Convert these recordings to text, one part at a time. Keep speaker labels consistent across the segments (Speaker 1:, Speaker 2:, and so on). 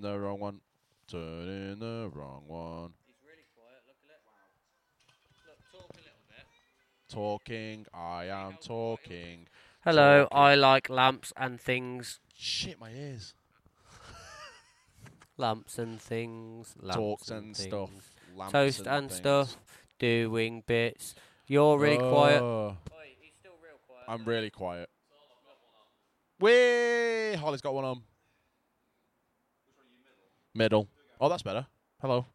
Speaker 1: the wrong one. Turn in the wrong one.
Speaker 2: He's really quiet. Look at it. Wow. Look, talk a little bit.
Speaker 1: Talking, I am talking.
Speaker 3: Hello,
Speaker 1: Talking.
Speaker 3: I like lamps and things.
Speaker 1: Shit, my ears.
Speaker 3: Lamps and things. Lamps
Speaker 1: Talks and
Speaker 3: things.
Speaker 1: stuff. lamps
Speaker 3: Toast and,
Speaker 1: things.
Speaker 3: stuff. Doing bits. You're really quiet.
Speaker 1: Oh,
Speaker 2: Oi, he's still real quiet.
Speaker 1: I'm really quiet. Whee! Holly's got one on. Middle. Oh, that's better. Hello.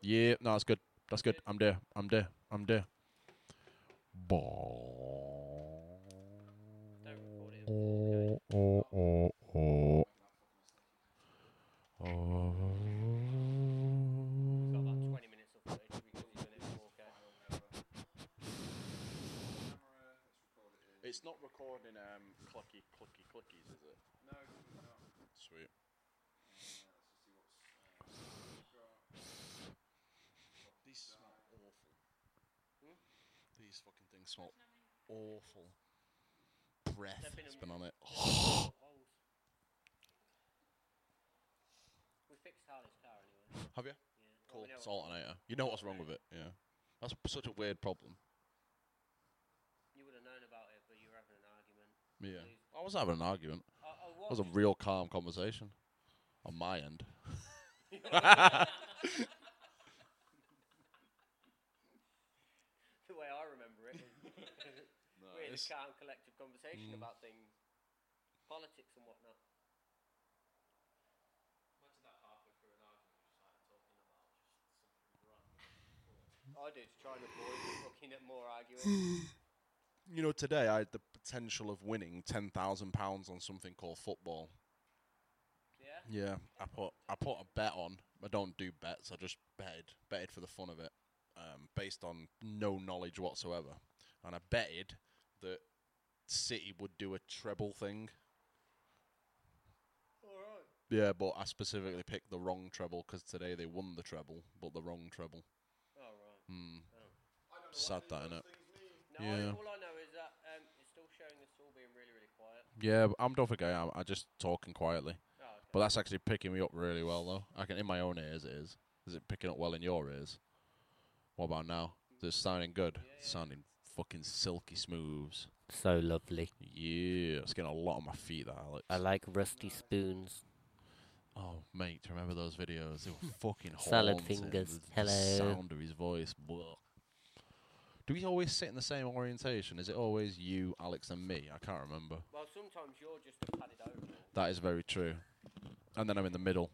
Speaker 1: Yeah, no, that's good. That's good. I'm there. I'm there. I'm there. Ball.
Speaker 2: Don't record it.
Speaker 1: Oh, oh, oh, oh. Oh.
Speaker 2: We've got about 20 minutes of footage. We can give you a little walk out.
Speaker 1: It's not recording um clucky clucky cluckies, is it? No, Sweet. These smell awful. These fucking things smell awful. Breath
Speaker 2: been
Speaker 1: has
Speaker 2: a-
Speaker 1: been on it. Oh,
Speaker 2: Holes. We fixed Harley's car anyway.
Speaker 1: Have you?
Speaker 2: Yeah. Well,
Speaker 1: Cool.
Speaker 2: we know
Speaker 1: It's alternator. You know what's wrong with it, yeah. That's such a weird problem.
Speaker 2: You would have known about it, but you were having an argument.
Speaker 1: Yeah. I was having an argument.
Speaker 2: I, I
Speaker 1: That was a real calm conversation. On my end.
Speaker 2: the way I remember it. was- we had a
Speaker 1: it's-
Speaker 2: calm, collective
Speaker 3: Mm.
Speaker 2: conversation about things, politics and whatnot. I do to try and avoid looking at more arguing.
Speaker 1: you know, today I had the potential of winning ten thousand pounds on something called football.
Speaker 2: yeah.
Speaker 1: Yeah, I put I put a bet on. I don't do bets. I just betted betted for the fun of it, um, based on no knowledge whatsoever. And I betted that City would do a treble thing.
Speaker 2: All right.
Speaker 1: Yeah, but I specifically picked the wrong treble because today they won the treble, but the wrong treble.
Speaker 2: All right.
Speaker 1: Hmm.
Speaker 2: Oh.
Speaker 1: Sad that, innit?
Speaker 2: No,
Speaker 1: Yeah.
Speaker 2: I, all I know is that um, it's still showing us all being really, really quiet.
Speaker 1: Yeah, but I'm don't think I am. I just talking quietly.
Speaker 2: Oh, okay.
Speaker 1: But that's actually picking me up really well, though. I can in my own ears. It is. Is it picking up well in your ears? What about now? Is it sounding good? Sounding fucking silky smooths.
Speaker 3: So lovely.
Speaker 1: Yeah, it's getting a lot on my feet, that Alex.
Speaker 3: I like rusty spoons.
Speaker 1: oh, mate, do you remember those videos? They were fucking
Speaker 3: Salad
Speaker 1: haunting.
Speaker 3: fingers.
Speaker 1: The
Speaker 3: Hello.
Speaker 1: sound of his voice. Blah. Do we always sit in the same orientation? Is it always you, Alex, and me? I can't remember.
Speaker 2: well, sometimes you're just a padded overall.
Speaker 1: That is very true. And then I'm in the middle.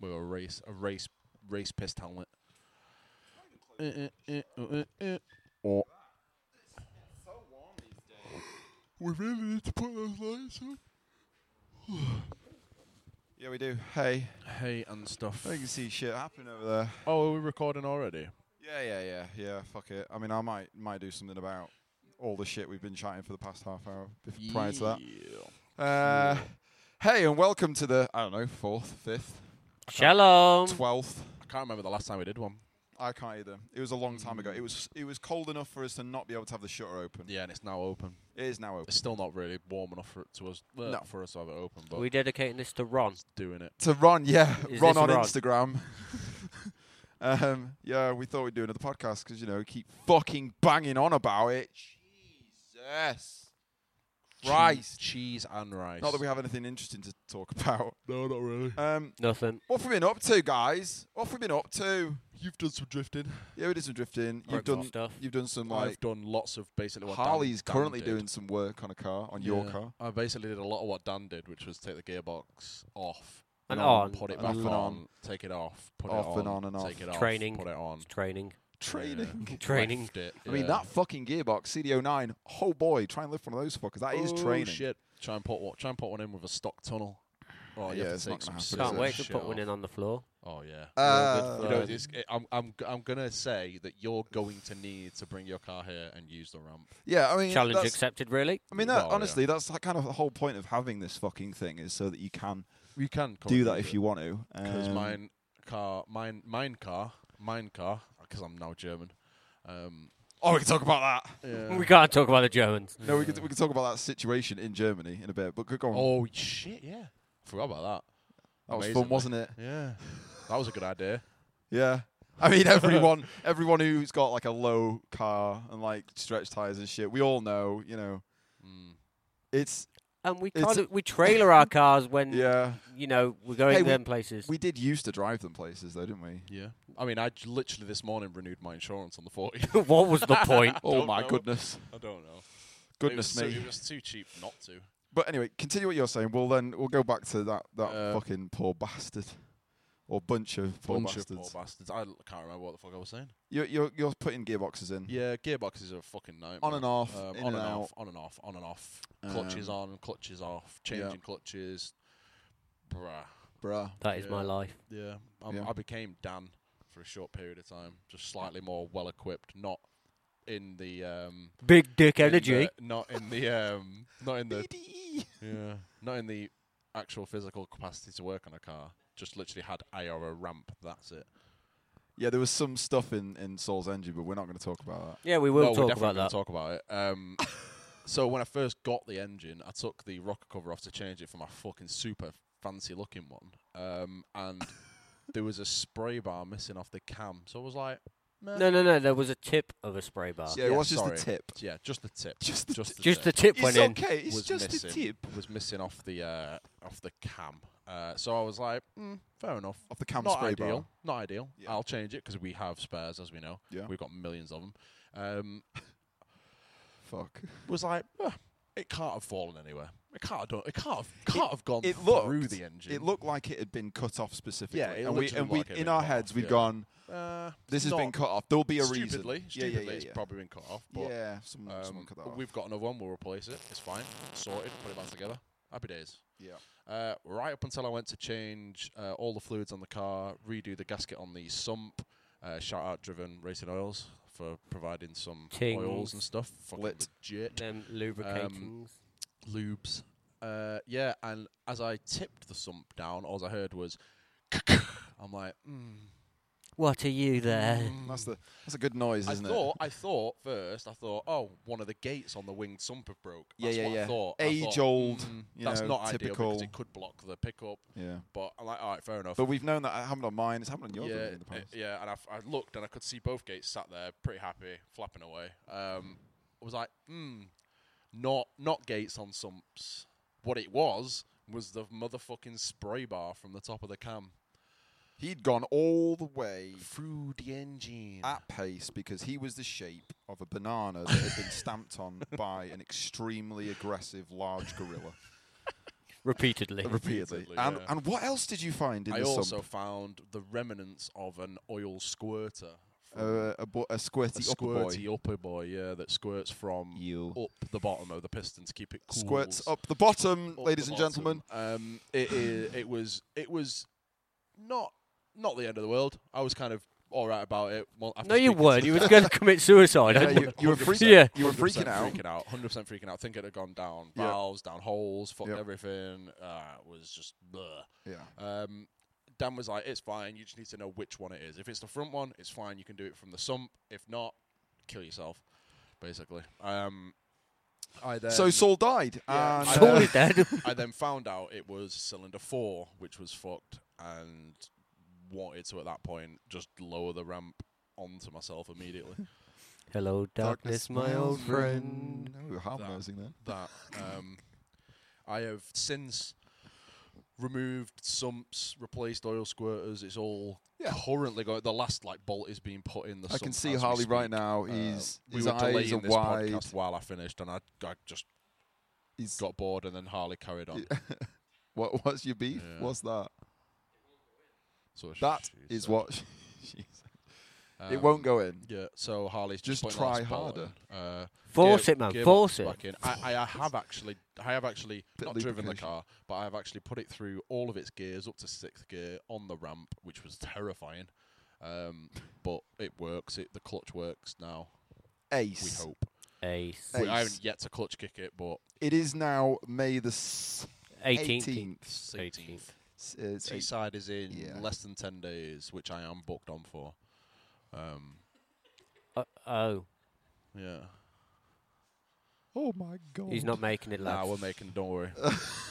Speaker 1: With a race, a race, race pissed helmet. Eh, eh, eh, eh, eh, eh. Oh. We really need to put those lights on.
Speaker 4: Yeah, we do. Hey,
Speaker 1: Hey and stuff.
Speaker 4: I think you can see shit happening over there.
Speaker 1: Oh, are we recording already?
Speaker 4: Yeah, yeah, yeah, yeah. Fuck it. I mean, I might might do something about all the shit we've been chatting for the past half hour bef- prior to
Speaker 1: Yeah.
Speaker 4: that. Uh, hey, and welcome to the I don't know fourth, fifth,
Speaker 3: Shalom.
Speaker 4: twelfth.
Speaker 1: I can't remember the last time we did one.
Speaker 4: I can't either. It was a long time ago. It was it was cold enough for us to not be able to have the shutter open.
Speaker 1: Yeah, and it's now open.
Speaker 4: It is now open.
Speaker 1: It's still not really warm enough for it to us well,
Speaker 4: No.
Speaker 1: for us to have it open, but
Speaker 3: We're dedicating this to Ron.
Speaker 1: doing it.
Speaker 4: To Ron, yeah,
Speaker 3: Is
Speaker 4: Ron
Speaker 3: this
Speaker 4: on
Speaker 3: Ron?
Speaker 4: Instagram. um, yeah, we thought we'd do another podcast because you know we keep fucking banging on about it. Jesus
Speaker 1: Rice,
Speaker 4: Christ!
Speaker 1: cheese and rice.
Speaker 4: Not that we have anything interesting to talk about.
Speaker 1: No, not really.
Speaker 4: Um,
Speaker 3: Nothing.
Speaker 4: what have we been up to, guys? What have we been up to?
Speaker 1: You've done some drifting.
Speaker 4: Yeah, we did some drifting. You've
Speaker 3: Alright,
Speaker 4: done
Speaker 3: cool. Stuff.
Speaker 4: You've done some
Speaker 1: I've
Speaker 4: like
Speaker 1: done lots of basically what Dan-
Speaker 4: Harley's
Speaker 1: Dan
Speaker 4: currently
Speaker 1: did.
Speaker 4: doing some work on a car, on your
Speaker 1: Yeah.
Speaker 4: car.
Speaker 1: I basically did a lot of what Dan did, which was take the gearbox off
Speaker 3: And on.
Speaker 1: put it
Speaker 4: And
Speaker 1: back
Speaker 4: off and
Speaker 1: on,
Speaker 4: on.
Speaker 1: take it off, put it
Speaker 4: Off
Speaker 1: on,
Speaker 4: and on and off.
Speaker 1: take it off,
Speaker 3: Training.
Speaker 1: put it on,
Speaker 3: Training.
Speaker 4: Training.
Speaker 1: Yeah.
Speaker 3: Training.
Speaker 1: Left it,
Speaker 4: I mean
Speaker 1: yeah.
Speaker 4: that fucking gearbox CDO9. Oh boy, try and lift one of those fuckers. That is
Speaker 1: Oh,
Speaker 4: training.
Speaker 1: Shit, try and put one, try and put one in with a stock tunnel. Oh, you have
Speaker 4: Yeah,
Speaker 1: to
Speaker 4: it's
Speaker 1: take
Speaker 4: not gonna
Speaker 1: some
Speaker 4: happen,
Speaker 3: Can't
Speaker 4: Scissors.
Speaker 3: wait to
Speaker 1: shit
Speaker 3: put one
Speaker 1: off.
Speaker 3: in on the floor.
Speaker 1: Oh yeah.
Speaker 4: Uh,
Speaker 1: You know,
Speaker 3: Um,
Speaker 1: this, it, I'm I'm g- I'm gonna say that you're going to need to bring your car here and use the ramp.
Speaker 4: yeah, I mean,
Speaker 3: Challenge
Speaker 4: that's-
Speaker 3: accepted, really.
Speaker 4: I mean,
Speaker 1: Oh,
Speaker 4: that,
Speaker 1: yeah.
Speaker 4: honestly, that's like kind of the whole point of having this fucking thing is so that you can
Speaker 1: You can
Speaker 4: do that if you want to.
Speaker 1: because
Speaker 4: Um,
Speaker 1: mine car, mine mine car, mine car, because I'm now German. Um,
Speaker 4: Oh, we can talk about that.
Speaker 3: We can't talk about the Germans.
Speaker 4: No, we can we can talk about that situation in Germany in a bit. But go on.
Speaker 1: Oh shit! Yeah, forgot about
Speaker 4: that was
Speaker 1: amazing.
Speaker 4: fun, wasn't it?
Speaker 1: that. Yeah, that was a good idea.
Speaker 4: Yeah. I mean, everyone, everyone who's got like a low car and like stretch tires and shit, we all know, you know,
Speaker 1: Mm.
Speaker 4: it's
Speaker 3: And we
Speaker 4: It's
Speaker 3: kind
Speaker 4: a-
Speaker 3: of we trailer our cars when
Speaker 4: yeah.
Speaker 3: you know we're going
Speaker 4: Hey, we-
Speaker 3: them places.
Speaker 4: We did used to drive them places though, didn't we?
Speaker 1: Yeah, I mean, I j- literally this morning renewed my insurance on the 40.
Speaker 3: what was the point?
Speaker 4: Oh
Speaker 1: Don't
Speaker 4: my
Speaker 1: know.
Speaker 4: goodness,
Speaker 1: I don't know.
Speaker 4: goodness
Speaker 1: it was, So,
Speaker 4: me!
Speaker 1: it was too cheap not to.
Speaker 4: But anyway, continue what you're saying. We'll then we'll go back to that that
Speaker 1: Uh,
Speaker 4: fucking poor bastard or bunch of poor
Speaker 1: Bunch of
Speaker 4: bastards.
Speaker 1: poor bastards. I l- can't remember what the fuck I was saying.
Speaker 4: you're, you're you're putting gearboxes in
Speaker 1: Yeah, gearboxes are a fucking nightmare.
Speaker 4: Mm. on and off,
Speaker 1: Um,
Speaker 4: in
Speaker 1: on
Speaker 4: and,
Speaker 1: and
Speaker 4: out. Um,
Speaker 1: off, on and off, on and off. Clutches on, clutches off,
Speaker 4: yeah.
Speaker 1: changing clutches. Bruh.
Speaker 4: bruh.
Speaker 3: That is my
Speaker 1: Yeah.
Speaker 3: life.
Speaker 1: Yeah. i
Speaker 4: Yeah.
Speaker 1: I became Dan for a short period of time, just slightly more well equipped, not in the um
Speaker 3: Big dick
Speaker 1: in
Speaker 3: energy.
Speaker 1: the- not in the um not in the
Speaker 4: BDE.
Speaker 1: yeah, not in the actual physical capacity to work on a car. Just literally had IRA ramp, that's it.
Speaker 4: Yeah, there was some stuff in in Soul's engine, but we're not going to talk about that.
Speaker 3: Yeah, we will
Speaker 1: no, we're
Speaker 3: talk
Speaker 1: definitely gonna
Speaker 3: about that.
Speaker 1: Talk about it. Um, so when I first got the engine, I took the rocker cover off to change it for my fucking super fancy looking one, um, and there was a spray bar missing off the cam. So I was like, Meh.
Speaker 3: No, no, no. There was a tip of a spray bar.
Speaker 4: Yeah, it
Speaker 1: Uh, Yeah,
Speaker 4: was just the
Speaker 1: sorry.
Speaker 4: tip.
Speaker 1: yeah, just the tip,
Speaker 4: Just the
Speaker 1: just the
Speaker 3: Just the
Speaker 1: tip.
Speaker 3: tip went in.
Speaker 4: okay. It's
Speaker 1: was
Speaker 4: just
Speaker 1: missing,
Speaker 4: a tip
Speaker 1: was missing off the uh, off the cam. Uh, so I was like, mm, fair enough.
Speaker 4: of the cam
Speaker 1: not
Speaker 4: spray
Speaker 1: ideal.
Speaker 4: bar.
Speaker 1: Not ideal.
Speaker 4: Yeah.
Speaker 1: I'll change it because we have spares, as we know.
Speaker 4: Yeah.
Speaker 1: We've got millions of them. Um,
Speaker 4: Fuck.
Speaker 1: was like, "Ugh, it can't have fallen anywhere. It can't have done. It can't have, can't have gone
Speaker 4: it
Speaker 1: through
Speaker 4: looked-
Speaker 1: the engine.
Speaker 4: It looked like it had been cut off specifically.
Speaker 1: Yeah, it
Speaker 4: and we
Speaker 1: literally
Speaker 4: and we
Speaker 1: looked like it had
Speaker 4: in
Speaker 1: been
Speaker 4: our
Speaker 1: cut
Speaker 4: heads
Speaker 1: off,
Speaker 4: we've
Speaker 1: yeah.
Speaker 4: gone.
Speaker 1: Uh,
Speaker 4: This has been
Speaker 1: not-
Speaker 4: cut off. There'll be a
Speaker 1: stupidly.
Speaker 4: reason.
Speaker 1: Stupidly,
Speaker 4: yeah, yeah,
Speaker 1: it's
Speaker 4: yeah.
Speaker 1: probably been cut off. But
Speaker 4: yeah. yeah someone, someone
Speaker 1: um,
Speaker 4: cut that off.
Speaker 1: we've got another one. We'll replace it. It's fine. Sorted. Put it back together. Happy days.
Speaker 4: Yeah.
Speaker 1: Uh, right up until I went to change uh, all the fluids on the car, redo the gasket on the sump. Uh, shout out Driven Racing Oils for providing some oils
Speaker 3: Tings.
Speaker 1: and stuff. Fucking
Speaker 4: Lit.
Speaker 1: legit.
Speaker 3: Them lubricatings.
Speaker 1: lubes. Uh, yeah, and as I tipped the sump down, all I heard was, I'm like, mm,
Speaker 3: what are you there?
Speaker 4: Mm, that's the that's a good noise,
Speaker 1: I
Speaker 4: isn't
Speaker 1: thought, I thought first, I thought, oh, one of the gates on the winged sump had broke.
Speaker 4: Yeah,
Speaker 1: That's
Speaker 4: yeah,
Speaker 1: what
Speaker 4: yeah.
Speaker 1: I thought. I thought,
Speaker 4: Age-old,
Speaker 1: mm,
Speaker 4: you
Speaker 1: that's
Speaker 4: know,
Speaker 1: not ideal
Speaker 4: typical-
Speaker 1: because it could block the pickup.
Speaker 4: it? Yeah.
Speaker 1: But I'm like, all right, fair enough.
Speaker 4: But we've known that it happened on mine. It's happened on yours
Speaker 1: yeah,
Speaker 4: haven't it, in the
Speaker 1: uh,
Speaker 4: past.
Speaker 1: yeah, and I, f- I looked and I could see both gates sat there, pretty happy, flapping away. Um, I was like, hmm, not not gates on sumps. What it was was the motherfucking spray bar from the top of the cam
Speaker 4: He'd gone all the way
Speaker 1: through the engine.
Speaker 4: at pace because he was the shape of a banana that had been stamped on by an extremely aggressive large gorilla
Speaker 3: Repeatedly.
Speaker 4: repeatedly.
Speaker 1: Repeatedly,
Speaker 4: And
Speaker 1: yeah.
Speaker 4: and what else did you find in
Speaker 1: I
Speaker 4: the
Speaker 1: also
Speaker 4: sump?
Speaker 1: found the remnants of an oil squirter. from
Speaker 4: Uh, a, bo- a
Speaker 1: a
Speaker 4: squirty upper boy.
Speaker 1: squirty upper boy, yeah, that squirts from
Speaker 4: You.
Speaker 1: up the bottom of the piston to keep it cool.
Speaker 4: Squirts up the bottom,
Speaker 1: up
Speaker 4: ladies
Speaker 1: the
Speaker 4: and
Speaker 1: bottom.
Speaker 4: gentlemen.
Speaker 1: Um, it, i- it was it was not not the end of the world. I was kind of all right about it. Well, after
Speaker 3: No, you
Speaker 1: speaking to
Speaker 3: weren't.
Speaker 1: the
Speaker 3: You were going to commit suicide.
Speaker 4: Yeah,
Speaker 3: I-
Speaker 4: you, you were freaking,
Speaker 1: 100%.
Speaker 3: Yeah.
Speaker 4: you were
Speaker 1: 100%
Speaker 4: freaking out.
Speaker 1: freaking out, hundred percent freaking out. I think it had gone down
Speaker 4: Yeah.
Speaker 1: valves, down holes, fucked
Speaker 4: Yeah.
Speaker 1: everything. Uh, it was just. Bleh.
Speaker 4: Yeah.
Speaker 1: Um, Dan was like, "It's fine. You just need to know which one it is. If it's the front one, it's fine. You can do it from the sump. If not, kill yourself, basically." Um, I then
Speaker 4: so Saul died.
Speaker 1: Yeah.
Speaker 4: and, uh,
Speaker 1: I
Speaker 3: Saul
Speaker 1: know.
Speaker 3: is dead.
Speaker 1: I then found out it was cylinder four, which was fucked, and wanted to at that point just lower the ramp onto myself immediately.
Speaker 3: Hello, darkness, my old friend.
Speaker 4: We were harmonising then.
Speaker 1: that um, I have since removed sumps, replaced oil squirters. It's all
Speaker 4: Yeah.
Speaker 1: currently going. The last like bolt is being put in the.
Speaker 4: I can
Speaker 1: sump
Speaker 4: see
Speaker 1: as we
Speaker 4: Harley right
Speaker 1: speak.
Speaker 4: now.
Speaker 1: Uh,
Speaker 4: He's
Speaker 1: we
Speaker 4: his
Speaker 1: were
Speaker 4: eyes
Speaker 1: delaying
Speaker 4: are
Speaker 1: this
Speaker 4: wide.
Speaker 1: podcast while I finished, and I, I just
Speaker 4: He's,
Speaker 1: got bored, and then Harley carried on.
Speaker 4: what, what's your beef?
Speaker 1: Yeah. Oh,
Speaker 4: What's that?
Speaker 1: So she-
Speaker 4: That
Speaker 1: she
Speaker 4: is
Speaker 1: said.
Speaker 4: what. she said. it
Speaker 1: Um,
Speaker 4: won't go in.
Speaker 1: Yeah, so Harley's
Speaker 4: Just
Speaker 1: just, putting
Speaker 4: try
Speaker 1: the last bolt
Speaker 4: harder.
Speaker 1: in. Uh,
Speaker 3: Force
Speaker 1: gear-
Speaker 3: it, man.
Speaker 1: gearbox
Speaker 3: Force it.
Speaker 1: back in. I, I have actually, I have actually
Speaker 4: Bit
Speaker 1: not
Speaker 4: of
Speaker 1: driven the
Speaker 4: lubrication.
Speaker 1: car, but I have actually put it through all of its gears up to sixth gear on the ramp, which was terrifying. Um, but it works. It the clutch works now. We
Speaker 4: Ace.
Speaker 1: hope.
Speaker 3: Ace.
Speaker 4: Hey.
Speaker 1: We, I
Speaker 4: Ace.
Speaker 1: haven't yet to clutch kick it, but
Speaker 4: It is now May the s-
Speaker 3: 18th.
Speaker 4: 18th.
Speaker 1: 18th.
Speaker 4: S- it's eight-
Speaker 1: Seaside is in
Speaker 4: Yeah.
Speaker 1: less than ten days, which I am booked on for. Um,
Speaker 3: Uh, oh.
Speaker 1: Yeah.
Speaker 4: Oh my god.
Speaker 3: He's not making it,
Speaker 1: Nah,
Speaker 3: lads.
Speaker 1: we're making. Don't worry.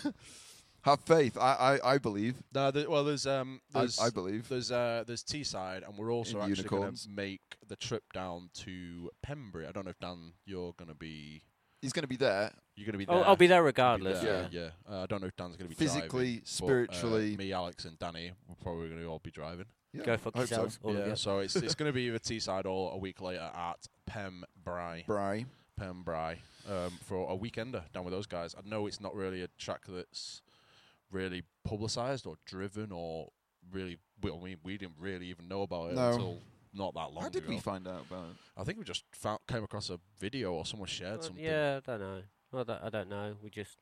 Speaker 4: Have faith. I I, I believe.
Speaker 1: no, there, well, there's um,
Speaker 4: I,
Speaker 1: there's
Speaker 4: I believe.
Speaker 1: there's uh, there's Teesside, and we're also
Speaker 4: And
Speaker 1: actually going
Speaker 4: unicorns.
Speaker 1: to make the trip down to Pembrey. I don't know if Dan, you're gonna be,
Speaker 4: He's going to be there
Speaker 1: you're gonna be there.
Speaker 3: Oh, I'll, I'll be there
Speaker 1: You'll
Speaker 3: regardless.
Speaker 1: there, yeah. Uh, I don't know if Dan's gonna be driving,
Speaker 4: physically,
Speaker 1: but, uh,
Speaker 4: spiritually.
Speaker 1: me, Alex, and Danny, we're probably gonna all be driving.
Speaker 4: Yeah,
Speaker 3: Go fuck
Speaker 4: I hope so.
Speaker 3: yourselves, all of
Speaker 1: yeah.
Speaker 3: you.
Speaker 1: So it's it's gonna be either Teesside or a week later at Pembrey.
Speaker 4: Bri.
Speaker 1: Pembry um, for a weekender down with those guys. I know it's not really a track that's really publicised or driven or really. We, I mean, we didn't really even know about it
Speaker 4: No.
Speaker 1: until not that long
Speaker 4: How did
Speaker 1: ago.
Speaker 4: we find out about it?
Speaker 1: I think we just found, came across a video or someone shared
Speaker 3: Uh,
Speaker 1: something.
Speaker 3: yeah, I don't know. I don't, I don't know. We just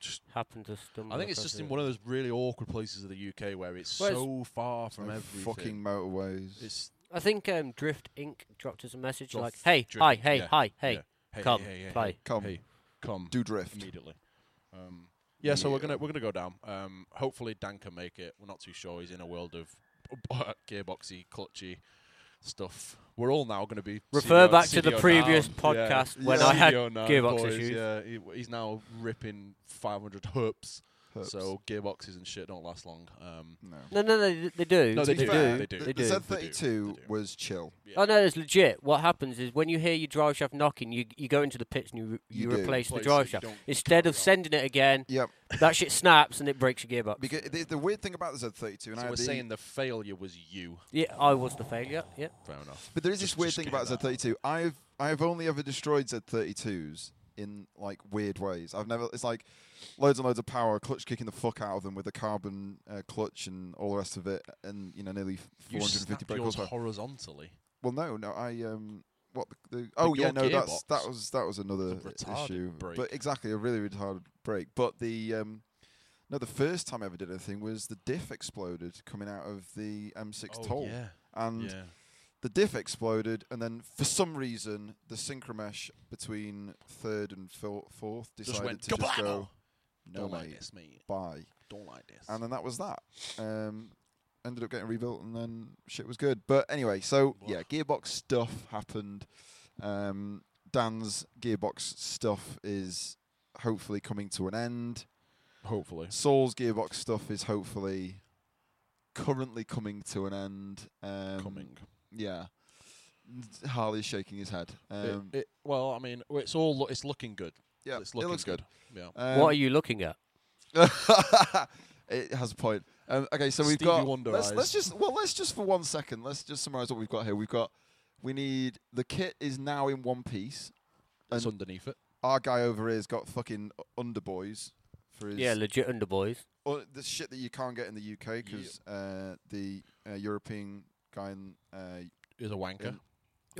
Speaker 1: Just-
Speaker 3: happened to stumble.
Speaker 1: I think it's
Speaker 3: across
Speaker 1: just in
Speaker 3: it.
Speaker 1: one of those really awkward places of the UK where it's
Speaker 3: Well, it's-
Speaker 1: so far from
Speaker 4: Like
Speaker 1: everything.
Speaker 4: fucking motorways.
Speaker 1: it's
Speaker 3: I think um, Drift Inc. dropped us a message
Speaker 1: Oh,
Speaker 3: like,
Speaker 1: f-
Speaker 3: "Hey,
Speaker 1: Drift
Speaker 3: hi,
Speaker 1: Inc,
Speaker 3: hey,
Speaker 1: yeah,
Speaker 3: hi, hey,
Speaker 1: yeah. hey,
Speaker 3: come
Speaker 1: hey, hey, hey,
Speaker 3: play."
Speaker 4: Come,
Speaker 1: hey, come,
Speaker 4: do drift.
Speaker 1: immediately. Um, yeah, so we're
Speaker 4: Yeah.
Speaker 1: gonna we're gonna go down. Um, hopefully Dan can make it. We're not too sure. He's in a world of gearboxy, clutchy stuff. We're all now going to be E
Speaker 3: Refer
Speaker 1: CDO
Speaker 3: back to the
Speaker 1: CDO
Speaker 3: previous
Speaker 1: down.
Speaker 3: podcast
Speaker 1: Yeah.
Speaker 3: when
Speaker 4: Yeah.
Speaker 3: I had
Speaker 1: CDO now,
Speaker 3: gearbox
Speaker 1: boys,
Speaker 3: issues.
Speaker 1: Yeah, he, he's now ripping 500 hoops,
Speaker 4: Hoops.
Speaker 1: so gearboxes and shit don't last long. Um,
Speaker 4: no.
Speaker 3: No, no, no, they, they do.
Speaker 1: No,
Speaker 4: To
Speaker 1: they
Speaker 4: be
Speaker 1: do.
Speaker 4: fair,
Speaker 1: They do.
Speaker 4: the-
Speaker 1: They
Speaker 4: The
Speaker 1: do.
Speaker 4: Z32
Speaker 1: They do.
Speaker 4: was chill.
Speaker 3: Oh no, it's legit. What happens is when you hear your drive shaft knocking, you you go into the pits and you re-
Speaker 4: You
Speaker 3: you,
Speaker 4: do.
Speaker 3: replace the
Speaker 1: Place
Speaker 3: drive
Speaker 1: that you
Speaker 3: shaft
Speaker 1: don't
Speaker 3: instead of
Speaker 1: carry on.
Speaker 3: sending it again.
Speaker 4: Yep.
Speaker 3: that shit snaps and it breaks your gearbox.
Speaker 4: Because the, the weird thing about the Z32 and
Speaker 1: so
Speaker 4: I
Speaker 1: we're
Speaker 4: had the-
Speaker 1: saying the failure was you.
Speaker 3: yeah, I was the failure. Yeah,
Speaker 1: Fair enough.
Speaker 4: But there is
Speaker 1: Just-
Speaker 4: this weird
Speaker 1: just
Speaker 4: thing
Speaker 1: get
Speaker 4: about
Speaker 1: that.
Speaker 4: Z32. I've I've only ever destroyed Z32s in like weird ways. I've never. It's like loads and loads of power, clutch kicking the fuck out of them with a carbon uh, clutch and all the rest of it, and you know nearly
Speaker 1: You
Speaker 4: 450
Speaker 1: snapped
Speaker 4: brake
Speaker 1: yours
Speaker 4: horsepower.
Speaker 1: horizontally.
Speaker 4: well, no, no, I um. What the, the oh yeah
Speaker 1: your
Speaker 4: no that's
Speaker 1: gearbox
Speaker 4: that was that was another
Speaker 1: was a retarded
Speaker 4: issue
Speaker 1: brake.
Speaker 4: but exactly a really retarded break but the um no the first time I ever did anything was the diff exploded coming out of the M6
Speaker 1: oh,
Speaker 4: toll
Speaker 1: Yeah,
Speaker 3: Mm.
Speaker 4: and
Speaker 1: yeah.
Speaker 4: the diff exploded, and then for some reason, the synchromesh between third and four, fourth decided
Speaker 1: Just went
Speaker 4: to just
Speaker 1: "Kablamo!"
Speaker 4: go, no
Speaker 1: Don't
Speaker 4: mate,
Speaker 1: like this, mate.
Speaker 4: bye.
Speaker 1: Don't like this.
Speaker 4: And then that was that. Um, ended up getting rebuilt, and then shit was good. But anyway, so yeah, gearbox stuff happened. Um, Dan's gearbox stuff is hopefully coming to an end.
Speaker 1: Hopefully.
Speaker 4: Saul's gearbox stuff is hopefully currently coming to an end. Um,
Speaker 1: coming.
Speaker 4: Yeah. Harley's shaking his head. Um,
Speaker 1: it, it, well, I mean, well, it's all lo- it's looking good.
Speaker 4: yeah,
Speaker 1: it's looking
Speaker 4: it looks good.
Speaker 1: Yeah.
Speaker 4: Um,
Speaker 3: what are you looking at?
Speaker 4: it has a point. Um, okay, so we've
Speaker 1: Stevie
Speaker 4: got.
Speaker 1: Wonder
Speaker 4: let's, let's
Speaker 1: eyes.
Speaker 4: just well, let's just for one second, let's just summarize what we've got here. We've got we need the kit is now in one piece.
Speaker 1: It's
Speaker 4: And-
Speaker 1: underneath it.
Speaker 4: Our guy over here's got fucking underboys for his
Speaker 3: Yeah, legit underboys.
Speaker 4: oh, the shit that you can't get in the UK because uh, the uh, European guy in uh,
Speaker 1: Is a wanker.
Speaker 4: In-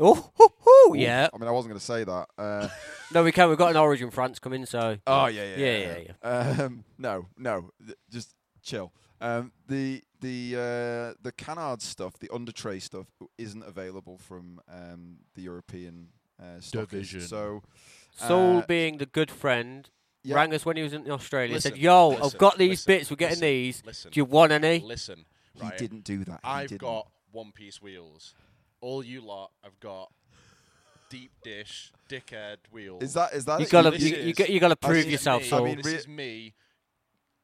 Speaker 3: Oh, hoo, hoo,
Speaker 4: ooh,
Speaker 3: yeah.
Speaker 4: I mean, I wasn't going to say that. Uh,
Speaker 3: No, we can. We've got an Origin France coming, so
Speaker 4: Oh yeah, yeah,
Speaker 3: Yeah, yeah,
Speaker 4: Um, no, no, th- just chill. Um, the the uh, the Canard stuff, the under tray stuff, isn't available from um, the European uh, stockist.
Speaker 1: Division.
Speaker 4: So
Speaker 3: Saul,
Speaker 4: Uh,
Speaker 3: being the good friend,
Speaker 4: yeah,
Speaker 3: rang us when he was in Australia.
Speaker 1: Listen,
Speaker 3: said, "Yo,
Speaker 1: listen,
Speaker 3: I've got these
Speaker 1: listen,
Speaker 3: bits. We're getting
Speaker 1: listen,
Speaker 3: these.
Speaker 1: Listen.
Speaker 3: Do you want any?"
Speaker 1: listen.
Speaker 4: he
Speaker 1: Right.
Speaker 4: didn't do that. He
Speaker 1: I've
Speaker 4: didn't.
Speaker 1: got one piece wheels. All you lot have got deep dish, dickhead wheels.
Speaker 4: Is that is that
Speaker 3: You
Speaker 4: it?
Speaker 3: gotta,
Speaker 1: This
Speaker 3: you,
Speaker 1: is-
Speaker 3: you, got- you gotta
Speaker 4: I
Speaker 3: prove
Speaker 4: see-
Speaker 3: yourself,
Speaker 1: me,
Speaker 4: I
Speaker 3: Saul.
Speaker 4: mean,
Speaker 1: this
Speaker 4: re-
Speaker 1: is me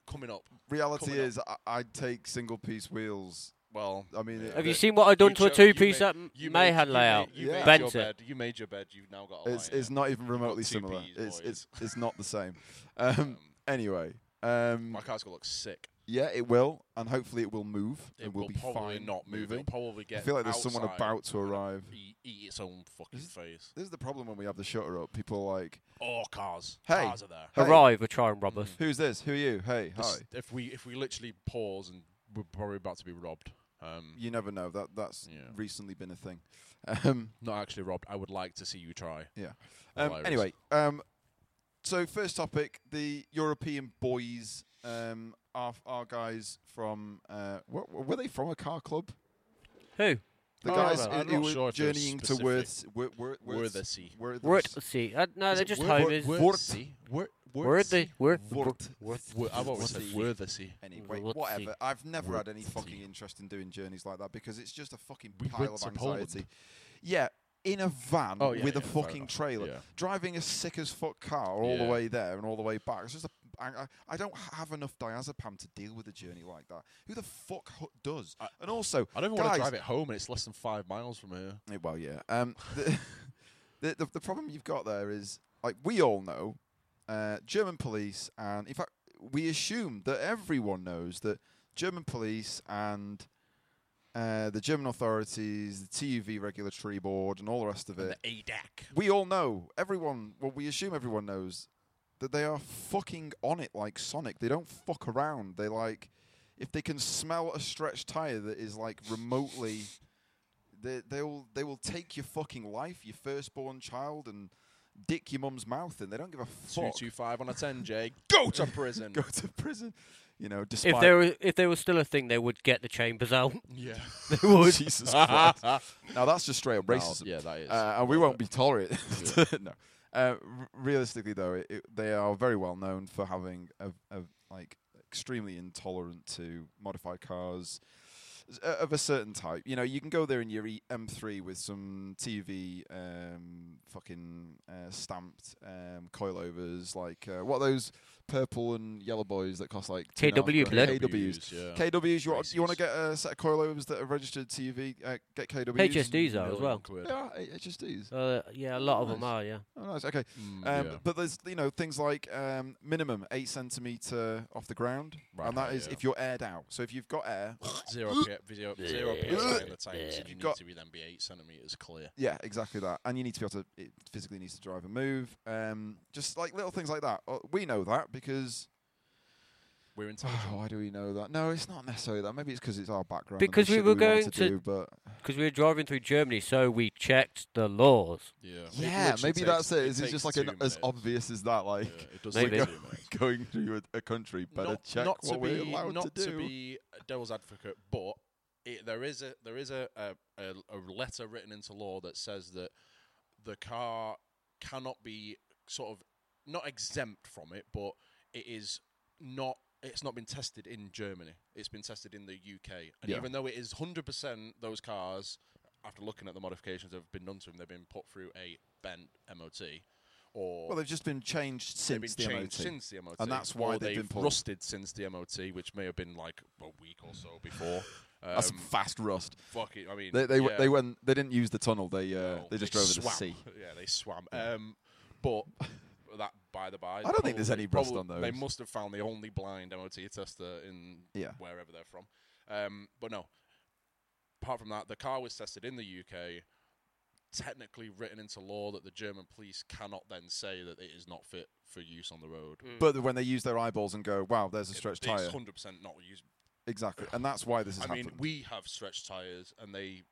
Speaker 1: coming up.
Speaker 4: reality
Speaker 1: coming up.
Speaker 4: is I, I'd take single piece wheels.
Speaker 1: Well,
Speaker 4: I mean,
Speaker 1: Yeah.
Speaker 4: it-
Speaker 3: Have you
Speaker 4: it-
Speaker 3: seen what I've done to a
Speaker 1: cho- you
Speaker 3: two-piece
Speaker 1: made-
Speaker 3: that
Speaker 1: you made-
Speaker 3: Mayhem
Speaker 1: you
Speaker 3: layout?
Speaker 1: made- You
Speaker 4: Yeah.
Speaker 1: made your
Speaker 3: Bent it.
Speaker 1: bed. You made your bed. You've now Oh, got a
Speaker 4: it's
Speaker 1: lion.
Speaker 4: it's not even remotely
Speaker 1: two
Speaker 4: similar.
Speaker 1: Ps, boys.
Speaker 4: It's it's it's not the same.
Speaker 1: Um,
Speaker 4: Um, anyway, um,
Speaker 1: my car's gonna look sick.
Speaker 4: yeah, it will, and hopefully it will move.
Speaker 1: It,
Speaker 4: and
Speaker 1: will,
Speaker 4: will be
Speaker 1: probably
Speaker 4: fine
Speaker 1: not move.
Speaker 4: moving.
Speaker 1: It'll probably get.
Speaker 4: I feel like there's someone
Speaker 1: outside
Speaker 4: about to
Speaker 1: and
Speaker 4: arrive.
Speaker 1: Eat, eat its own fucking
Speaker 4: Is it-
Speaker 1: face.
Speaker 4: This is the problem when we have the shutter up. People are like,
Speaker 1: Oh, cars!
Speaker 4: Hey.
Speaker 1: Cars are there.
Speaker 4: Hey.
Speaker 3: Arrive or try and rob us.
Speaker 4: "Who's this? Who are you? Hey, hi."
Speaker 1: This- If we if we literally pause and we're probably about to be robbed. Um,
Speaker 4: You never know. That that's
Speaker 1: Yeah.
Speaker 4: recently been a thing. Um,
Speaker 1: not actually robbed. I would like to see you try.
Speaker 4: yeah. Um,
Speaker 1: Hilarious.
Speaker 4: anyway, um, so first topic: the European boys, um, our our guys from uh, what, were they from a car club?
Speaker 3: Who?
Speaker 4: The
Speaker 1: Oh,
Speaker 4: guys
Speaker 1: well, I'm
Speaker 4: who
Speaker 1: not
Speaker 4: were
Speaker 1: sure if there's
Speaker 4: journeying to
Speaker 1: specific
Speaker 4: Worth, Worth, Worth,
Speaker 1: Worthesea.
Speaker 4: Worth,
Speaker 3: Word. Let's see. Uh, no,
Speaker 4: Is
Speaker 3: they're
Speaker 4: it
Speaker 3: just
Speaker 4: word-
Speaker 3: homers.
Speaker 4: word-
Speaker 1: Worthesea. Wor-
Speaker 3: Word the word.
Speaker 4: Worth,
Speaker 1: Wor- I've always said
Speaker 4: Worthesea.
Speaker 1: Worthesea.
Speaker 4: Anyway,
Speaker 3: Worthesea.
Speaker 4: whatever. I've never had any
Speaker 1: Worthesea.
Speaker 4: fucking interest in doing journeys like that because it's just a fucking
Speaker 1: We
Speaker 4: pile
Speaker 1: went
Speaker 4: of
Speaker 1: to Poland.
Speaker 4: anxiety. Yeah, in a van
Speaker 1: Oh, yeah,
Speaker 4: with a
Speaker 1: yeah, fair
Speaker 4: fucking
Speaker 1: enough.
Speaker 4: trailer,
Speaker 1: Yeah.
Speaker 4: driving a sick as fuck car all the
Speaker 1: Yeah.
Speaker 4: way there and all the way back. It's just a, I, I- I don't have enough diazepam to deal with a journey like that. Who the fuck hu- does?
Speaker 1: I-
Speaker 4: and also,
Speaker 1: I don't even want
Speaker 4: guys,
Speaker 1: to drive it home, and it's less than five miles from here.
Speaker 4: Eh, Well, yeah. Um, the, the, the the problem you've got there is like we all know uh, German police, and in fact, we assume that everyone knows that German police and uh, the German authorities, the TUV regulatory board, and all the rest of
Speaker 1: And
Speaker 4: it.
Speaker 1: the ADAC.
Speaker 4: We all know everyone. Well, we assume everyone knows that they are fucking on it like Sonic. They don't fuck around. They like if they can smell a stretched tire that is like remotely they they will they will take your fucking life, your firstborn child, and dick your mum's mouth in. They don't give a
Speaker 1: Two
Speaker 4: fuck.
Speaker 1: two five on a ten, Jay. Go to prison.
Speaker 4: Go to prison. You know, despite
Speaker 3: If there were, if there was still a thing, they would get the chambers out.
Speaker 1: Yeah.
Speaker 3: they would.
Speaker 4: Jesus Christ. now that's just straight up racism.
Speaker 1: yeah, that is.
Speaker 4: Uh, and we won't be tolerated. no. Uh, r- realistically, though, it, it, they are very well known for having a, a like extremely intolerant to modified cars s- uh, of a certain type. You know, you can go there in your E- M3 with some TV um, fucking uh, stamped um, coilovers, like uh, what are those purple and yellow boys that cost like two and a half
Speaker 3: KW,
Speaker 4: grand?
Speaker 3: blood.
Speaker 4: KWs.
Speaker 1: Yeah.
Speaker 4: KWs. You want you want to
Speaker 1: Races.
Speaker 4: get a set of coilovers that are registered TV? Uh, get KWs.
Speaker 3: HSDs are as
Speaker 1: Million
Speaker 3: well.
Speaker 1: quid.
Speaker 4: They are HSDs.
Speaker 3: Uh, yeah, a lot of them
Speaker 4: Nice.
Speaker 3: are. Yeah.
Speaker 4: Oh, nice. Okay.
Speaker 1: Mm,
Speaker 4: Um,
Speaker 1: yeah.
Speaker 4: But there's you know things like um, minimum eight centimeter off the ground,
Speaker 1: Right,
Speaker 4: and that
Speaker 1: yeah,
Speaker 4: is
Speaker 1: yeah.
Speaker 4: if you're aired out. So if you've got air,
Speaker 1: Zero P- zero, zero PSI in the tank, so you need
Speaker 4: Got-
Speaker 1: to be then be eight centimeters clear.
Speaker 4: yeah, exactly that, and you need to be able to it physically needs to drive and move. Um, just like little things like that. Uh, We know that because Oh,
Speaker 1: We're intelligent.
Speaker 4: why do we know that? No, it's not necessarily that. Maybe it's because it's our background. and the
Speaker 3: Because we
Speaker 4: shit
Speaker 3: were
Speaker 4: that we
Speaker 3: going
Speaker 4: wanted
Speaker 3: to-
Speaker 4: do, but
Speaker 3: Because we were driving through Germany, so we checked the laws.
Speaker 1: Yeah. It
Speaker 4: yeah,
Speaker 1: literally
Speaker 4: maybe
Speaker 1: takes-
Speaker 4: that's it. Is it
Speaker 1: takes
Speaker 4: just like
Speaker 1: two
Speaker 4: an, as
Speaker 1: minutes.
Speaker 4: obvious as that? Like
Speaker 1: Yeah, it does
Speaker 3: Maybe.
Speaker 1: take two minutes.
Speaker 4: going through a, a country, better
Speaker 1: not,
Speaker 4: check
Speaker 1: not
Speaker 4: what
Speaker 1: to
Speaker 4: we're
Speaker 1: be,
Speaker 4: allowed
Speaker 1: not
Speaker 4: to do.
Speaker 1: be a devil's advocate, but it, there is a there is a, a, a, a letter written into law that says that the car cannot be sort of not exempt from it, but it is not. It's not been tested in Germany. It's been tested in the UK, and
Speaker 4: Yeah.
Speaker 1: even though it is hundred percent those cars, after looking at the modifications that have been done to them, they've been put through a bent MOT, or
Speaker 4: well, they've just been changed
Speaker 1: they've
Speaker 4: since
Speaker 1: been
Speaker 4: the
Speaker 1: changed
Speaker 4: MOT.
Speaker 1: since the MOT,
Speaker 4: And that's why
Speaker 1: or
Speaker 4: they've
Speaker 1: they've,
Speaker 4: been pulled.
Speaker 1: rusted since the MOT, which may have been like a week or so before. Um,
Speaker 4: That's some fast rust.
Speaker 1: fuck it. I mean,
Speaker 4: They they w
Speaker 1: yeah,
Speaker 4: they went they didn't use the tunnel. They uh,
Speaker 1: well,
Speaker 4: they just drove over the
Speaker 1: swam. Mm.
Speaker 4: sea.
Speaker 1: Yeah, they swam. Um, but that by the by,
Speaker 4: I don't think there's
Speaker 1: probably-
Speaker 4: any rust
Speaker 1: probably-
Speaker 4: on
Speaker 1: They
Speaker 4: those.
Speaker 1: must have found the only blind MOT tester in
Speaker 4: Yeah.
Speaker 1: wherever they're from. Um, but no, apart from that, the car was tested in the UK. Technically written into law that the German police cannot then say that it is not fit for use on the road.
Speaker 4: But when they use their eyeballs and go, wow, there's a stretched tire.
Speaker 1: It's hundred percent not used.
Speaker 4: Exactly, and that's why this has
Speaker 1: I mean,
Speaker 4: happened.
Speaker 1: we have stretched tires, and they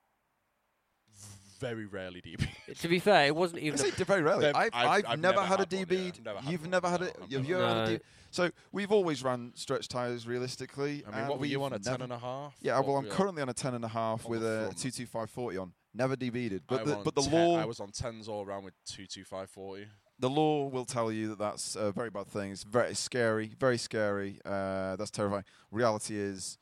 Speaker 1: very rarely DB.
Speaker 3: To be fair, it wasn't
Speaker 4: I
Speaker 3: even.
Speaker 4: say very rarely.
Speaker 1: They've-
Speaker 4: I've, I've,
Speaker 1: I've- I've
Speaker 4: never,
Speaker 1: never
Speaker 4: had,
Speaker 1: had
Speaker 4: a
Speaker 1: one, yeah.
Speaker 4: DB.
Speaker 1: Never had
Speaker 4: You've
Speaker 1: one,
Speaker 4: never had
Speaker 1: no,
Speaker 4: a.
Speaker 1: I've
Speaker 4: Have you
Speaker 1: never
Speaker 4: ever
Speaker 3: had
Speaker 4: had a
Speaker 3: one.
Speaker 4: DB? So we've always ran stretched tires realistically.
Speaker 1: I mean,
Speaker 4: and
Speaker 1: what were you
Speaker 4: we've
Speaker 1: on a ten
Speaker 4: never-
Speaker 1: and a half?
Speaker 4: Yeah,
Speaker 1: What
Speaker 4: well,
Speaker 1: were
Speaker 4: I'm
Speaker 1: you on?
Speaker 4: currently on a ten and a half
Speaker 1: On
Speaker 4: with
Speaker 1: the
Speaker 4: a
Speaker 1: front.
Speaker 4: two two five forty on. Never DB'd,
Speaker 1: I
Speaker 4: but
Speaker 1: were
Speaker 4: the,
Speaker 1: on
Speaker 4: but the
Speaker 1: te-
Speaker 4: law
Speaker 1: I was on tens all around with two two five forty.
Speaker 4: the law will tell you that that's a very bad thing. It's very scary, very scary. Uh, that's terrifying. Reality is,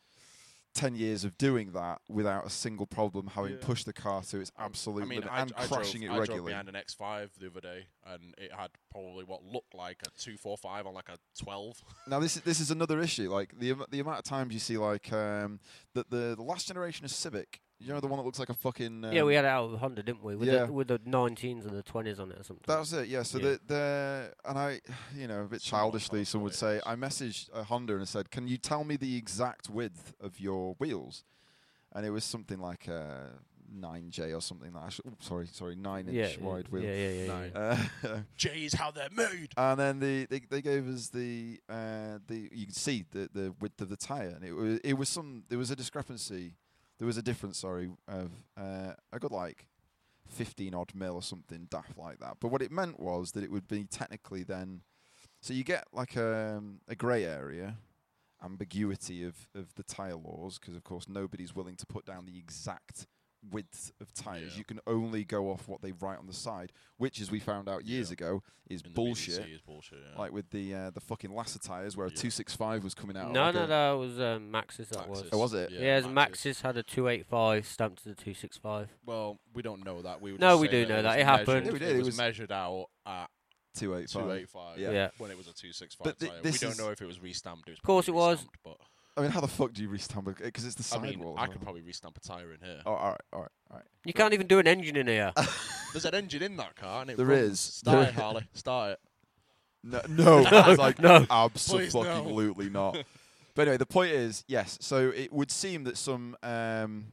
Speaker 4: ten years of doing that without a single problem, having
Speaker 1: Yeah.
Speaker 4: pushed the car to its absolute
Speaker 1: I mean,
Speaker 4: limit
Speaker 1: I,
Speaker 4: and
Speaker 1: I drove,
Speaker 4: crashing it
Speaker 1: I drove
Speaker 4: regularly.
Speaker 1: behind an X five the other day, and it had probably what looked like a two four five on like a twelve.
Speaker 4: Now this is this is another issue. Like the am- the amount of times you see like um, the, the the last generation of Civic. You know the one that looks like a fucking um,
Speaker 3: yeah, we had it out of Honda, didn't we? With,
Speaker 4: yeah.
Speaker 3: the, with the 19s and the 20s on it or something.
Speaker 4: That's it, yeah. So
Speaker 3: Yeah.
Speaker 4: the the and I, you know, a bit
Speaker 1: Someone
Speaker 4: childishly,
Speaker 1: told
Speaker 4: some would
Speaker 1: us
Speaker 4: say
Speaker 1: what it
Speaker 4: I messaged uh, Honda and I said, "Can you tell me the exact width of your wheels?" And it was something like a nine J or something like. That. I should- oop, sorry, sorry, nine
Speaker 3: yeah,
Speaker 4: inch wide wheel.
Speaker 3: Yeah, yeah, yeah. yeah.
Speaker 1: Nine.
Speaker 4: Uh,
Speaker 1: Jeez, how they're made!
Speaker 4: and then the they, they gave us the uh, the you can see the the width of the tire, and it was it was some there was a discrepancy, there was a difference, sorry, of uh, I got like fifteen odd mil or something daft like that. But what it meant was that it would be technically then, so you get like a a grey area, ambiguity of of the tire laws because of course nobody's willing to put down the exact width of tires.
Speaker 1: Yeah.
Speaker 4: You can only go off what they write on the side, which, as we found out years
Speaker 1: Yeah.
Speaker 4: ago, is
Speaker 1: In the
Speaker 4: bullshit.
Speaker 1: BBC is bullshit. Yeah.
Speaker 4: Like with the uh, the fucking Lasser tires, where a
Speaker 1: Yeah.
Speaker 4: two six five was coming out. of
Speaker 3: No,
Speaker 4: like
Speaker 3: no,
Speaker 4: a-
Speaker 3: that was uh, Max's. That was.
Speaker 1: Maxis.
Speaker 4: Oh, was it?
Speaker 3: Yeah, yeah Maxis had a 285 stamped to the 265.
Speaker 1: Well, we don't know that. We would
Speaker 3: No,
Speaker 1: just
Speaker 3: we
Speaker 1: say
Speaker 3: do know
Speaker 1: was
Speaker 3: that.
Speaker 1: measured-
Speaker 3: It happened.
Speaker 4: Yeah, we did.
Speaker 1: It
Speaker 4: It
Speaker 1: was,
Speaker 4: was-
Speaker 1: measured out at
Speaker 4: two eight
Speaker 1: two
Speaker 4: five.
Speaker 1: eight five.
Speaker 4: Yeah.
Speaker 3: Yeah.
Speaker 1: When it was a two six
Speaker 4: But
Speaker 1: five
Speaker 4: thi-
Speaker 1: tire.
Speaker 4: this
Speaker 1: we
Speaker 4: is-
Speaker 1: don't know if it was restamped. It was.
Speaker 3: course it
Speaker 1: probably
Speaker 3: was.
Speaker 1: restamped, But
Speaker 4: I mean, how the fuck do you restamp it? Because it's the
Speaker 1: I mean,
Speaker 4: sidewall.
Speaker 1: I could probably restamp a tire in here.
Speaker 4: Oh, all right, all right, all right.
Speaker 3: You can't even do an engine in here.
Speaker 1: There's an engine in that car, and it
Speaker 4: There
Speaker 1: runs.
Speaker 4: is.
Speaker 1: Start
Speaker 4: There
Speaker 1: it,
Speaker 4: is.
Speaker 1: Harley. Start it.
Speaker 4: No, no, it's like
Speaker 3: no.
Speaker 4: absolutely not. But anyway, the point is, yes. So it would seem that some um,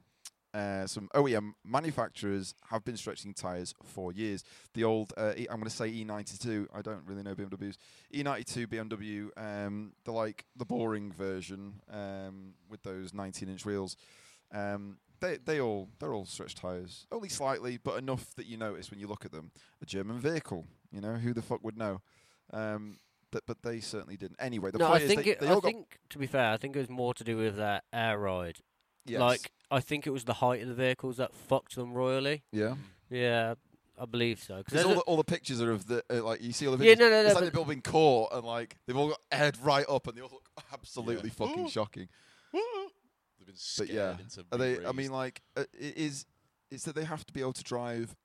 Speaker 4: uh, some OEM manufacturers have been stretching tires for years. The old, uh, e- I'm going to say E92. I don't really know BMWs. E92 BMW, um, the like the boring version um, with those 19 inch wheels. Um, they they all they're all stretched tires, only slightly, but enough that you notice when you look at them. A German vehicle, you know, who the fuck would know? Um, th- but they certainly didn't. Anyway, the
Speaker 3: no, I
Speaker 4: point
Speaker 3: think
Speaker 4: is they,
Speaker 3: it,
Speaker 4: they
Speaker 3: I
Speaker 4: all got
Speaker 3: think to be fair, I think it was more to do with that air ride.
Speaker 4: yes.
Speaker 3: Like I think it was the height of the vehicles that fucked them royally.
Speaker 4: yeah.
Speaker 3: Yeah, I believe so. 'Cause
Speaker 4: Because all
Speaker 3: there's
Speaker 4: the,
Speaker 3: a-
Speaker 4: all the pictures are of the uh, like you see all the
Speaker 3: Yeah,
Speaker 4: pictures.
Speaker 3: no, no, no,
Speaker 4: It's like
Speaker 3: but-
Speaker 4: they've all been caught and like they've all got head right up and they all look absolutely
Speaker 1: Yeah.
Speaker 4: fucking
Speaker 1: Ooh.
Speaker 4: shocking.
Speaker 1: They've been scared
Speaker 4: yeah,
Speaker 1: into.
Speaker 4: Are
Speaker 1: being
Speaker 4: they? I mean,
Speaker 1: raised.
Speaker 4: like uh, it is. It's that they have to be able to drive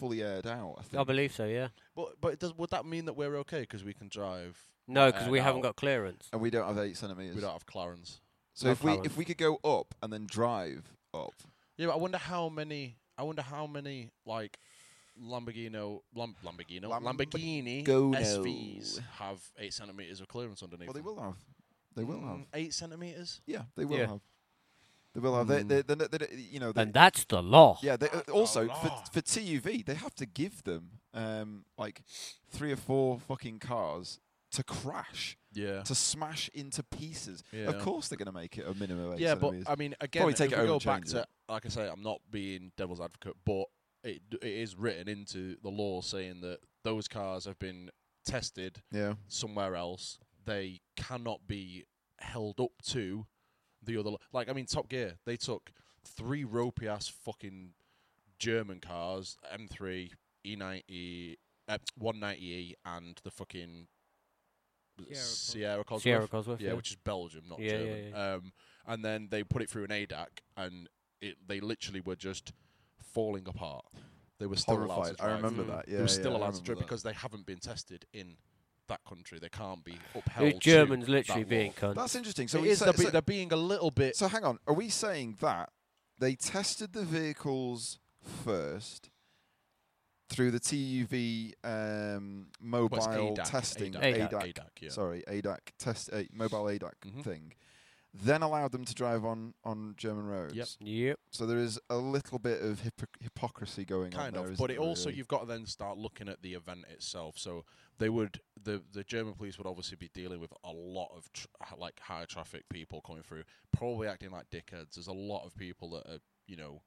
Speaker 4: fully aired out. I think.
Speaker 3: I believe so. Yeah.
Speaker 1: but but it does, would that mean that we're okay because we can drive?
Speaker 3: No, because
Speaker 1: Uh,
Speaker 3: we haven't
Speaker 1: no.
Speaker 3: got clearance.
Speaker 4: and we don't have eight centimeters.
Speaker 1: We don't have Clarence.
Speaker 4: so
Speaker 3: no
Speaker 4: if we
Speaker 3: power.
Speaker 4: if we could go up and then drive up,
Speaker 1: Yeah, but I wonder how many. I wonder how many like Lamborghini, Lam- Lamborghini, Lamborghini
Speaker 4: Lamborghino.
Speaker 1: SVs have eight centimeters of clearance underneath.
Speaker 4: well, they
Speaker 1: them.
Speaker 4: will have. They will have.
Speaker 1: Mm, eight centimeters.
Speaker 4: Yeah, they will
Speaker 3: Yeah.
Speaker 4: have. They will have. They,
Speaker 3: Mm.
Speaker 4: they, they, they, they, you know, they,
Speaker 3: And that's the law.
Speaker 4: Yeah, they, uh,
Speaker 1: That's a
Speaker 4: also for,
Speaker 1: lot.
Speaker 4: for TUV, they have to give them um, like three or four fucking cars to crash,
Speaker 1: Yeah.
Speaker 4: to smash into pieces. Of
Speaker 1: Yeah.
Speaker 4: course, they're going to make it a minimum of eight
Speaker 1: Yeah, but
Speaker 4: centimetres.
Speaker 1: I mean, again,
Speaker 4: Probably take
Speaker 1: if
Speaker 4: it
Speaker 1: we
Speaker 4: home
Speaker 1: go
Speaker 4: and
Speaker 1: back
Speaker 4: change
Speaker 1: to,
Speaker 4: it.
Speaker 1: like I say, I'm not being devil's advocate, but it d- it is written into the law saying that those cars have been tested
Speaker 4: yeah,
Speaker 1: somewhere else. They cannot be held up to the other. Like I mean, Top Gear, they took three ropey ass fucking German cars, E M3, E90, uh, 190E, and the fucking was it Sierra Cosworth.
Speaker 3: Sierra Cosworth.
Speaker 1: Yeah,
Speaker 3: Yeah.
Speaker 1: which is Belgium, not
Speaker 3: Yeah, yeah,
Speaker 1: German. Um, and then they put it through an ADAC, and it they literally were just falling apart. They were still allowed to
Speaker 4: horrified. I
Speaker 1: drive.
Speaker 4: remember
Speaker 3: Mm.
Speaker 4: that.
Speaker 1: They
Speaker 4: Yeah,
Speaker 1: were still
Speaker 4: yeah, I
Speaker 1: allowed to
Speaker 4: remember
Speaker 1: drive
Speaker 4: that.
Speaker 1: because they haven't been tested in that country. They can't be
Speaker 3: It was
Speaker 1: upheld. to
Speaker 3: Germans
Speaker 1: that
Speaker 3: literally
Speaker 1: law.
Speaker 3: being cunt.
Speaker 4: that's interesting.
Speaker 1: So
Speaker 4: So
Speaker 1: it
Speaker 4: we
Speaker 1: is,
Speaker 4: say-
Speaker 1: they're, be-
Speaker 4: so-
Speaker 1: they're being a little bit.
Speaker 4: So hang on, are we saying that they tested the vehicles first through the TUV um, mobile
Speaker 1: well, it's ADAC,
Speaker 4: testing
Speaker 1: ADAC,
Speaker 4: ADAC,
Speaker 1: yeah.
Speaker 4: sorry ADAC test uh, mobile ADAC
Speaker 1: Mhm.
Speaker 4: thing, then allowed them to drive on on German roads.
Speaker 3: Yep.
Speaker 4: So there is a little bit of hypocr- hypocrisy going on.
Speaker 1: kind
Speaker 4: there,
Speaker 1: of
Speaker 4: isn't
Speaker 1: but it
Speaker 4: there,
Speaker 1: also
Speaker 4: really?
Speaker 1: you've got to then start looking at the event itself so they would the the german police would obviously be dealing with a lot of tr- h- like high traffic people coming through probably acting like dickheads there's a lot of people that are you know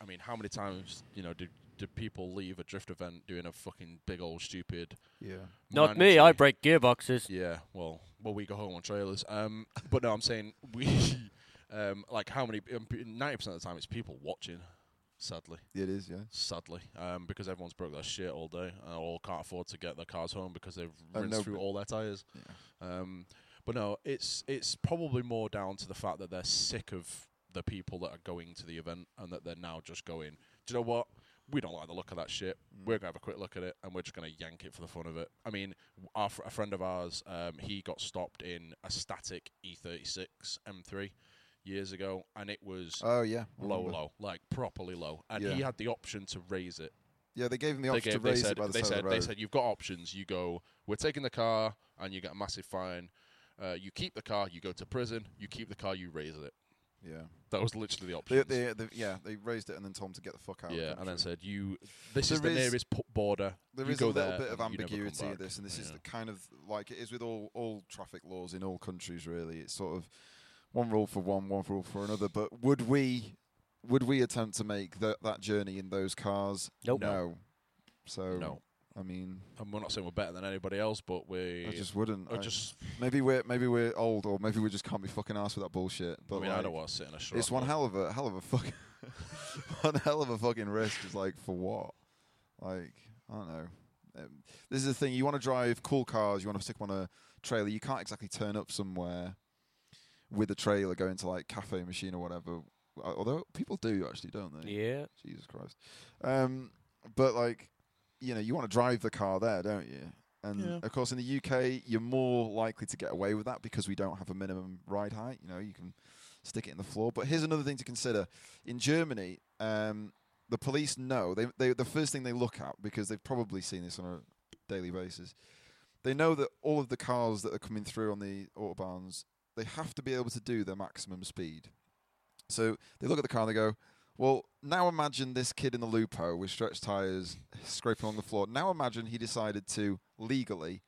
Speaker 1: i mean how many times you know do do people leave a drift event doing a fucking big old stupid
Speaker 4: yeah.
Speaker 3: Not me. I
Speaker 1: mandatory-
Speaker 3: break gearboxes.
Speaker 1: yeah, well, well, we go home on trailers. Um, but no, I'm saying we, um, like how many? Ninety percent of the time, it's people watching. Sadly,
Speaker 4: It is, yeah.
Speaker 1: sadly, um, because everyone's broke their shit all day and all can't afford to get their cars home because they've
Speaker 4: Uh,
Speaker 1: rinsed
Speaker 4: no,
Speaker 1: through
Speaker 4: but-
Speaker 1: all their tires. Um, but no, it's it's probably more down to the fact that they're sick of the people that are going to the event and that they're now just going. Do you know what? We don't like the look of that shit.
Speaker 4: Mm.
Speaker 1: We're gonna have a quick look at it, and we're just gonna yank it for the fun of it. I mean, w- our fr- a friend of ours, um, he got stopped in a static E E36 M3 years ago, and it was
Speaker 4: Oh yeah. I
Speaker 1: low,
Speaker 4: remember.
Speaker 1: low, like properly low. And
Speaker 4: Yeah.
Speaker 1: he had the option to raise it.
Speaker 4: Yeah, they gave him the
Speaker 1: They,
Speaker 4: option
Speaker 1: gave,
Speaker 4: to
Speaker 1: they
Speaker 4: raise
Speaker 1: said,
Speaker 4: it by the
Speaker 1: they
Speaker 4: side
Speaker 1: said,
Speaker 4: of the
Speaker 1: they
Speaker 4: road.
Speaker 1: said, you've got options. You go, we're taking the car, and you get a massive fine. Uh, you keep the car, you go to prison. You keep the car, you raise it.
Speaker 4: yeah.
Speaker 1: That was literally the
Speaker 4: They,
Speaker 1: option.
Speaker 4: they, they, yeah, they raised it and then told him to get the fuck out. of the
Speaker 1: yeah, and then
Speaker 4: country.
Speaker 1: said, you. This is
Speaker 4: There
Speaker 1: the
Speaker 4: is-
Speaker 1: nearest pu- border.
Speaker 4: There
Speaker 1: you
Speaker 4: is
Speaker 1: go
Speaker 4: a little
Speaker 1: there
Speaker 4: bit of
Speaker 1: and you never come
Speaker 4: ambiguity
Speaker 1: back."
Speaker 4: of this, and this is
Speaker 1: Yeah.
Speaker 4: the kind of like it is with all all traffic laws in all countries. Really, it's sort of one rule for one, one rule for another. But would we would we attempt to make that that journey in those cars?
Speaker 3: Nope.
Speaker 4: No. So
Speaker 1: No,
Speaker 4: I mean,
Speaker 1: And we're not saying we're better than anybody else, but we.
Speaker 4: I just wouldn't.
Speaker 1: I
Speaker 4: I-
Speaker 1: just-
Speaker 4: maybe we're maybe we're old, or maybe we just can't be fucking arsed with that bullshit. But
Speaker 1: I mean, I
Speaker 4: like,
Speaker 1: don't want to sit in a shrub.
Speaker 4: it's one
Speaker 1: but
Speaker 4: hell of a hell of a fucking one hell of a fucking risk. It's like for what? Like I don't know. Um, this is the thing. You want to drive cool cars. You want to stick 'em on a trailer. You can't exactly turn up somewhere with a trailer going to like cafe machine or whatever. Al- Although people do actually, don't they?
Speaker 3: Yeah.
Speaker 4: Jesus Christ. Um, but like, you know, you want to drive the car there, don't you? And
Speaker 1: Yeah.
Speaker 4: of course, in the UK, you're more likely to get away with that because we don't have a minimum ride height. You know, you can stick it in the floor. But here's another thing to consider: in Germany, um, the police know they, they the first thing they look at because they've probably seen this on a daily basis. They know that all of the cars that are coming through on the autobahns, they have to be able to do their maximum speed. So they look at the car and they go, well, now imagine this kid in the Lupo with stretched tyres scraping along the floor. Now imagine he decided to legally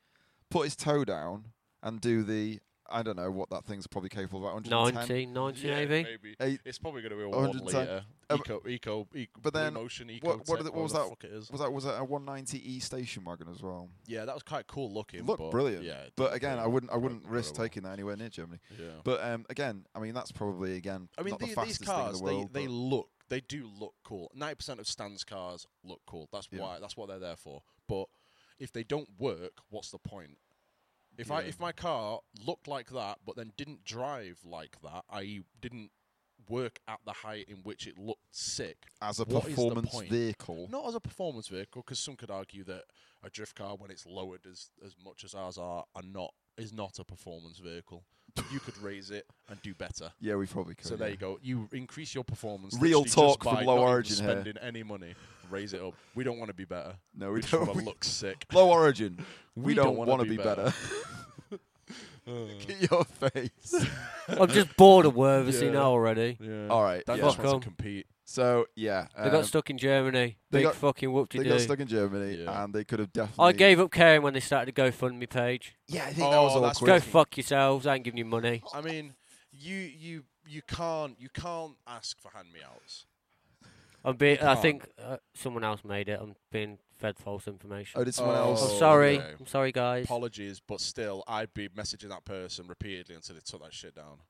Speaker 4: put his toe down and do the, I don't know what that thing's probably capable of, about 110.
Speaker 3: 90, 90
Speaker 1: yeah,
Speaker 3: maybe.
Speaker 4: Eight-
Speaker 1: It's probably going to be a
Speaker 4: 100
Speaker 1: one
Speaker 4: time-
Speaker 1: litre.
Speaker 4: Um,
Speaker 1: Eco, eco, eco,
Speaker 4: but
Speaker 1: Blue
Speaker 4: then
Speaker 1: Motion, eco
Speaker 4: what- what are the- what was that-
Speaker 1: Fuck it is.
Speaker 4: Was that was that a 190e station wagon as well?
Speaker 1: Yeah, that was quite cool looking.
Speaker 4: It looked
Speaker 1: but
Speaker 4: brilliant.
Speaker 1: Yeah, it
Speaker 4: but
Speaker 1: looked
Speaker 4: again, I
Speaker 1: really
Speaker 4: wouldn't I wouldn't
Speaker 1: incredible.
Speaker 4: risk taking that anywhere near Germany.
Speaker 1: Yeah.
Speaker 4: But um, again, I mean that's probably again
Speaker 1: I mean,
Speaker 4: not
Speaker 1: the-
Speaker 4: the
Speaker 1: these
Speaker 4: fastest
Speaker 1: cars,
Speaker 4: thing in the world.
Speaker 1: they, they
Speaker 4: but-
Speaker 1: look, they do look cool. Ninety percent of Stan's cars look cool. That's
Speaker 4: Yeah.
Speaker 1: why. That's what they're there for. But if they don't work, what's the point? If I
Speaker 4: Yeah.
Speaker 1: if my car looked like that, but then didn't drive like that, i.e., didn't work at the height in which it looked sick,
Speaker 4: as a
Speaker 1: what is the
Speaker 4: performance
Speaker 1: point?
Speaker 4: vehicle,
Speaker 1: not as a performance vehicle, because some could argue that a drift car, when it's lowered as as much as ours are, are not is not a performance vehicle. you could raise it and do better.
Speaker 4: yeah, we probably could.
Speaker 1: So there
Speaker 4: yeah.
Speaker 1: you go. You increase your performance.
Speaker 4: Real
Speaker 1: literally just
Speaker 4: talk from
Speaker 1: by
Speaker 4: Low
Speaker 1: not even
Speaker 4: Origin here.
Speaker 1: Spending any money, raise it up. We don't want to be better.
Speaker 4: No, we
Speaker 1: just
Speaker 4: don't.
Speaker 1: want
Speaker 4: We-
Speaker 1: to look sick.
Speaker 4: Low origin. We,
Speaker 1: We
Speaker 4: don't,
Speaker 1: don't wanna
Speaker 4: want to
Speaker 1: be Uh.
Speaker 4: be better. Look at your face.
Speaker 3: I'm just bored of Werthersey
Speaker 1: Yeah.
Speaker 3: now already.
Speaker 1: Yeah.
Speaker 4: All right.
Speaker 1: That
Speaker 4: yeah.
Speaker 1: just
Speaker 3: Fuck
Speaker 1: wants to
Speaker 3: 'em.
Speaker 1: compete.
Speaker 4: So yeah,
Speaker 3: They
Speaker 4: um,
Speaker 3: got stuck in Germany.
Speaker 4: they
Speaker 3: Big
Speaker 4: got-
Speaker 3: fucking whoop
Speaker 4: They
Speaker 3: de
Speaker 4: got
Speaker 3: doo.
Speaker 4: stuck in Germany,
Speaker 1: Yeah.
Speaker 4: and they could have definitely.
Speaker 3: I gave up caring when they started the GoFundMe page.
Speaker 4: Yeah, I think that was
Speaker 1: Oh, that's
Speaker 4: awkward.
Speaker 3: Go
Speaker 1: Quick.
Speaker 3: fuck yourselves. I ain't giving you money.
Speaker 1: I mean, you you you can't you can't ask for hand me outs.
Speaker 3: I'm being, I
Speaker 1: can't.
Speaker 3: think uh, someone else made it. I'm being fed false information.
Speaker 4: Oh, did someone
Speaker 1: Oh.
Speaker 4: else?
Speaker 3: I'm sorry.
Speaker 1: okay.
Speaker 3: I'm sorry, guys.
Speaker 1: Apologies, but still, I'd be messaging that person repeatedly until they took that shit down.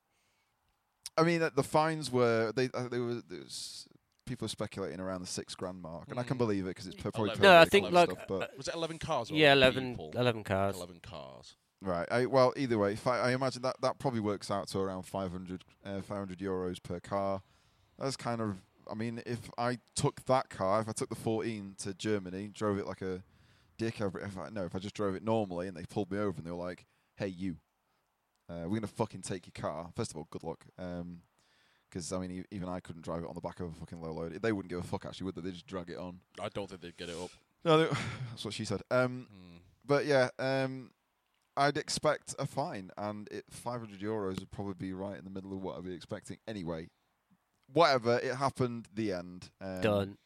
Speaker 4: I mean, uh, the fines were they. Uh, they were, there was people were speculating around the six grand mark, and I can
Speaker 1: Mm.
Speaker 4: believe it because it's pro- probably
Speaker 1: Eleven.
Speaker 3: no, I
Speaker 4: COVID
Speaker 3: think
Speaker 4: and
Speaker 3: like
Speaker 4: stuff, but
Speaker 3: uh,
Speaker 1: Was it eleven cars? Or
Speaker 3: yeah, 11,
Speaker 1: people?
Speaker 3: 11 cars.
Speaker 1: Eleven cars.
Speaker 4: right. I, well, either way, fi- I imagine that that probably works out to around 500, uh, 500 euros per car. That's kind of. I mean, if I took that car, if I took the fourteen to Germany, drove it like a dick. Over, if I no, if I just drove it normally, and they pulled me over, and they were like, "Hey, you, uh, we're gonna fucking take your car." First of all, good luck. Um 'cause because I mean, e- even I couldn't drive it on the back of a fucking low load. They wouldn't give a fuck actually, would they? They just drag it on.
Speaker 1: I don't think they'd get it up.
Speaker 4: No, they- that's what she said. Um,
Speaker 1: Mm.
Speaker 4: but yeah, um, I'd expect a fine, and it, 500 euros would probably be right in the middle of what I'd be expecting. Anyway, whatever, it happened. The end. Um,
Speaker 3: Done.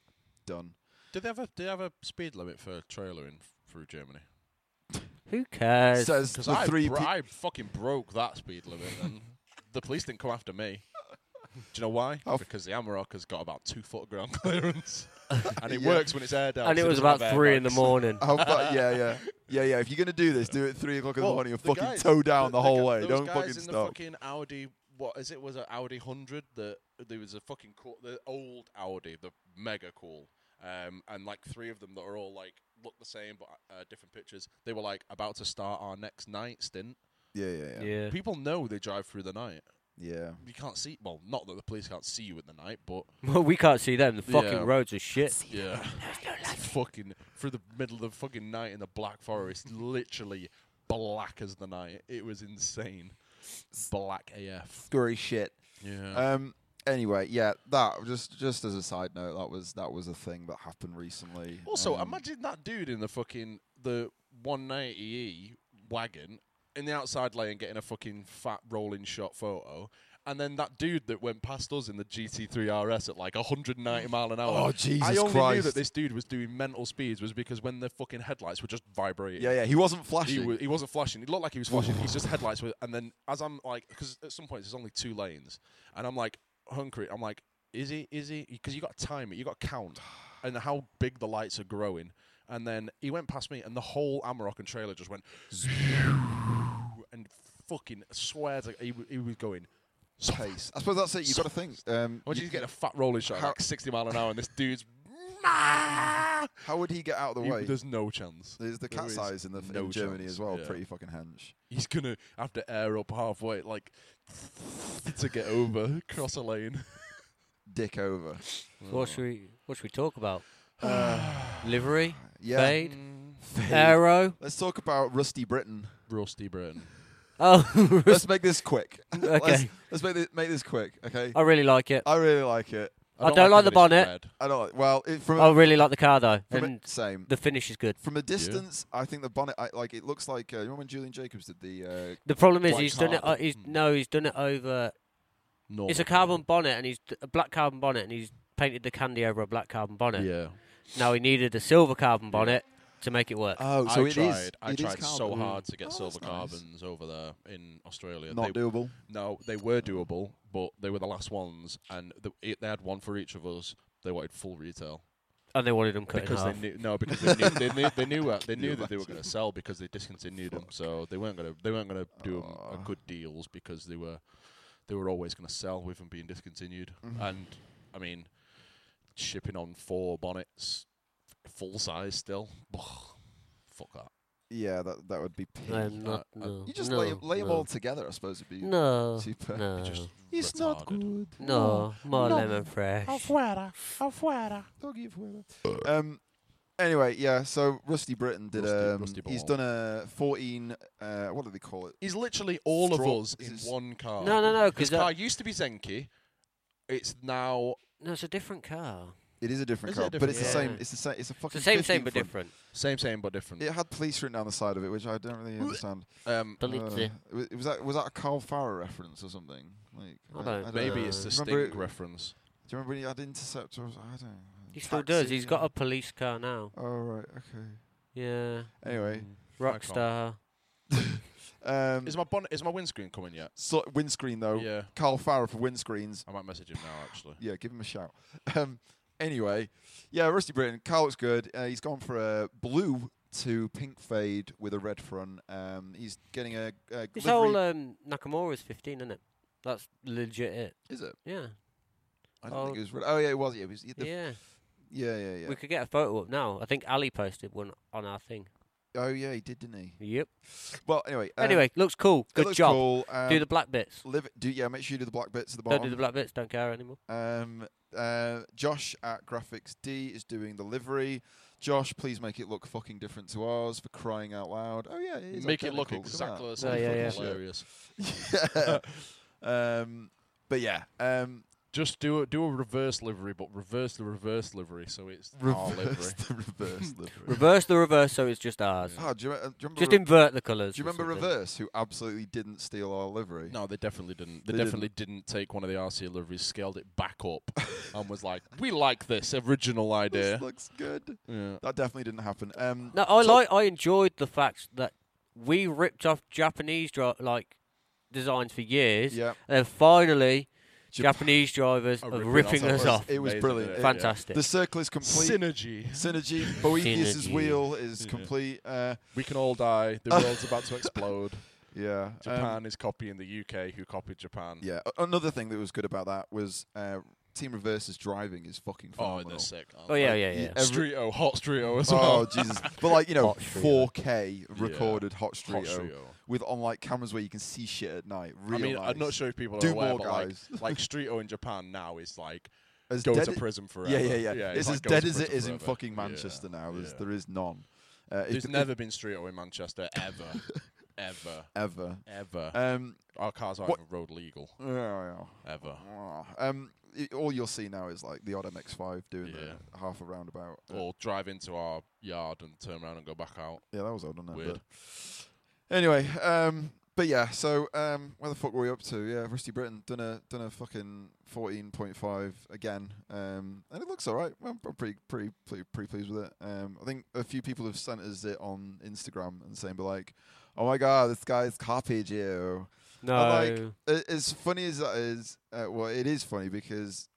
Speaker 4: Done.
Speaker 1: Did they have a did they have a speed limit for trailering f- through Germany?
Speaker 3: Who cares?
Speaker 4: Says
Speaker 1: Because
Speaker 4: the
Speaker 1: I,
Speaker 4: three.
Speaker 1: bro-
Speaker 4: pe-
Speaker 1: I fucking broke that speed limit, and the police didn't come after me. Do you know why?
Speaker 4: Oh, f-
Speaker 1: because the Amarok has got about two foot ground clearance, and it
Speaker 4: Yeah.
Speaker 1: works when it's air down.
Speaker 3: and it was about three in the morning.
Speaker 4: How fu- Oh, yeah, yeah, yeah, yeah. If you're gonna do this, do it at three o'clock in the
Speaker 1: Well,
Speaker 4: morning and
Speaker 1: the
Speaker 4: fucking
Speaker 1: guys-
Speaker 4: toe down the,
Speaker 1: gu-
Speaker 4: whole way.
Speaker 1: those
Speaker 4: Don't
Speaker 1: guys
Speaker 4: fucking
Speaker 1: in
Speaker 4: stop.
Speaker 1: The fucking Audi, what is it? Was it Audi hundred? That there was a fucking cool, the old Audi, the mega cool, um, and like three of them that are all like look the same but uh, different pictures. They were like about to start our next night stint.
Speaker 4: yeah, yeah, yeah,
Speaker 3: Yeah.
Speaker 1: People know they drive through the night.
Speaker 4: yeah.
Speaker 1: You can't see. Well, not that the police can't see you in the night, but
Speaker 3: Well, we can't see them. The fucking
Speaker 1: Yeah.
Speaker 3: roads are shit.
Speaker 1: yeah, It's fucking through the middle of the fucking night in the Black Forest, literally black as the night. It was insane. Black AF.
Speaker 4: Scurry shit.
Speaker 1: Yeah.
Speaker 4: Um. Anyway, yeah, that just just as a side note, that was that was a thing that happened recently.
Speaker 1: Also,
Speaker 4: Um,
Speaker 1: imagine that dude in the fucking the 190e wagon in the outside lane getting a fucking fat rolling shot photo, and then that dude that went past us in the GT3 RS at like 190 mile an hour.
Speaker 4: Oh, Jesus
Speaker 1: I only knew
Speaker 4: Christ.
Speaker 1: that this dude was doing mental speeds was because when the fucking headlights were just vibrating.
Speaker 4: Yeah, yeah, he wasn't flashing.
Speaker 1: He, wa- he wasn't flashing. He looked like he was flashing. He's just headlights. With, and then as I'm like, because at some points there's only two lanes, and I'm like hungry. I'm like, is he? Is he? Because you got to time it. You got to count, and how big the lights are growing. And then he went past me, and the whole Amarok and trailer just went and fucking swear to he, w- he was going. So
Speaker 4: pace. I suppose that's it. You've got to think. Um,
Speaker 1: What did you get a fat rolling shot at
Speaker 4: How-
Speaker 1: like sixty mile an hour, and this dude's.
Speaker 4: How would he get out of the
Speaker 1: You-
Speaker 4: way?
Speaker 1: there's no chance.
Speaker 4: There's the
Speaker 1: there
Speaker 4: cat's
Speaker 1: is
Speaker 4: eyes in, the,
Speaker 1: no
Speaker 4: in Germany
Speaker 1: chance,
Speaker 4: as well.
Speaker 1: yeah.
Speaker 4: Pretty fucking hench.
Speaker 1: He's gonna have to air up halfway, like to get over, cross a lane.
Speaker 4: Dick over.
Speaker 3: What should we What should we talk about? Livery,
Speaker 4: Yeah.
Speaker 3: fade,
Speaker 4: Fade.
Speaker 3: arrow.
Speaker 4: Let's talk about Rusty Britain.
Speaker 1: Rusty Burton.
Speaker 3: Oh,
Speaker 4: Let's make this quick. let's,
Speaker 3: Okay.
Speaker 4: let's make this make this quick. Okay.
Speaker 3: I really like it.
Speaker 4: I really like it.
Speaker 3: I don't like the bonnet.
Speaker 4: I don't. like- Well, it, from, a-
Speaker 3: I really like the car though,
Speaker 4: from a-
Speaker 3: and
Speaker 4: same.
Speaker 3: the finish is good.
Speaker 4: From a distance, I think the bonnet. I, like it looks like. Uh, you remember when Julian Jacobs did the? Uh,
Speaker 3: The problem is
Speaker 1: Black
Speaker 3: he's done it.
Speaker 1: carbon.
Speaker 3: Uh, he's
Speaker 1: Mm.
Speaker 3: no, he's done it over.
Speaker 1: No,
Speaker 3: It's a carbon bonnet, and he's d- a black carbon bonnet, and he's painted the candy over a black carbon bonnet.
Speaker 1: Yeah.
Speaker 3: Now he needed a silver carbon bonnet to make it work.
Speaker 4: oh,
Speaker 1: I
Speaker 4: so it
Speaker 1: tried.
Speaker 4: is.
Speaker 1: I
Speaker 4: it is
Speaker 1: tried so
Speaker 4: carbon.
Speaker 1: hard to get
Speaker 4: Oh,
Speaker 1: silver
Speaker 4: that's nice.
Speaker 1: carbons over there in Australia.
Speaker 4: Not
Speaker 1: they,
Speaker 4: doable.
Speaker 1: no, they were doable, but they were the last ones, and the, it, they had one for each of us. They wanted full retail
Speaker 3: and they wanted him cut
Speaker 1: because
Speaker 3: in
Speaker 1: they
Speaker 3: half.
Speaker 1: knew no because they knew they knew they knew, uh, they
Speaker 4: Can you
Speaker 1: knew that they were
Speaker 4: imagine?
Speaker 1: going to sell because they discontinued them, so they weren't going to they weren't going to do 'em
Speaker 4: Aw.
Speaker 1: a good deals because they were they were always going to sell with them being discontinued, and I mean shipping on four bonnets full size still. Fuck that.
Speaker 4: Yeah, that that would be. Pity.
Speaker 3: I'm not.
Speaker 1: I- I-
Speaker 3: Uh, no,
Speaker 4: You just
Speaker 3: no,
Speaker 4: lay, lay
Speaker 3: no.
Speaker 4: them all together. I suppose would be.
Speaker 3: No,
Speaker 4: Super.
Speaker 3: no,
Speaker 1: Just
Speaker 4: It's not
Speaker 1: retarded.
Speaker 4: good. Oh,
Speaker 3: no, more
Speaker 4: no.
Speaker 3: lemon fresh.
Speaker 4: Doggy fuera. Um. Anyway, yeah. So Rusty Britain did.
Speaker 1: Rusty-
Speaker 4: um,
Speaker 1: Rusty
Speaker 4: he's
Speaker 1: Ball.
Speaker 4: done a 14. Uh, what do they call it?
Speaker 1: He's literally all
Speaker 4: Straw-
Speaker 1: of us
Speaker 4: is
Speaker 1: in
Speaker 4: this-
Speaker 1: one car.
Speaker 3: No, no, no,
Speaker 1: His
Speaker 3: because
Speaker 1: car
Speaker 3: no,
Speaker 1: used to be Zenki. It's now
Speaker 3: it's a different car.
Speaker 4: It is a different
Speaker 1: Is it a
Speaker 4: car, but
Speaker 1: different
Speaker 4: it's the
Speaker 3: car?
Speaker 4: same.
Speaker 3: Yeah.
Speaker 4: It's the same. It's a
Speaker 3: It's
Speaker 4: fucking.
Speaker 3: the same,
Speaker 4: 50
Speaker 3: same
Speaker 4: in
Speaker 3: but
Speaker 4: front.
Speaker 3: different.
Speaker 1: same, same but different.
Speaker 4: It had police written down the side of it, which I don't really understand.
Speaker 1: Um,
Speaker 4: Uh,
Speaker 3: Believe it.
Speaker 4: wa- was that was that a Carl Farrer reference or something? Like
Speaker 3: I don't-
Speaker 1: maybe
Speaker 3: Uh,
Speaker 1: it's the
Speaker 4: remember
Speaker 1: Sting
Speaker 4: it-
Speaker 1: reference.
Speaker 4: Do you remember when he had interceptors? I don't. know.
Speaker 3: He still does.
Speaker 4: Taxi
Speaker 3: He's got a
Speaker 4: and-
Speaker 3: police car now.
Speaker 4: Oh right. Okay.
Speaker 3: Yeah,
Speaker 4: Anyway,
Speaker 1: Fuck
Speaker 3: rockstar.
Speaker 4: um,
Speaker 1: Mm. Is my bon- is my windscreen coming yet?
Speaker 4: so windscreen though.
Speaker 1: Yeah,
Speaker 4: Carl Farrer for windscreens.
Speaker 1: I might message him now actually.
Speaker 4: Yeah, give him a shout. Um, anyway, yeah, Rusty Britton. Carl looks good. Uh, he's gone for a blue to pink fade with a red front. Um, he's getting a, a
Speaker 3: This
Speaker 4: livery-
Speaker 3: whole um, Nakamura's 15, isn't it? That's legit. It.
Speaker 4: Is it?
Speaker 3: Yeah.
Speaker 4: I don't
Speaker 3: oh.
Speaker 4: think it was red. Oh yeah, it was. Yeah, it was the-
Speaker 3: yeah.
Speaker 4: yeah, yeah, yeah.
Speaker 3: We could get a photo up now. I think Ali posted one on our thing.
Speaker 4: Oh yeah, he did, didn't he?
Speaker 3: Yep.
Speaker 4: Well, anyway. um,
Speaker 3: anyway, looks cool.
Speaker 4: it
Speaker 3: Good
Speaker 4: looks
Speaker 3: job.
Speaker 4: Cool. Um,
Speaker 3: do the black bits.
Speaker 4: live. Do yeah. Make sure you do the black bits at the bottom.
Speaker 3: Don't do the black bits. Don't care anymore.
Speaker 4: Um, uh, Josh at Graphics D is doing the livery. Josh, please make it look fucking different to ours for crying out loud. Oh yeah, it is
Speaker 1: Make it look
Speaker 4: identical. at
Speaker 1: exactly the
Speaker 4: that.
Speaker 1: same.
Speaker 3: Oh, Yeah, yeah,
Speaker 1: fucking
Speaker 4: yeah.
Speaker 1: Hilarious.
Speaker 4: yeah. um, but yeah, um,
Speaker 1: Just do a do a reverse livery, but reverse the reverse livery, so it's our livery.
Speaker 4: reverse the reverse livery.
Speaker 3: Reverse the reverse, so it's just ours.
Speaker 4: Ah, do you, re- uh, do you remember?
Speaker 3: Just
Speaker 4: re-
Speaker 3: invert the colours.
Speaker 4: do you
Speaker 3: or
Speaker 4: remember
Speaker 3: something.
Speaker 4: Reverse, who absolutely didn't steal our livery?
Speaker 1: No, they definitely didn't. They,
Speaker 4: They didn't.
Speaker 1: definitely didn't. take one of the RC liveries, scaled it back up, and was like, "We like this original
Speaker 4: this
Speaker 1: idea."
Speaker 4: looks good.
Speaker 1: yeah.
Speaker 4: That definitely didn't happen. Um,
Speaker 3: No, I
Speaker 4: so-
Speaker 3: like. I enjoyed the fact that we ripped off Japanese dri- like designs for years,
Speaker 4: Yeah,
Speaker 3: and then finally
Speaker 4: Jap- Oh,
Speaker 3: Japanese drivers
Speaker 1: Are
Speaker 3: are
Speaker 1: ripping
Speaker 3: ripping
Speaker 1: us
Speaker 3: us
Speaker 1: off.
Speaker 3: off.
Speaker 4: It was
Speaker 1: Amazing,
Speaker 4: brilliant.
Speaker 1: yeah.
Speaker 4: It-
Speaker 3: Fantastic.
Speaker 4: The circle is complete.
Speaker 1: Synergy.
Speaker 4: Synergy. Boethius's
Speaker 3: Synergy.
Speaker 4: wheel is
Speaker 1: Yeah.
Speaker 4: complete. Uh,
Speaker 1: We can all die. The world's about to explode.
Speaker 4: yeah. um,
Speaker 1: Japan is copying the UK, who copied Japan.
Speaker 4: yeah. a- Another thing that was good about that was uh, Team Reverse's driving is fucking
Speaker 1: Oh,
Speaker 4: phenomenal.
Speaker 1: they're sick. aren't
Speaker 3: oh
Speaker 1: they?
Speaker 3: yeah,
Speaker 4: like,
Speaker 3: yeah,
Speaker 4: you-
Speaker 3: yeah.
Speaker 4: every-
Speaker 1: Street O, Hot Street O as
Speaker 4: Oh
Speaker 1: well.
Speaker 4: Jesus! But like you know,
Speaker 3: Hot street,
Speaker 4: 4K
Speaker 1: Yeah.
Speaker 4: recorded hot
Speaker 1: Hot
Speaker 4: street
Speaker 1: Street
Speaker 4: with on like cameras where you can see shit at night.
Speaker 1: O. I
Speaker 4: Real
Speaker 1: mean,
Speaker 4: nice.
Speaker 1: I'm not sure if people are
Speaker 4: Do
Speaker 1: aware,
Speaker 4: more,
Speaker 1: but
Speaker 4: guys.
Speaker 1: like, like Street O in Japan now is like
Speaker 4: As
Speaker 1: go
Speaker 4: dead
Speaker 1: to
Speaker 4: i-
Speaker 1: prison forever.
Speaker 4: Yeah, yeah, yeah.
Speaker 1: it's
Speaker 4: it's
Speaker 1: like
Speaker 4: as
Speaker 1: go
Speaker 4: dead
Speaker 1: to
Speaker 4: as it
Speaker 1: prison
Speaker 4: is in
Speaker 1: forever.
Speaker 4: fucking
Speaker 1: Yeah,
Speaker 4: Manchester now. There's,
Speaker 1: yeah.
Speaker 4: There is none. Uh, if-
Speaker 1: There's
Speaker 4: if
Speaker 1: never been Street O in Manchester ever, ever,
Speaker 4: ever.
Speaker 1: ever.
Speaker 4: Um,
Speaker 1: Our cars aren't
Speaker 4: what-
Speaker 1: even road legal
Speaker 4: yeah, yeah.
Speaker 1: ever.
Speaker 4: Um, i all you'll see now is like the odd MX-5 doing
Speaker 1: Yeah.
Speaker 4: the half a roundabout. Uh,
Speaker 1: Or drive into our yard and turn around and go back out.
Speaker 4: Yeah, that was odd, wasn't it?
Speaker 1: Weird.
Speaker 4: But anyway, um, but yeah, so um, where the fuck were we up to? Yeah, Rusty Britton done a done a fucking fourteen point five again, um, and it looks all right. I'm, I'm pretty pretty pretty pretty pleased with it. Um, I think a few people have sent us it on Instagram and saying, "But like, oh my god, this guy's copied you."
Speaker 3: No,
Speaker 4: like- A- as funny as that is, uh, well, it is funny because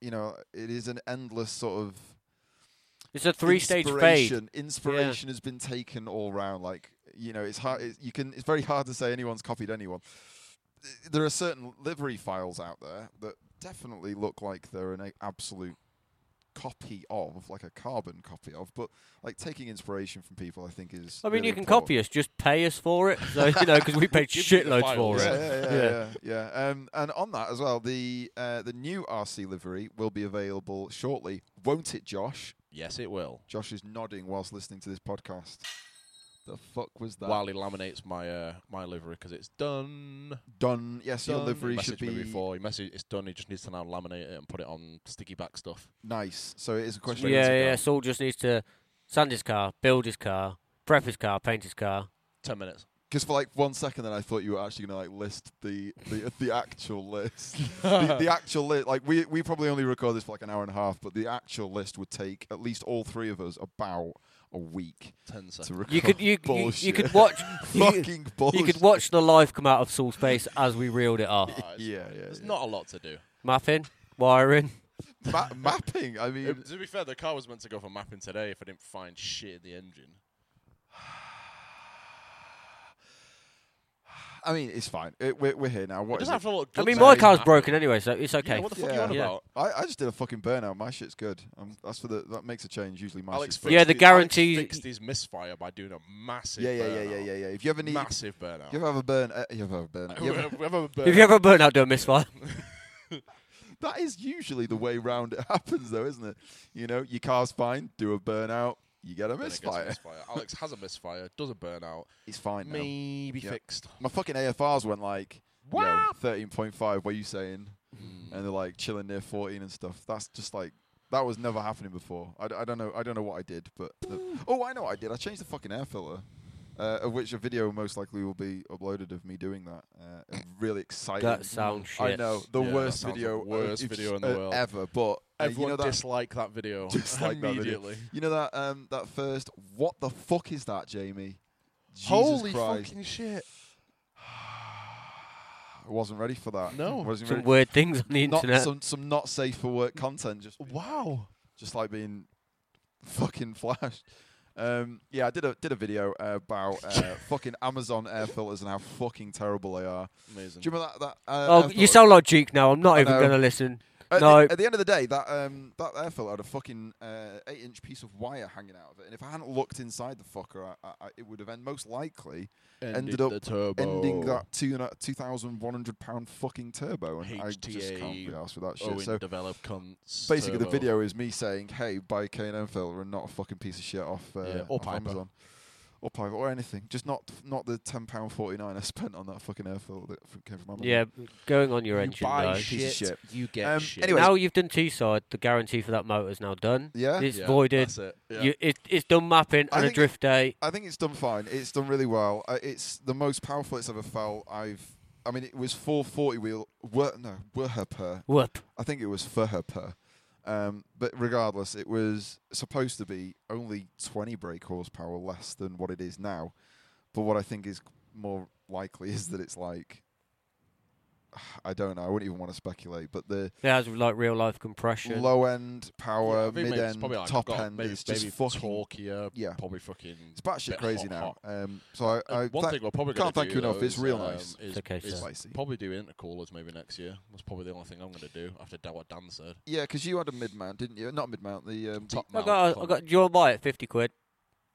Speaker 4: you know it is an endless sort of
Speaker 3: It's a three-stage fade.
Speaker 4: inspiration, Inspiration has been taken all round. Like you know, it's hard. It's, you can. It's very hard to say anyone's copied anyone. Th- There are certain livery files out there that definitely look like they're an a- absolute copy of, like a carbon copy of. But like taking inspiration from people, I think is.
Speaker 3: I mean,
Speaker 4: really
Speaker 3: you can
Speaker 4: important.
Speaker 3: copy us, just pay us for it. So you know, because we paid
Speaker 1: give you the
Speaker 3: shitloads for
Speaker 1: files.
Speaker 4: Yeah,
Speaker 3: it.
Speaker 4: yeah, yeah, yeah, yeah. Um, and on that as well, the uh, the new RC livery will be available shortly, won't it, Josh?
Speaker 1: Yes, it will.
Speaker 4: Josh is nodding whilst listening to this podcast. The fuck was that?
Speaker 1: While he laminates my uh, my livery because it's done.
Speaker 4: Done. Yes, your
Speaker 1: Done.
Speaker 4: livery
Speaker 1: He
Speaker 4: should
Speaker 1: messaged me
Speaker 4: be
Speaker 1: before. He messaged, it's done. He just needs to now laminate it and put it on sticky back stuff.
Speaker 4: nice. So it is a question.
Speaker 3: Yeah,
Speaker 1: Straight
Speaker 3: yeah.
Speaker 1: into that.
Speaker 3: Saul just needs to sand his car, build his car, prep his car, paint his car.
Speaker 1: Ten minutes.
Speaker 4: Because for like one second, then I thought you were actually going to like list the the, the actual list, the, the actual list. Like we we probably only record this for like an hour and a half, but the actual list would take at least all three of us about a week
Speaker 1: Ten seconds.
Speaker 4: to record.
Speaker 3: You could you you- you,
Speaker 4: bullshit.
Speaker 3: could watch you,
Speaker 4: fucking bullshit.
Speaker 3: you could watch the life come out of Saul's face as we reeled it off.
Speaker 1: Ah, it's-
Speaker 4: Yeah, yeah.
Speaker 1: There's
Speaker 4: yeah.
Speaker 1: not a lot to do.
Speaker 3: Mapping, wiring.
Speaker 4: Ma- mapping. I mean,
Speaker 1: Uh, to be fair, the car was meant to go for mapping today if I didn't find shit in the engine.
Speaker 4: I mean, it's fine. It, we're, we're here now. What
Speaker 1: It
Speaker 4: is
Speaker 1: doesn't have to look
Speaker 3: I
Speaker 1: good
Speaker 3: mean,
Speaker 1: to
Speaker 3: my
Speaker 1: be
Speaker 3: car's
Speaker 1: mapped.
Speaker 3: broken anyway, so it's okay.
Speaker 1: Yeah, what the fuck
Speaker 4: Yeah.
Speaker 1: are you on
Speaker 3: Yeah.
Speaker 1: about?
Speaker 4: I, I just did a fucking burnout. My shit's good. Um, that's for the that makes a change. Usually, my
Speaker 1: Alex
Speaker 4: shit's
Speaker 1: fixed
Speaker 4: good.
Speaker 3: Yeah, the
Speaker 1: it- Alex
Speaker 3: guarantee-
Speaker 1: fixed his misfire by doing a massive.
Speaker 4: yeah, yeah, yeah, yeah,
Speaker 1: burnout.
Speaker 4: yeah, yeah. If you ever need,
Speaker 1: massive burnout.
Speaker 4: you ever have a burn, uh, you ever have a burn. you ever-
Speaker 1: We have a
Speaker 3: If you
Speaker 1: burnout.
Speaker 3: ever burn out, do a misfire.
Speaker 4: that is usually the way round it happens, though, isn't it? You know, your car's fine. Do a burnout. You get a
Speaker 1: Then it gets a
Speaker 4: misfire.
Speaker 1: misfire. Alex has a misfire, does a burnout,
Speaker 4: It's fine now.
Speaker 1: maybe
Speaker 4: Yeah.
Speaker 1: fixed.
Speaker 4: My fucking AFRs went like you know,
Speaker 1: Wow.
Speaker 4: 13.5. What are you saying?
Speaker 1: Hmm.
Speaker 4: And they're like chilling near 14 and stuff. That's just like that was never happening before. I, d- I don't know. I don't know what I did, but the, oh, I know what I did. I changed the fucking air filter. Uh, of which a video most likely will be uploaded of me doing that. Uh, I'm really exciting.
Speaker 3: That sounds shit.
Speaker 4: I know the
Speaker 1: Yeah, that
Speaker 4: worst
Speaker 1: sounds the
Speaker 4: video, uh,
Speaker 1: worst
Speaker 4: if-
Speaker 1: video in the
Speaker 4: uh,
Speaker 1: world.
Speaker 4: ever. But uh, you
Speaker 1: Everyone
Speaker 4: know that
Speaker 1: disliked that video
Speaker 4: Disliked that video.
Speaker 1: immediately.
Speaker 4: you know that um, that first. What the fuck is that, Jamie? Jesus
Speaker 1: Holy
Speaker 4: Christ!
Speaker 1: fucking shit!
Speaker 4: I wasn't ready for that.
Speaker 1: No.
Speaker 4: wasn't
Speaker 3: Some
Speaker 4: ready.
Speaker 3: weird things on the
Speaker 4: not
Speaker 3: internet.
Speaker 4: some some not safe for work content, just
Speaker 1: Wow.
Speaker 4: just like being fucking flashed. Um, yeah, I did a did a video uh, about uh, fucking Amazon air filters and how fucking terrible they are. Do
Speaker 1: Amazing.
Speaker 4: you remember that? that uh,
Speaker 3: Oh,
Speaker 4: air
Speaker 3: you
Speaker 4: filter?
Speaker 3: sound like Duke now. I'm not
Speaker 4: I
Speaker 3: even
Speaker 4: know.
Speaker 3: going to listen.
Speaker 4: At,
Speaker 3: no.
Speaker 4: the, at the end of the day, that um, that air filter had a fucking uh, eight inch piece of wire hanging out of it, and if I hadn't looked inside the fucker, I, I, I- it would have end most likely ended up
Speaker 1: the turbo.
Speaker 4: ending
Speaker 3: Oh.
Speaker 4: that two two thousand one hundred pound fucking turbo, and I just can't
Speaker 1: HTA
Speaker 4: be asked with that shit.
Speaker 1: Owen
Speaker 4: so
Speaker 1: develop cunts.
Speaker 4: basically the
Speaker 1: turbo.
Speaker 4: video is me saying, "Hey, buy a K&M filter and not a fucking piece of shit off, uh,
Speaker 1: Yeah, or
Speaker 4: off
Speaker 1: Piper.
Speaker 4: Amazon, or Piper, or anything. Just not not the ten pound forty nine I spent on that fucking air filter that f- came from Amazon.
Speaker 3: Yeah, going on your
Speaker 1: You
Speaker 3: engine
Speaker 1: buy
Speaker 3: though.
Speaker 4: sh- Piece of
Speaker 1: shit,
Speaker 4: shit.
Speaker 1: you get
Speaker 4: Um,
Speaker 1: shit.
Speaker 4: anyway,
Speaker 3: Now you've done T-side, the guarantee for that motor's now done.
Speaker 4: yeah.
Speaker 3: It's
Speaker 1: Yeah,
Speaker 3: voided.
Speaker 1: that's it. Yeah.
Speaker 3: You, it, it's done mapping
Speaker 4: I
Speaker 3: and a
Speaker 4: think-
Speaker 3: drift day.
Speaker 4: I think it's done fine. It's done really well. Uh, it's the most powerful it's ever felt. I've, I mean, it was four forty wheel. Were, no, were her per.
Speaker 3: Whoop.
Speaker 4: I think it was for her per. Um, but regardless, it was supposed to be only 20 brake horsepower less than what it is now. But what I think is more likely is that it's like, I don't know. I wouldn't even want to speculate. But the
Speaker 3: It has like real life compression.
Speaker 4: low end
Speaker 1: Yeah, I
Speaker 4: power,
Speaker 1: think maybe
Speaker 4: mid
Speaker 1: it's
Speaker 4: end,
Speaker 1: probably like
Speaker 4: top
Speaker 1: got
Speaker 4: end
Speaker 1: maybe,
Speaker 4: is just
Speaker 1: maybe
Speaker 4: fucking.
Speaker 1: talkier,
Speaker 4: Yeah.
Speaker 1: probably fucking.
Speaker 4: It's batshit
Speaker 1: bit
Speaker 4: crazy
Speaker 1: hot,
Speaker 4: now.
Speaker 1: hot.
Speaker 4: Um, so I,
Speaker 1: Uh,
Speaker 4: I
Speaker 1: one
Speaker 4: thank-
Speaker 1: thing we're probably gonna
Speaker 4: can't thank
Speaker 1: do,
Speaker 4: you enough,
Speaker 1: though,
Speaker 4: it's
Speaker 1: is,
Speaker 4: real
Speaker 1: um,
Speaker 4: nice.
Speaker 1: Is,
Speaker 3: okay,
Speaker 1: is
Speaker 3: sir.
Speaker 4: spicy.
Speaker 1: probably do intercoolers maybe next year. That's probably the only thing I'm going to do after that what Dan said.
Speaker 4: Yeah, because you had a mid mount, didn't you? Not mid mount. The um,
Speaker 1: Top
Speaker 3: I
Speaker 1: mount
Speaker 3: got. I
Speaker 1: cunt.
Speaker 3: got. Do you want to buy it? Fifty quid.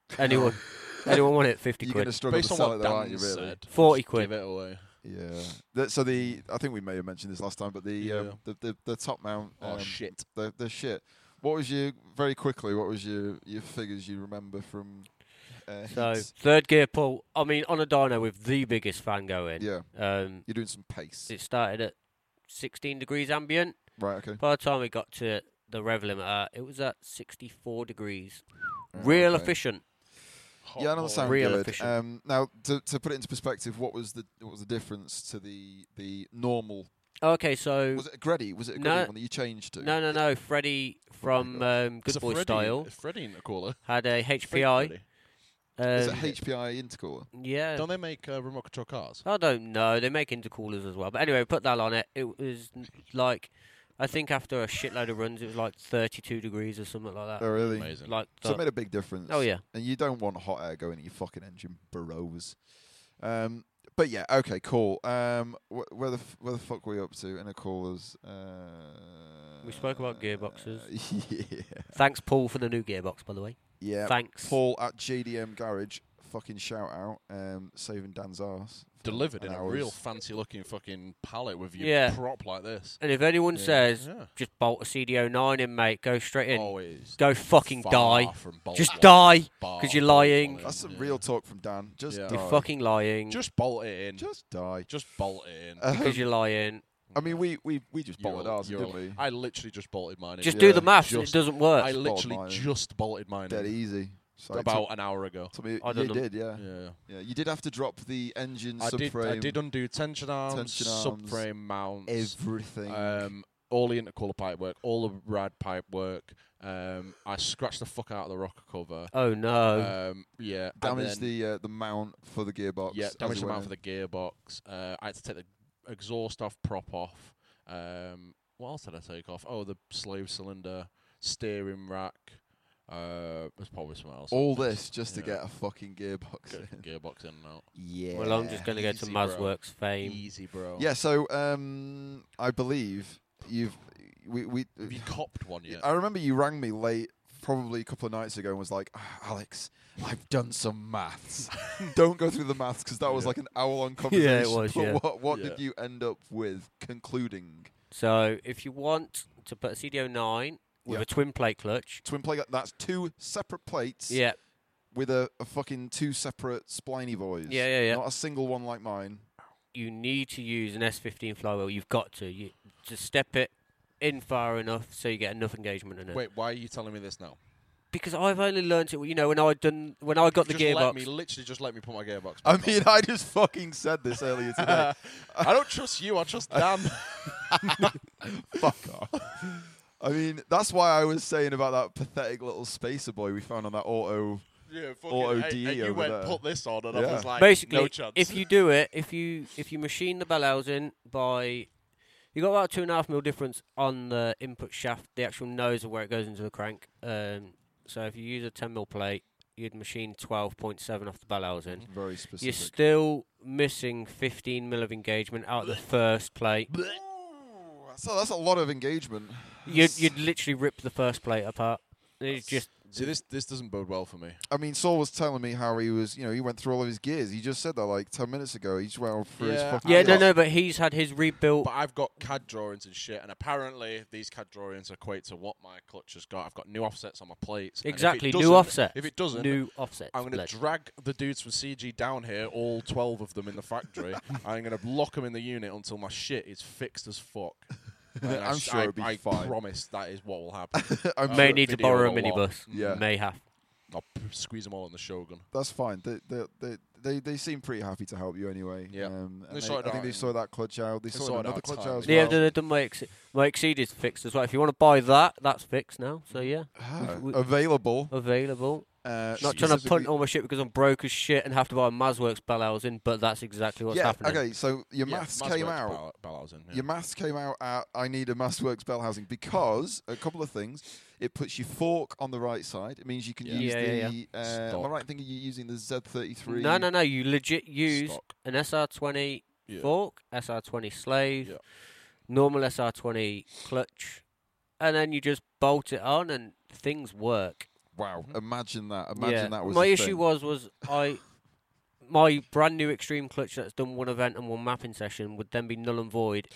Speaker 3: Anyone? anyone want it? Fifty
Speaker 4: You're going
Speaker 3: quid.
Speaker 4: to struggle
Speaker 1: Based
Speaker 4: to
Speaker 1: on
Speaker 4: sell it,
Speaker 1: what
Speaker 4: though,
Speaker 1: Dan
Speaker 4: aren't you? Really?
Speaker 1: said, I'll
Speaker 3: 40
Speaker 1: just
Speaker 3: quid.
Speaker 1: Give it away.
Speaker 4: Yeah. Th- so the I think we may have mentioned this last time, but the
Speaker 1: Yeah.
Speaker 4: um, the, the the top mount.
Speaker 1: Oh
Speaker 4: um,
Speaker 1: shit!
Speaker 4: The the shit. What was your very quickly? What was your your figures you remember from? Uh,
Speaker 3: So
Speaker 4: heats?
Speaker 3: third gear pull. I mean, on a dyno with the biggest fan going.
Speaker 4: yeah,
Speaker 3: Um,
Speaker 4: you're doing some pace,
Speaker 3: it started at 16 degrees ambient.
Speaker 4: right? Okay.
Speaker 3: By the time we got to the rev limiter, it was at 64 degrees. Real
Speaker 4: Oh, okay.
Speaker 3: efficient.
Speaker 1: Hot
Speaker 4: yeah, I know
Speaker 1: boy.
Speaker 4: that sounds
Speaker 3: Real
Speaker 4: good.
Speaker 3: efficient.
Speaker 4: Um, now, to, to put it into perspective, what was the what was the difference to the the normal?
Speaker 3: Okay, so
Speaker 4: Was it a Greddy? Was it a
Speaker 3: No.
Speaker 4: Greddy one that you changed to?
Speaker 3: no, no, no. Freddie from um,
Speaker 1: It's
Speaker 3: Good
Speaker 1: a
Speaker 3: Boy
Speaker 1: Freddy-
Speaker 3: Style
Speaker 1: it's Freddy intercooler.
Speaker 3: had a
Speaker 1: Freddy
Speaker 3: HPI.
Speaker 1: Freddy.
Speaker 4: Is it
Speaker 3: Um,
Speaker 4: HPI intercooler?
Speaker 3: yeah.
Speaker 1: Don't they make uh, remote control cars?
Speaker 3: I don't know. They make intercoolers as well. But anyway, put that on it. It was n- like I think after a shitload of runs, it was like 32 degrees or something like that.
Speaker 4: Oh, really?
Speaker 1: Amazing.
Speaker 3: Like
Speaker 4: So it
Speaker 3: the-
Speaker 4: made a big difference.
Speaker 3: oh yeah,
Speaker 4: and you don't want hot air going in your fucking engine burrows. Um, but yeah, okay, cool. Um, wh- where the f- where the fuck were we up to? In a callers. Uh,
Speaker 3: We spoke about gearboxes.
Speaker 4: yeah,
Speaker 3: thanks Paul for the new gearbox, by the way.
Speaker 4: yeah.
Speaker 3: Thanks.
Speaker 4: Paul at JDM Garage, fucking shout out, um, saving Dan's ass. for
Speaker 1: Delivered
Speaker 4: an
Speaker 1: in a
Speaker 4: hour's-
Speaker 1: real fancy looking fucking pallet with your
Speaker 3: Yeah.
Speaker 1: prop like this.
Speaker 3: And if anyone
Speaker 4: Yeah.
Speaker 3: says
Speaker 1: Yeah.
Speaker 3: just bolt a CDO9 in, mate, go straight in.
Speaker 1: Always.
Speaker 3: Go fucking
Speaker 1: Oh, far Oh.
Speaker 3: die.
Speaker 1: from bolt
Speaker 3: Just
Speaker 1: one.
Speaker 3: die.
Speaker 1: Bar-
Speaker 3: 'cause you're
Speaker 1: bolt one
Speaker 3: lying.
Speaker 1: in,
Speaker 4: That's some
Speaker 1: yeah.
Speaker 4: real talk from Dan. Just
Speaker 1: Yeah.
Speaker 4: die.
Speaker 3: You're fucking lying. Just
Speaker 1: Just bolt it in. Just,
Speaker 4: just die.
Speaker 1: bolt it in.
Speaker 4: Uh,
Speaker 3: because you're lying.
Speaker 4: I mean, we we we just
Speaker 1: You're
Speaker 4: bolted
Speaker 1: all-
Speaker 4: ours,
Speaker 1: you're
Speaker 4: didn't
Speaker 1: all-
Speaker 4: we?
Speaker 1: I literally just bolted mine in.
Speaker 3: Just
Speaker 4: Yeah,
Speaker 3: do the maths. and it
Speaker 1: just-
Speaker 3: doesn't work.
Speaker 1: I
Speaker 4: bolted
Speaker 1: literally
Speaker 4: mine in.
Speaker 1: just bolted mine
Speaker 4: Dead
Speaker 1: in
Speaker 4: easy. So it took-
Speaker 1: about an hour ago.
Speaker 4: took me-
Speaker 3: I
Speaker 4: you
Speaker 3: done them.
Speaker 4: did, yeah.
Speaker 1: Yeah.
Speaker 4: Yeah, you did have to drop the engine
Speaker 1: I did,
Speaker 4: subframe.
Speaker 1: I did undo tension arms,
Speaker 4: Tension arms,
Speaker 1: subframe mounts,
Speaker 4: everything.
Speaker 1: um, all the intercooler pipe work, all the rad pipe work. Um, I scratched the fuck out of the rocker cover.
Speaker 3: Oh no.
Speaker 1: Um, yeah, and
Speaker 4: damaged
Speaker 1: then-
Speaker 4: the uh, the mount for the gearbox.
Speaker 1: yeah,
Speaker 4: as
Speaker 1: damaged
Speaker 4: it
Speaker 1: the
Speaker 4: went
Speaker 1: mount for the gearbox. Uh, I had to take the exhaust off, prop off. Um, what else did I take off? Oh, the slave cylinder, steering rack. Uh, there's probably something else.
Speaker 4: in. All this just to
Speaker 1: Yeah.
Speaker 4: get a fucking gearbox.
Speaker 1: Get
Speaker 4: in.
Speaker 1: gearbox in and out.
Speaker 4: Yeah.
Speaker 3: well, I'm just going to go to
Speaker 1: easy, bro. E
Speaker 3: Mazworks fame.
Speaker 1: Easy, bro.
Speaker 4: Yeah. So um, I believe you've we we.
Speaker 1: Have you copped one yet?
Speaker 4: I remember you rang me late, probably a couple of nights ago, and was like, "Ah, "Alex, I've done some maths. Don't go through the maths because that was
Speaker 1: Yeah.
Speaker 4: like an hour-long conversation."
Speaker 3: was,
Speaker 4: But
Speaker 3: yeah.
Speaker 4: What what
Speaker 1: Yeah.
Speaker 4: did you end up with concluding?
Speaker 3: So if you want to put a CDO9 with
Speaker 4: Yeah.
Speaker 3: a twin plate clutch,
Speaker 4: Twin plate. That's two separate plates.
Speaker 3: yeah,
Speaker 4: with a, a fucking two separate spliney boys.
Speaker 3: Yeah, yeah, yeah.
Speaker 4: Not a single one like mine.
Speaker 3: you need to use an S15 flywheel. You've got to you, to step it in far enough so you get enough engagement in it.
Speaker 1: Wait, why are you telling me this now?
Speaker 3: Because I've only learnt it, you know, when I done when I got the
Speaker 1: just Let me,
Speaker 3: gearbox.
Speaker 1: literally, just let me put my gearbox.
Speaker 4: I
Speaker 1: back
Speaker 4: mean, I just fucking said this earlier
Speaker 1: on.
Speaker 4: today.
Speaker 1: I don't trust you. I trust Dan.
Speaker 4: Fuck off. I mean, that's why I was saying about that pathetic little spacer boy we found on that auto.
Speaker 1: yeah,
Speaker 4: Or
Speaker 1: fucking. and-
Speaker 4: ODE
Speaker 1: and you
Speaker 4: over
Speaker 1: went
Speaker 4: there.
Speaker 1: put this on, and
Speaker 4: Yeah.
Speaker 1: I was like,
Speaker 3: Basically,
Speaker 1: no chance.
Speaker 3: if you do it, if you if you machine the bell housing by, you got about two and a half mil difference on the input shaft, the actual nose of where it goes into the crank. Um, so if you use a ten mil plate, you'd machine twelve point seven off the bell housing.
Speaker 1: Mm-hmm.
Speaker 4: Very
Speaker 3: You're
Speaker 4: specific.
Speaker 3: still missing 15 mil of engagement out of the first plate.
Speaker 4: Ooh, so that's a lot of engagement.
Speaker 3: You'd, you'd literally rip the first plate apart. It's just
Speaker 1: see this, this doesn't bode well for me.
Speaker 4: I mean, Saul was telling me how he was, you know, he went through all of his gears. He just said that like 10 minutes ago. He just went through his
Speaker 1: Yeah,
Speaker 4: fucking
Speaker 3: yeah,
Speaker 1: I've
Speaker 3: no,
Speaker 4: gears.
Speaker 1: got-
Speaker 3: no, but he's had his rebuilt.
Speaker 1: But I've got CAD drawings and shit, and apparently these CAD drawings equate to what my clutch has got. I've got new offsets on my plates. and if it
Speaker 3: Exactly, new
Speaker 1: doesn't-
Speaker 3: offset.
Speaker 1: If it doesn't,
Speaker 3: new offset.
Speaker 1: I'm going to drag the dudes from CG down here, all 12 of them in the factory. I'm going to lock them in the unit until my shit is fixed as fuck. And I
Speaker 4: I'm
Speaker 1: s-
Speaker 4: sure
Speaker 1: I-
Speaker 4: it'll be
Speaker 1: I
Speaker 4: fine.
Speaker 1: promise that is what will happen.
Speaker 4: I'm
Speaker 1: Uh,
Speaker 3: May
Speaker 1: sure
Speaker 3: need to
Speaker 1: video
Speaker 3: borrow a
Speaker 1: will log.
Speaker 3: minibus.
Speaker 4: Yeah.
Speaker 3: May have.
Speaker 1: I'll p- squeeze them all in the Shogun.
Speaker 4: That's fine. They they they they, they seem pretty happy to help you anyway.
Speaker 1: Yeah.
Speaker 4: Um, and
Speaker 1: They
Speaker 4: they- I
Speaker 1: sorted
Speaker 4: think
Speaker 1: out
Speaker 4: they
Speaker 1: in-
Speaker 4: saw that clutch out. They,
Speaker 1: they
Speaker 4: saw
Speaker 1: sorted
Speaker 4: another
Speaker 1: out
Speaker 4: clutch
Speaker 1: time.
Speaker 4: out as
Speaker 3: Yeah,
Speaker 4: well.
Speaker 3: the, the my, ex- my exceed is fixed as well. If you want to buy that, that's fixed now. So yeah,
Speaker 4: Ah,
Speaker 3: we-
Speaker 4: available.
Speaker 3: available.
Speaker 4: Uh,
Speaker 3: Not trying to punt
Speaker 4: specifically-
Speaker 3: all my shit because I'm broke as shit and have to buy Mazworks bell housing, but that's exactly what's
Speaker 4: yeah.
Speaker 3: happening.
Speaker 4: Okay. So your
Speaker 1: Yeah,
Speaker 4: maths
Speaker 1: Mass
Speaker 4: came
Speaker 1: works
Speaker 4: out.
Speaker 1: bal- balance in, yeah.
Speaker 4: Your maths came out at I need a maths works bell housing because a couple of things. It puts your fork on the right side. It means you can
Speaker 1: Yeah.
Speaker 4: use
Speaker 3: Yeah, yeah,
Speaker 4: the. Uh, am I
Speaker 1: Stock.
Speaker 4: right thinking you're using the Z33?
Speaker 3: No, no, no. You legit use
Speaker 1: Stock.
Speaker 3: an SR20
Speaker 1: Yeah.
Speaker 3: fork, SR20 slave,
Speaker 1: Yeah.
Speaker 3: normal SR20 clutch, and then you just bolt it on and things work.
Speaker 4: Wow.
Speaker 1: Mhm.
Speaker 4: Imagine that. Imagine
Speaker 3: yeah.
Speaker 4: that was
Speaker 3: my
Speaker 4: a
Speaker 3: issue
Speaker 4: thing.
Speaker 3: was was I my brand new extreme clutch that's done one event and one mapping session would then be null and void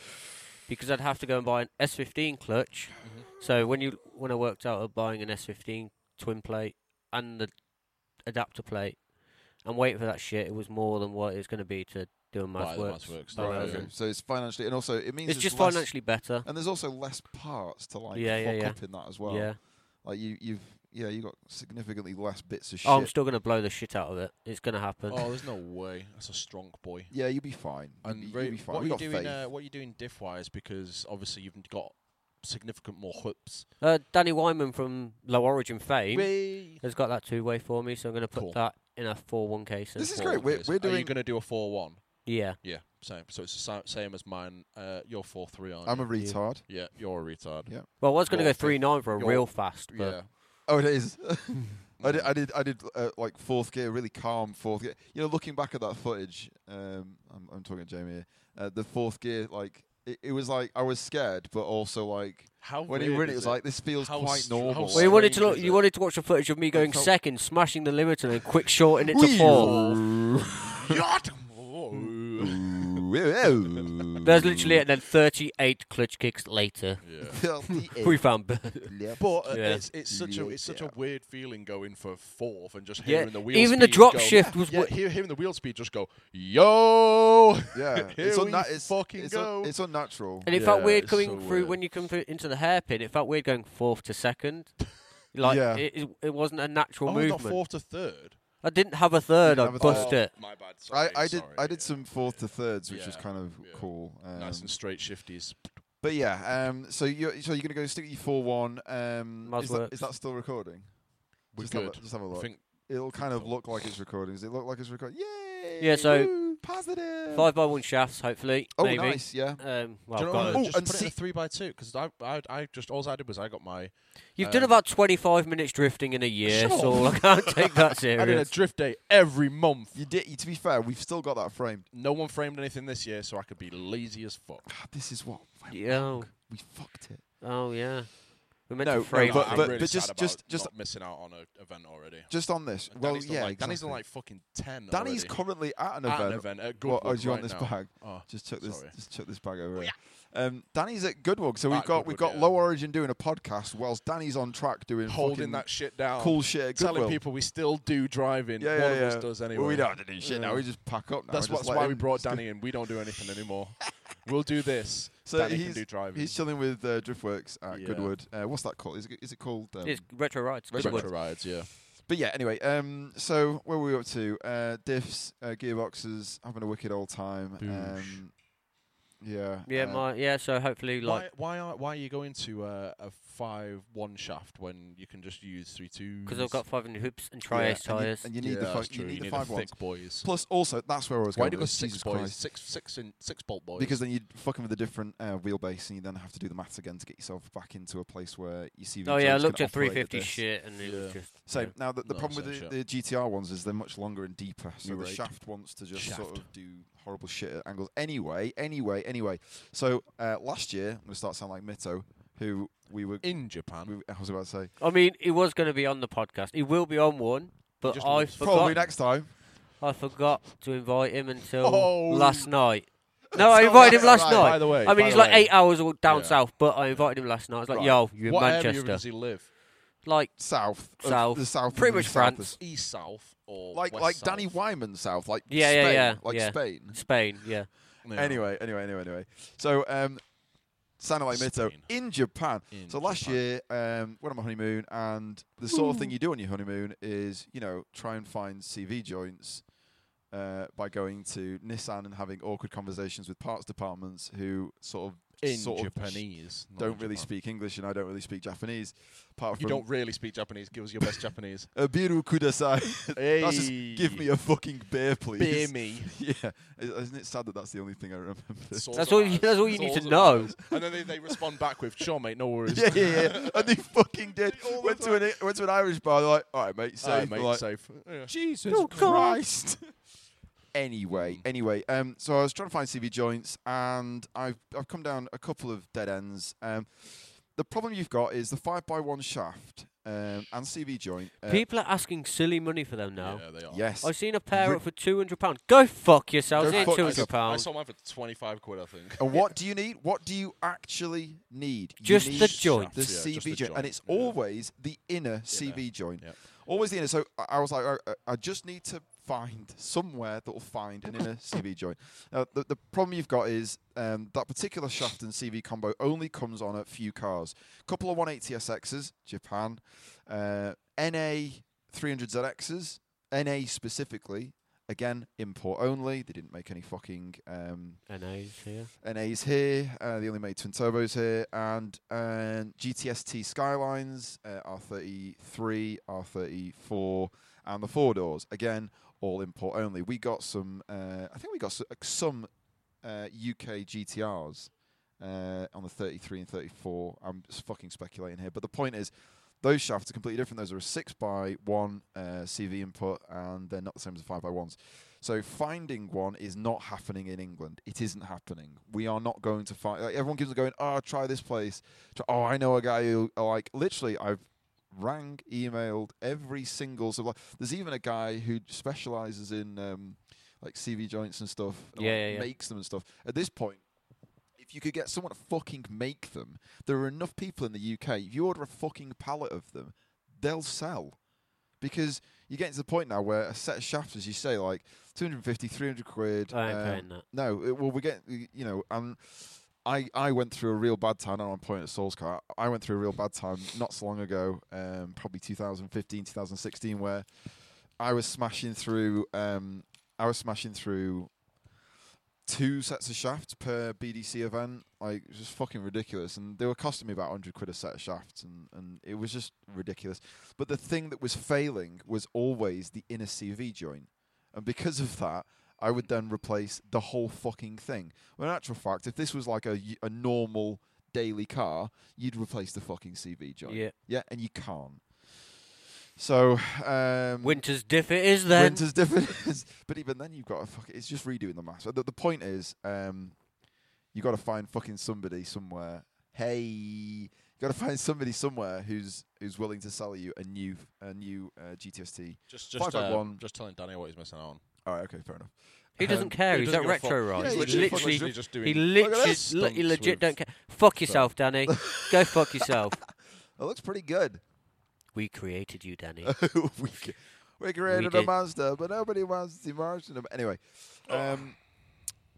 Speaker 3: because I'd have to go and buy an S15 clutch.
Speaker 4: Um,
Speaker 1: Mhm.
Speaker 3: So when you when I worked out of buying an S15 twin plate and the adapter plate and waiting for that shit, it was more than what it's going to be to do a
Speaker 1: Buy
Speaker 3: math
Speaker 1: the
Speaker 3: works.
Speaker 1: maths works,
Speaker 3: bell
Speaker 1: right,
Speaker 4: Right,
Speaker 1: was
Speaker 3: housing.
Speaker 4: okay. So it's financially, and also it means
Speaker 3: It's just
Speaker 4: less-
Speaker 3: financially better.
Speaker 4: And there's also less parts to like
Speaker 3: Yeah, yeah,
Speaker 4: fuck
Speaker 3: yeah.
Speaker 4: up in that as well.
Speaker 3: yeah.
Speaker 4: Like you, you've yeah, you got significantly less bits of shit.
Speaker 3: Oh, I'm still going to blow the shit out of it. It's going to happen.
Speaker 1: Oh, there's no way. That's a strong boy.
Speaker 4: yeah, you'll be fine. You'll
Speaker 1: And
Speaker 4: be,
Speaker 1: Ray,
Speaker 4: you'll be fine.
Speaker 1: what
Speaker 4: we
Speaker 1: are you
Speaker 4: got
Speaker 1: doing?
Speaker 4: faith.
Speaker 1: Uh, what are you doing diff wise? Because obviously you've got significant more hoops.
Speaker 3: Uh, Danny Wyman from Low Origin fame
Speaker 1: Whee!
Speaker 3: has got that two way for me, so I'm going to put
Speaker 1: Cool.
Speaker 3: that in a 4 1 case.
Speaker 4: This is
Speaker 1: Forward
Speaker 4: great. We're-
Speaker 1: case.
Speaker 4: we're
Speaker 1: Are you
Speaker 4: doing-
Speaker 1: going to do a four one?
Speaker 3: Yeah.
Speaker 1: Yeah, same. So it's the sa- same as mine. Uh, you're four three, aren't
Speaker 4: I'm
Speaker 1: you?
Speaker 4: a retard.
Speaker 1: yeah, you're a retard.
Speaker 4: Yeah.
Speaker 3: Well, I was going to
Speaker 1: Your
Speaker 3: go
Speaker 1: thing.
Speaker 3: three nine for a
Speaker 1: Your-
Speaker 3: real fast, but
Speaker 1: yeah.
Speaker 4: Oh, it is. I did. I did. I did uh, like fourth gear, really calm fourth gear. You know, looking back at that footage, um, I'm, I'm talking to Jamie. Here, uh, the fourth gear, like it, it was like I was scared, but also like
Speaker 1: How
Speaker 4: when he
Speaker 1: weird
Speaker 4: ran, it
Speaker 1: is
Speaker 4: was like this feels
Speaker 1: How
Speaker 4: quite
Speaker 1: str- how
Speaker 4: normal.
Speaker 1: strange
Speaker 3: well, you wanted to
Speaker 1: strange
Speaker 3: look.
Speaker 1: is
Speaker 3: You
Speaker 1: it?
Speaker 3: wanted to watch the footage of me going
Speaker 4: felt-
Speaker 3: second, smashing the limiter, and then quick shorting it to
Speaker 4: Whee!
Speaker 3: four.
Speaker 1: Yacht! Whoa.
Speaker 3: There's literally it. Then 38 clutch kicks later,
Speaker 1: yeah.
Speaker 3: we found. b-
Speaker 1: But uh,
Speaker 3: Yeah.
Speaker 1: it's it's such a it's such a
Speaker 4: Yeah.
Speaker 1: weird feeling going for fourth and just
Speaker 3: Yeah,
Speaker 1: hearing the wheel
Speaker 3: even the
Speaker 1: speed
Speaker 3: drop
Speaker 1: go-
Speaker 3: shift was
Speaker 1: yeah,
Speaker 3: what-
Speaker 1: hear, hearing the wheel speed just go yo
Speaker 4: yeah,
Speaker 1: Here
Speaker 4: it's,
Speaker 1: we
Speaker 4: unna- it's
Speaker 1: fucking
Speaker 4: it's,
Speaker 1: go.
Speaker 4: Un- it's unnatural.
Speaker 3: and it
Speaker 1: Yeah,
Speaker 3: felt weird
Speaker 1: it's
Speaker 3: coming
Speaker 1: so
Speaker 3: through
Speaker 1: weird.
Speaker 3: when you come through into the hairpin. It felt weird going fourth to second. Like
Speaker 4: Yeah.
Speaker 3: it, it- it wasn't a natural
Speaker 1: oh not
Speaker 3: movement.
Speaker 1: fourth to third
Speaker 3: I didn't have a third.
Speaker 4: Didn't
Speaker 3: I
Speaker 4: have a
Speaker 3: bust
Speaker 1: Oh,
Speaker 3: it.
Speaker 1: my bad sorry,
Speaker 4: I, I did. I
Speaker 1: sorry,
Speaker 4: did
Speaker 1: yeah.
Speaker 4: some fourth to thirds, which was
Speaker 1: Yeah,
Speaker 4: kind of
Speaker 1: yeah.
Speaker 4: cool. Um,
Speaker 1: nice and straight shifties
Speaker 4: But yeah, um, so you're so you're gonna go stick with your four one. Um,
Speaker 3: Miles
Speaker 4: is, that,
Speaker 3: works.
Speaker 4: is that still recording?
Speaker 1: We're
Speaker 4: just Have
Speaker 1: good.
Speaker 4: a, just have a
Speaker 1: I
Speaker 4: look.
Speaker 1: think
Speaker 4: It'll kind of look like it's recording. Does it look like it's recording? Yay!
Speaker 3: Yeah, so-
Speaker 4: Woo, positive.
Speaker 3: Five by one shafts, hopefully.
Speaker 4: Oh,
Speaker 3: maybe.
Speaker 4: nice. Yeah.
Speaker 3: Um, well,
Speaker 1: do you know
Speaker 3: I've
Speaker 1: what,
Speaker 3: got-
Speaker 4: Oh,
Speaker 1: just
Speaker 4: and
Speaker 1: put it in a
Speaker 4: see-
Speaker 1: three by two because I, I I just all I did was I got my
Speaker 3: you've done
Speaker 1: um,
Speaker 3: about 25 minutes drifting in a year,
Speaker 1: Shut
Speaker 3: so
Speaker 1: up.
Speaker 3: I can't take that
Speaker 1: I did a
Speaker 3: serious.
Speaker 1: drift day every month
Speaker 4: You did. To be fair, we've still got that framed.
Speaker 1: no one framed anything this year so I could be lazy as fuck
Speaker 4: Ah, this is what
Speaker 3: Yeah.
Speaker 4: we fucked it.
Speaker 3: Oh yeah. We meant
Speaker 4: No,
Speaker 3: to
Speaker 4: no,
Speaker 3: frame
Speaker 4: but-
Speaker 3: it.
Speaker 1: I'm
Speaker 4: but-
Speaker 1: really
Speaker 4: but
Speaker 1: sad
Speaker 4: just-
Speaker 1: about
Speaker 4: just- just-
Speaker 1: not missing out on an event already
Speaker 4: Just on this. well,
Speaker 1: Danny's done
Speaker 4: yeah.
Speaker 1: like, Danny's done
Speaker 4: exactly.
Speaker 1: like fucking ten.
Speaker 4: Danny's
Speaker 1: already.
Speaker 4: currently at an
Speaker 1: at
Speaker 4: event.
Speaker 1: an event at
Speaker 4: What,
Speaker 1: Goodwood
Speaker 4: oh, do you want
Speaker 1: right
Speaker 4: this
Speaker 1: now.
Speaker 4: bag?
Speaker 1: Oh,
Speaker 4: Just chuck this.
Speaker 1: Sorry.
Speaker 4: Just chuck this bag over. here. Um, Danny's at Goodwood, so
Speaker 1: Ah,
Speaker 4: we've got we've
Speaker 1: Goodwood,
Speaker 4: got
Speaker 1: yeah.
Speaker 4: Low Origin doing a podcast, whilst Danny's on track doing fucking
Speaker 1: holding that shit down,
Speaker 4: cool shit. At
Speaker 1: telling
Speaker 4: Goodwill.
Speaker 1: people we still do driving.
Speaker 4: Yeah,
Speaker 1: One
Speaker 4: yeah,
Speaker 1: of
Speaker 4: yeah.
Speaker 1: us does anyway.
Speaker 4: Well, we don't have to do shit now.
Speaker 1: Yeah.
Speaker 4: We just pack up now.
Speaker 1: That's
Speaker 4: and
Speaker 1: what's
Speaker 4: just let
Speaker 1: why
Speaker 4: him
Speaker 1: we brought
Speaker 4: just go-
Speaker 1: Danny in. We don't do anything anymore. we'll do this.
Speaker 4: So
Speaker 1: Danny
Speaker 4: he's-
Speaker 1: can do driving.
Speaker 4: He's chilling with uh, Driftworks at
Speaker 1: Yeah.
Speaker 4: Goodwood. Uh, what's that called? Is it, is it called? Um,
Speaker 3: It's retro rights.
Speaker 4: Retro
Speaker 3: Goodwood.
Speaker 1: Retro rides, yeah.
Speaker 4: But yeah, anyway, um, so where were we up to? Uh, diffs, uh, gearboxes, having a wicked old time.
Speaker 1: Boosh.
Speaker 4: Um, yeah.
Speaker 3: Yeah,
Speaker 4: uh,
Speaker 3: my yeah. So hopefully, like,
Speaker 1: Why, why are why are you going to uh, a five one shaft when you can just use three two?
Speaker 3: because I've got 500 hoops and
Speaker 4: yeah,
Speaker 3: tri ace
Speaker 4: and you-
Speaker 3: tyres.
Speaker 4: And you need the fi- you need the five ones.
Speaker 1: thick boys.
Speaker 4: Plus, also that's where I was
Speaker 1: Why
Speaker 4: going.
Speaker 1: do you go
Speaker 4: with this,
Speaker 1: six
Speaker 4: Jesus
Speaker 1: boys?
Speaker 4: Christ.
Speaker 1: Six six in six bolt boys.
Speaker 4: Because then you're fucking with a different uh, wheelbase, and you then have to do the maths again to get yourself back into a place where you see.
Speaker 3: Oh yeah, I looked at 350 shit, and it
Speaker 1: Yeah.
Speaker 3: was just
Speaker 4: So
Speaker 3: yeah.
Speaker 4: now the, the
Speaker 1: No,
Speaker 4: problem with
Speaker 1: same
Speaker 4: the, the GTR ones is they're much longer and deeper. So
Speaker 1: You're
Speaker 4: the
Speaker 1: right.
Speaker 4: shaft wants to just
Speaker 1: Shaft.
Speaker 4: sort of do horrible shit at angles. Anyway, anyway, anyway. So uh, last year, I'm going to start sounding like Mito, who we were.
Speaker 1: in Japan,
Speaker 4: we, I was about to say
Speaker 3: I mean, he was going to be on the podcast. He will be on one, but
Speaker 1: just
Speaker 3: I
Speaker 1: wants-
Speaker 4: probably
Speaker 3: forgot.
Speaker 4: next time.
Speaker 3: I forgot to invite him until
Speaker 1: Oh.
Speaker 3: last night. No, I
Speaker 4: not
Speaker 3: invited him
Speaker 4: right,
Speaker 3: last
Speaker 4: right.
Speaker 1: By
Speaker 3: night.
Speaker 1: the way,
Speaker 3: I
Speaker 1: by
Speaker 3: mean, he's
Speaker 1: the
Speaker 3: like
Speaker 1: way,
Speaker 3: eight hours all down
Speaker 1: Yeah.
Speaker 3: south, but I invited him last night. I was like,
Speaker 1: Right.
Speaker 3: "Yo, you're in
Speaker 1: what area
Speaker 3: Manchester."
Speaker 1: does he live?
Speaker 3: Like,
Speaker 4: South, of
Speaker 3: South.
Speaker 4: the south,
Speaker 3: Pretty
Speaker 4: of the
Speaker 3: much
Speaker 4: south
Speaker 3: France.
Speaker 4: is-
Speaker 1: East South or
Speaker 4: like
Speaker 1: west
Speaker 4: like
Speaker 1: south?
Speaker 4: Danny Wyman, South, like
Speaker 3: Yeah, yeah,
Speaker 4: Spain,
Speaker 3: yeah,
Speaker 4: like
Speaker 3: yeah.
Speaker 4: Spain.
Speaker 3: Spain, yeah.
Speaker 1: Yeah.
Speaker 4: Anyway, anyway, anyway, anyway. So, um, sounded like Mito
Speaker 1: Spain.
Speaker 4: in Japan.
Speaker 1: In
Speaker 4: so last
Speaker 1: Japan.
Speaker 4: year, um, went on my honeymoon, and the sort of thing you do on your honeymoon is, you know, try and find CV joints uh, by going to Nissan and having awkward conversations with parts departments who sort of
Speaker 1: in
Speaker 4: sort of
Speaker 1: Japanese, not
Speaker 4: don't
Speaker 1: in
Speaker 4: really
Speaker 1: Japan.
Speaker 4: speak English, and I don't really speak Japanese. Apart
Speaker 1: You
Speaker 4: from
Speaker 1: don't really speak Japanese. Give us your best Japanese.
Speaker 4: a biru kudasai. that's just give me a fucking beer, please.
Speaker 1: beer me.
Speaker 4: Yeah, isn't it sad that that's the only thing I remember?
Speaker 3: That's all you- that's all you need to know.
Speaker 1: And then they, they respond back with, "Sure, mate, no worries."
Speaker 4: Yeah, yeah, yeah. And they fucking did.
Speaker 1: All the
Speaker 4: Went to an went to an Irish bar. They're like, all right, mate,
Speaker 1: Aye,
Speaker 4: safe.
Speaker 1: mate,
Speaker 4: like,
Speaker 1: safe. Yeah.
Speaker 4: Jesus Christ. anyway, anyway, um, so I was trying to find CV joints, and I've I've come down a couple of dead ends. Um, the problem you've got is the five by one shaft um, and CV joint. uh,
Speaker 3: People are asking silly money for them now.
Speaker 1: Yeah, they are.
Speaker 4: yes.
Speaker 3: I've seen a pair
Speaker 4: Ri-
Speaker 3: up for two hundred pounds. Go fuck yourselves.
Speaker 4: Go
Speaker 3: Go
Speaker 4: fuck
Speaker 3: two
Speaker 1: I,
Speaker 3: hundred
Speaker 1: saw, I
Speaker 3: pounds.
Speaker 1: saw mine for twenty-five quid, I think.
Speaker 4: and what do you need? What do you actually need? You
Speaker 3: Just the
Speaker 4: need
Speaker 3: joint.
Speaker 4: The
Speaker 1: Yeah, just
Speaker 4: CV
Speaker 1: the
Speaker 4: joint.
Speaker 1: joint,
Speaker 4: And it's
Speaker 1: yeah.
Speaker 4: always the inner CV joint.
Speaker 1: Yep.
Speaker 4: Always the inner. So I, I was like, I, I just need to find somewhere that will find an inner CV joint. Now, the, the problem you've got is um, that particular shaft and CV combo only comes on a few cars. couple of 180SXs, Japan, uh, NA 300ZXs, NA specifically. Again, import only. They didn't make any fucking um,
Speaker 3: NAs here.
Speaker 4: NA's here. Uh, they only made twin turbos here, and um, GTST Skylines, uh, R33, R34, and the four doors. Again, all import only. We got some. Uh, I think we got s- some uh, UK GTRs uh, on the 33 and 34. I'm s fucking speculating here, but the point is, those shafts are completely different. Those are a six by one uh, CV input, and they're not the same as the five by ones. So finding one is not happening in England. It isn't happening. We are not going to find. Like, everyone keeps going. Oh, try this place. Try, oh, I know a guy who like literally. I've rang, emailed every single. So like, there's even a guy who specializes in um, like CV joints and stuff. and,
Speaker 3: Yeah,
Speaker 4: like,
Speaker 3: yeah, yeah.
Speaker 4: makes them and stuff. At this point. If you could get someone to fucking make them, there are enough people in the UK. If you order a fucking pallet of them, they'll sell because you're getting to the point now where a set of shafts, as you say, like 250, 300 quid.
Speaker 3: I ain't
Speaker 4: um,
Speaker 3: paying that.
Speaker 4: No, it, well, we're getting, you know, and I, I went through a real bad time. I know I'm pointing at Saul's car. I went through a real bad time not so long ago, um, probably 2015, 2016, where I was smashing through, um, I was smashing through two sets of shafts per BDC event. Like, it was just fucking ridiculous. And they were costing me about 100 quid a set of shafts, and, and it was just ridiculous. But the thing that was failing was always the inner CV joint. And because of that, I would then replace the whole fucking thing. When in actual fact, if this was like a, y- a normal daily car, you'd replace the fucking CV joint.
Speaker 3: Yeah.
Speaker 4: Yeah, and you can't. So, um,
Speaker 3: Winter's diff it is then.
Speaker 4: Winter's different. but even then, you've got to fuck. It's just redoing the maths. The, the point is, um, you got to find fucking somebody somewhere. Hey, you got to find somebody somewhere who's who's willing to sell you a new a new uh, GTST.
Speaker 1: Just, just,
Speaker 4: by
Speaker 1: uh,
Speaker 4: one.
Speaker 1: just telling Danny what he's missing out on.
Speaker 4: All right, okay, fair enough.
Speaker 3: he doesn't care.
Speaker 1: He
Speaker 3: He's
Speaker 1: doesn't
Speaker 3: at
Speaker 1: give a fuck.
Speaker 3: retro
Speaker 4: Yeah,
Speaker 3: ride.
Speaker 4: he
Speaker 3: He
Speaker 4: just fucking
Speaker 3: literally,
Speaker 4: doing-
Speaker 1: just
Speaker 3: he
Speaker 1: doing.
Speaker 3: literally,
Speaker 4: this.
Speaker 3: li- he
Speaker 1: Stunts
Speaker 3: legit
Speaker 1: with-
Speaker 3: don't care. Fuck yourself, Danny. Go fuck yourself.
Speaker 4: It looks pretty good.
Speaker 3: We created you, Danny.
Speaker 4: we, c- we created a
Speaker 3: did.
Speaker 4: monster, but nobody wants to margin him. Anyway, um,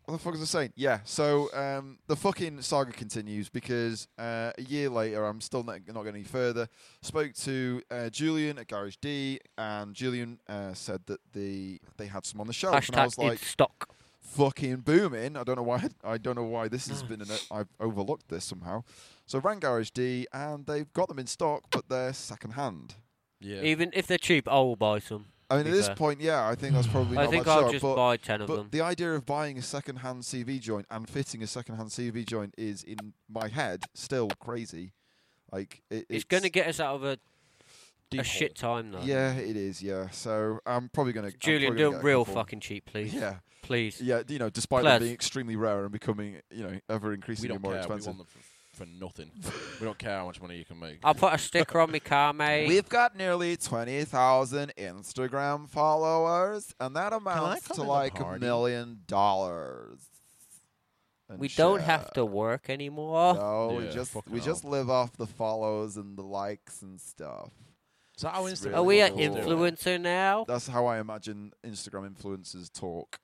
Speaker 4: what the fuck was I saying? Yeah, so um, the fucking saga continues because uh, a year later, I'm still not, not going any further. Spoke to uh, Julian at Garage D, and Julian uh, said that the they had some on the shelf, and I was
Speaker 3: Hashtag in
Speaker 4: like,
Speaker 3: stock.
Speaker 4: fucking booming. I don't know why. I don't know why this has been. An, I've overlooked this somehow. So I rang Garage D, and they've got them in stock, but they're second hand.
Speaker 1: Yeah.
Speaker 3: Even if they're cheap, I will buy some.
Speaker 4: I mean,
Speaker 3: be
Speaker 4: at this
Speaker 3: fair.
Speaker 4: point, yeah, I think that's probably.
Speaker 3: uh, I
Speaker 4: not
Speaker 3: think
Speaker 4: much
Speaker 3: I'll
Speaker 4: up,
Speaker 3: just
Speaker 4: but,
Speaker 3: buy ten of
Speaker 4: but
Speaker 3: them.
Speaker 4: the idea of buying a second-hand CV joint and fitting a second-hand CV joint is in my head still crazy. Like it,
Speaker 3: It's going to get us out of a, a
Speaker 1: Deep
Speaker 3: shit time though.
Speaker 4: Yeah, it is. Yeah, so I'm probably going to.
Speaker 3: Julian, do it real fucking cheap, please.
Speaker 4: Yeah,
Speaker 3: Please.
Speaker 4: yeah. You know, despite
Speaker 3: Plus-
Speaker 4: them being extremely rare and becoming, you know, ever
Speaker 1: We
Speaker 4: increasingly
Speaker 1: don't
Speaker 4: more
Speaker 1: care. We
Speaker 4: expensive.
Speaker 1: want them for, for nothing. we don't care how much money you can make.
Speaker 3: I'll put a sticker on my car, mate.
Speaker 4: We've got nearly 20,000 Instagram followers, and that amounts
Speaker 1: come to
Speaker 4: to
Speaker 1: the
Speaker 4: like a
Speaker 1: party?
Speaker 4: million dollars. And
Speaker 3: we don't
Speaker 4: shit.
Speaker 3: have to work anymore.
Speaker 4: No, we
Speaker 1: Yeah,
Speaker 4: just
Speaker 1: fucking
Speaker 4: we
Speaker 1: hell.
Speaker 4: just live off the follows and the likes and stuff.
Speaker 1: Is that how
Speaker 4: It's
Speaker 1: Instagram
Speaker 4: really
Speaker 3: Are we an
Speaker 1: works?
Speaker 3: influencer now?
Speaker 4: That's how I imagine Instagram influencers talk.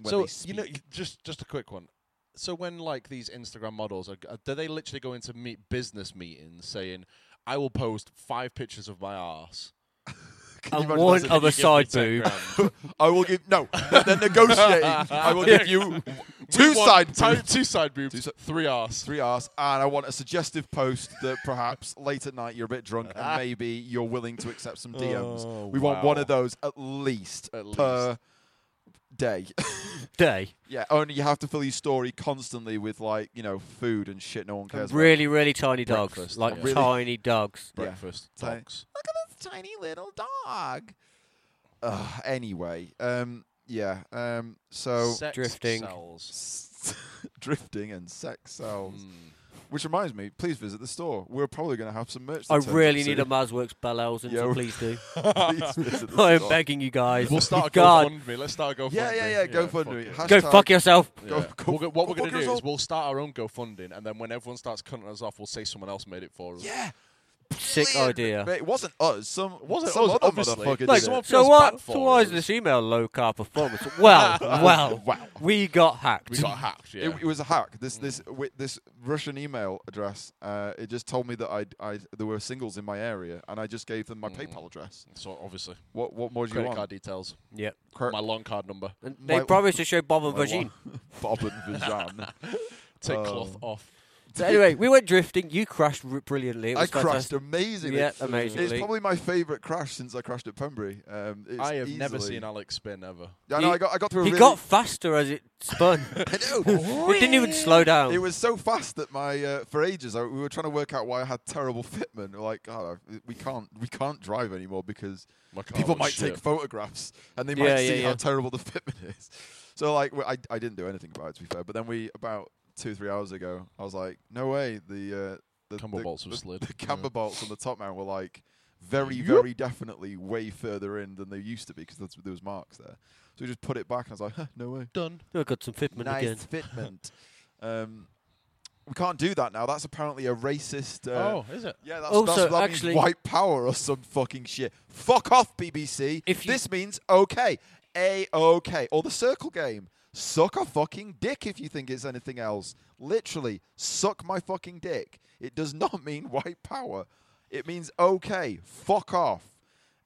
Speaker 4: When
Speaker 1: so
Speaker 4: they speak.
Speaker 1: you know, y- just just a quick one. So when like these Instagram models are, g- do they literally go into meet business meetings saying, "I will post five pictures of my arse
Speaker 4: Can you
Speaker 3: And
Speaker 4: imagine
Speaker 3: one
Speaker 4: that's
Speaker 1: Can
Speaker 3: other
Speaker 1: you give me
Speaker 3: side
Speaker 1: 10
Speaker 3: boob.
Speaker 1: grand?"
Speaker 4: it? I will give no. They're negotiating. I will give you two
Speaker 1: We want
Speaker 4: side
Speaker 1: ti-
Speaker 4: boobs,
Speaker 1: two side boobs,
Speaker 4: Two si-
Speaker 1: three arse.
Speaker 4: three R's, and I want a suggestive post that perhaps late at night you're a bit drunk and maybe you're willing to accept some DMs.
Speaker 1: Oh,
Speaker 4: we want one
Speaker 1: wow.
Speaker 4: of those at least
Speaker 1: At
Speaker 4: per day.
Speaker 3: Day.
Speaker 4: Yeah, only you have to fill your story constantly with like you know food and shit. No one cares.
Speaker 3: Really, really tiny dogs.
Speaker 1: Breakfast,
Speaker 3: Like
Speaker 1: yeah.
Speaker 4: Really-
Speaker 3: tiny dogs.
Speaker 4: Yeah.
Speaker 1: Breakfast
Speaker 4: So-
Speaker 1: talks.
Speaker 4: About. Look at this tiny little dog. Ugh, anyway, um, yeah, um, so
Speaker 1: Sex
Speaker 3: Drifting.
Speaker 1: sells.
Speaker 4: drifting and sex sells.
Speaker 1: Mm.
Speaker 4: Which reminds me, please visit the store. We're probably going to have some merch.
Speaker 3: Hmm. I
Speaker 4: to take
Speaker 3: really
Speaker 4: you
Speaker 3: need
Speaker 4: to.
Speaker 3: a Masworks Bellels, and
Speaker 4: Yeah,
Speaker 3: so
Speaker 4: we-
Speaker 3: please do.
Speaker 4: please visit the
Speaker 3: I'm
Speaker 4: store.
Speaker 3: begging you guys.
Speaker 1: We'll start a
Speaker 3: God,
Speaker 1: GoFundMe. Let's start a GoFundMe.
Speaker 4: Yeah, yeah, yeah. GoFundMe.
Speaker 1: fuck it.
Speaker 4: Hashtag
Speaker 3: go fuck yourself.
Speaker 4: Go-
Speaker 1: Yeah.
Speaker 4: go-
Speaker 1: We'll go- what
Speaker 4: go
Speaker 1: we're going
Speaker 4: fuck
Speaker 1: to do
Speaker 4: yourself.
Speaker 1: is we'll start our own GoFunding, and then when everyone starts cutting us off, we'll say someone else made it for us.
Speaker 4: Yeah.
Speaker 3: Sick
Speaker 4: Brilliant.
Speaker 3: idea.
Speaker 4: But it wasn't us. Some
Speaker 1: Wasn't
Speaker 4: some
Speaker 1: us,
Speaker 4: other
Speaker 1: obviously.
Speaker 4: motherfucker
Speaker 1: Like,
Speaker 4: did
Speaker 1: someone
Speaker 4: it.
Speaker 3: So
Speaker 1: feels
Speaker 3: what?
Speaker 1: bad
Speaker 3: So
Speaker 1: for
Speaker 3: why is
Speaker 1: us.
Speaker 3: this email low car performance? Well, well,
Speaker 4: Wow.
Speaker 3: we got hacked.
Speaker 1: We got hacked. Yeah. Mm.
Speaker 4: It, it was a hack. This this wi- this Russian email address. Uh, it just told me that I I there were singles in my area, and I just gave them my
Speaker 1: Mm.
Speaker 4: PayPal address.
Speaker 1: so obviously,
Speaker 4: What what more do
Speaker 1: credit
Speaker 4: you
Speaker 1: card
Speaker 4: want?
Speaker 1: details,
Speaker 3: Yep.
Speaker 4: Cre-
Speaker 1: my long card number.
Speaker 3: And
Speaker 4: My-
Speaker 3: they promised to show Bob and
Speaker 4: my
Speaker 3: Virgin.
Speaker 4: Bob and Vijan.
Speaker 1: Take
Speaker 4: Oh.
Speaker 1: cloth off.
Speaker 3: So anyway, we went drifting. You crashed r- brilliantly. It
Speaker 4: I
Speaker 3: was
Speaker 4: crashed
Speaker 3: fantastic.
Speaker 4: amazingly.
Speaker 3: Yeah, amazingly.
Speaker 4: It's probably my favourite crash since I crashed at Pembrey. Um, it's
Speaker 1: I have never
Speaker 4: easily-
Speaker 1: seen Alex spin ever.
Speaker 4: I know,
Speaker 3: He-
Speaker 4: I got, I got through a
Speaker 3: He
Speaker 4: really
Speaker 3: got faster as it spun.
Speaker 4: I know.
Speaker 3: it didn't even slow down.
Speaker 4: It was so fast that my uh, for ages I, we were trying to work out why I had terrible fitment. We're Like, God, I- we can't we can't drive anymore because
Speaker 1: My car
Speaker 4: people
Speaker 1: was
Speaker 4: might
Speaker 1: shit.
Speaker 4: take photographs and they
Speaker 3: Yeah,
Speaker 4: might
Speaker 3: yeah,
Speaker 4: see how
Speaker 3: yeah.
Speaker 4: terrible the fitment is. So like, we- I I didn't do anything about it to be fair. But then we about two three hours ago, I was like, no way the uh, the
Speaker 1: Camber
Speaker 4: the-
Speaker 1: bolts have
Speaker 4: the-
Speaker 1: slid.
Speaker 4: The
Speaker 1: Yeah.
Speaker 4: camber bolts on the top man were like very
Speaker 1: Yup.
Speaker 4: very definitely way further in than they used to be because there was marks there. So we just put it back and I was like, huh, no way
Speaker 1: Done.
Speaker 3: I Oh, got some fitment again.
Speaker 4: fitment. um, we can't do that now. That's apparently a racist. Uh,
Speaker 1: oh, is it?
Speaker 4: Yeah, that's,
Speaker 3: Also,
Speaker 4: that's that means
Speaker 3: actually-
Speaker 4: white power or some fucking shit. Fuck off, BBC.
Speaker 3: If you-
Speaker 4: this means okay, a okay, or the circle game. Suck a fucking dick if you think it's anything else. Literally, suck my fucking dick. It does not mean white power. It means okay. Fuck off.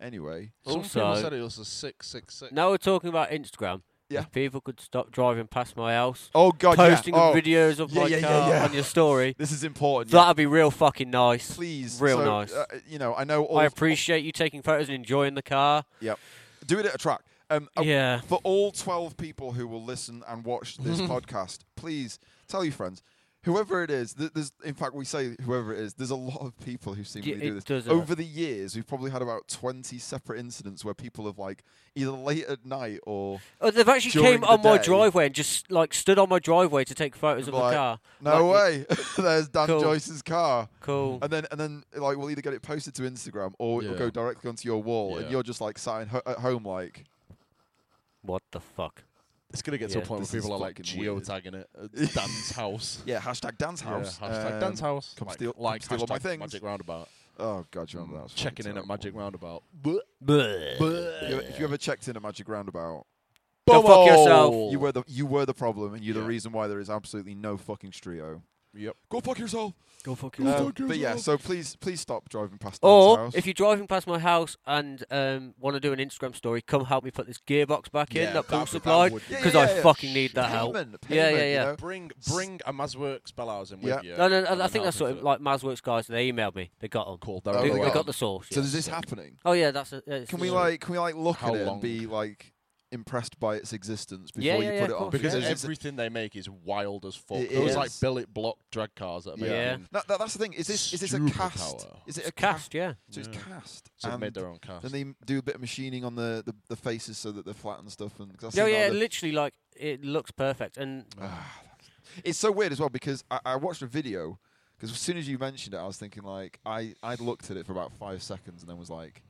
Speaker 4: Anyway,
Speaker 1: Some people
Speaker 3: Also-
Speaker 1: said it was a six six six.
Speaker 3: Now we're talking about Instagram.
Speaker 4: Yeah.
Speaker 3: If people could stop driving past my house,
Speaker 4: oh god,
Speaker 3: posting
Speaker 4: yeah. Oh,
Speaker 3: videos of
Speaker 4: Yeah,
Speaker 3: my
Speaker 4: yeah, yeah,
Speaker 3: car
Speaker 4: yeah.
Speaker 3: on your story,
Speaker 4: This is important. yeah.
Speaker 3: that'd be real fucking nice.
Speaker 4: Please,
Speaker 3: Real
Speaker 4: so,
Speaker 3: nice.
Speaker 4: Uh, you know, I know all.
Speaker 3: I appreciate you taking photos and enjoying the car.
Speaker 4: Yep. Do it at a track. Um, uh,
Speaker 3: Yeah.
Speaker 4: For all 12 people who will listen and watch this podcast, please tell your friends. Whoever it is, th- there's, in fact, we say whoever it is, there's a lot of people who seemingly
Speaker 3: it
Speaker 4: do this.
Speaker 3: does, uh,
Speaker 4: Over the years, we've probably had about 20 separate incidents where people have, like, either late at night or.
Speaker 3: Oh, they've actually
Speaker 4: During
Speaker 3: came
Speaker 4: the
Speaker 3: on my
Speaker 4: day.
Speaker 3: driveway and just like stood on my driveway to take photos of
Speaker 4: Like,
Speaker 3: the car.
Speaker 4: No
Speaker 3: Like,
Speaker 4: way! there's Dan
Speaker 3: Cool.
Speaker 4: Joyce's car.
Speaker 3: Cool.
Speaker 4: And then, and then, like, we'll either get it posted to Instagram or it'll
Speaker 1: Yeah.
Speaker 4: go directly onto your wall, and
Speaker 1: Yeah.
Speaker 4: you're just, like, sat in ho- at home, like,
Speaker 3: What the fuck?
Speaker 1: It's gonna get to
Speaker 3: Yeah,
Speaker 1: a point where
Speaker 4: this is
Speaker 1: people are like
Speaker 4: fucking weird.
Speaker 1: geotagging it. at Dan's house.
Speaker 4: yeah, hashtag Dan's house.
Speaker 1: Yeah, hashtag
Speaker 4: Um,
Speaker 1: Dan's house.
Speaker 4: come
Speaker 1: like,
Speaker 4: steal- come
Speaker 1: like
Speaker 4: steal all my
Speaker 1: hashtag
Speaker 4: things.
Speaker 1: Magic Roundabout. Mm,
Speaker 4: Oh god, do you remember that? was
Speaker 1: Checking in
Speaker 4: fucking
Speaker 1: at Magic
Speaker 4: terrible.
Speaker 1: Roundabout.
Speaker 4: If you ever- If you ever checked in at Magic Roundabout,
Speaker 3: Go fuck yourself.
Speaker 1: Bubble.
Speaker 4: you were the you were the problem, and you're the
Speaker 1: Yeah.
Speaker 4: reason why there is absolutely no fucking streeto.
Speaker 1: Yep.
Speaker 4: Go fuck yourself.
Speaker 3: Go fuck
Speaker 4: Um,
Speaker 3: yourself.
Speaker 4: but yeah, so please please stop driving past Dan's
Speaker 3: Or
Speaker 4: house.
Speaker 3: if you're driving past my house and um, want to do an Instagram story, come help me put this gearbox back in
Speaker 1: Yeah, that
Speaker 3: that Paul
Speaker 1: would- that
Speaker 3: supplied
Speaker 1: would be-
Speaker 3: because
Speaker 4: Yeah,
Speaker 3: I
Speaker 4: yeah, yeah.
Speaker 3: fucking need that help.
Speaker 4: payment,
Speaker 3: Yeah, yeah,
Speaker 4: payment, you
Speaker 3: yeah.
Speaker 4: know?
Speaker 1: Bring bring a Maswork spell hours in with
Speaker 4: Yeah.
Speaker 1: you.
Speaker 3: No, no,
Speaker 1: and
Speaker 3: no, I
Speaker 1: then
Speaker 3: think
Speaker 1: help
Speaker 3: that's sort
Speaker 1: with it.
Speaker 3: of like Maswork's guys. They emailed me. They got them.
Speaker 1: cool. They're
Speaker 4: Oh,
Speaker 1: out
Speaker 3: They,
Speaker 1: of
Speaker 4: they
Speaker 3: they
Speaker 1: the way.
Speaker 3: got the source.
Speaker 4: So
Speaker 3: yeah.
Speaker 4: is this happening?
Speaker 3: Oh yeah, that's. A, yeah, it's
Speaker 4: Can
Speaker 3: a-
Speaker 4: we like can we like look
Speaker 1: How
Speaker 4: at it
Speaker 1: long?
Speaker 4: and be like impressed by its existence before
Speaker 3: Yeah,
Speaker 4: you
Speaker 3: yeah,
Speaker 4: put
Speaker 3: yeah,
Speaker 4: it
Speaker 3: of
Speaker 4: on?
Speaker 3: course,
Speaker 1: Because
Speaker 3: yeah.
Speaker 4: it's-
Speaker 1: everything they make is wild as fuck.
Speaker 4: It
Speaker 1: It was like
Speaker 4: is.
Speaker 1: billet block drag cars that are
Speaker 3: Yeah.
Speaker 1: making.
Speaker 4: That, that, that's the thing. Is this is this a
Speaker 1: Stupid
Speaker 4: cast?
Speaker 1: power.
Speaker 4: Is it
Speaker 3: It's
Speaker 4: a
Speaker 3: cast? Yeah.
Speaker 4: So it's
Speaker 1: Yeah.
Speaker 4: cast.
Speaker 1: So they
Speaker 4: and
Speaker 1: made their own cast.
Speaker 4: Then they m- do a bit of machining on the, the, the faces so that they're flat and stuff. And 'cause I've
Speaker 3: No,
Speaker 4: seen all
Speaker 3: yeah,
Speaker 4: the-
Speaker 3: literally, like it looks perfect, and
Speaker 4: Ah, it's so weird as well because I, I watched a video because as soon as you mentioned it, I was thinking like I I looked at it for about five seconds and then was like,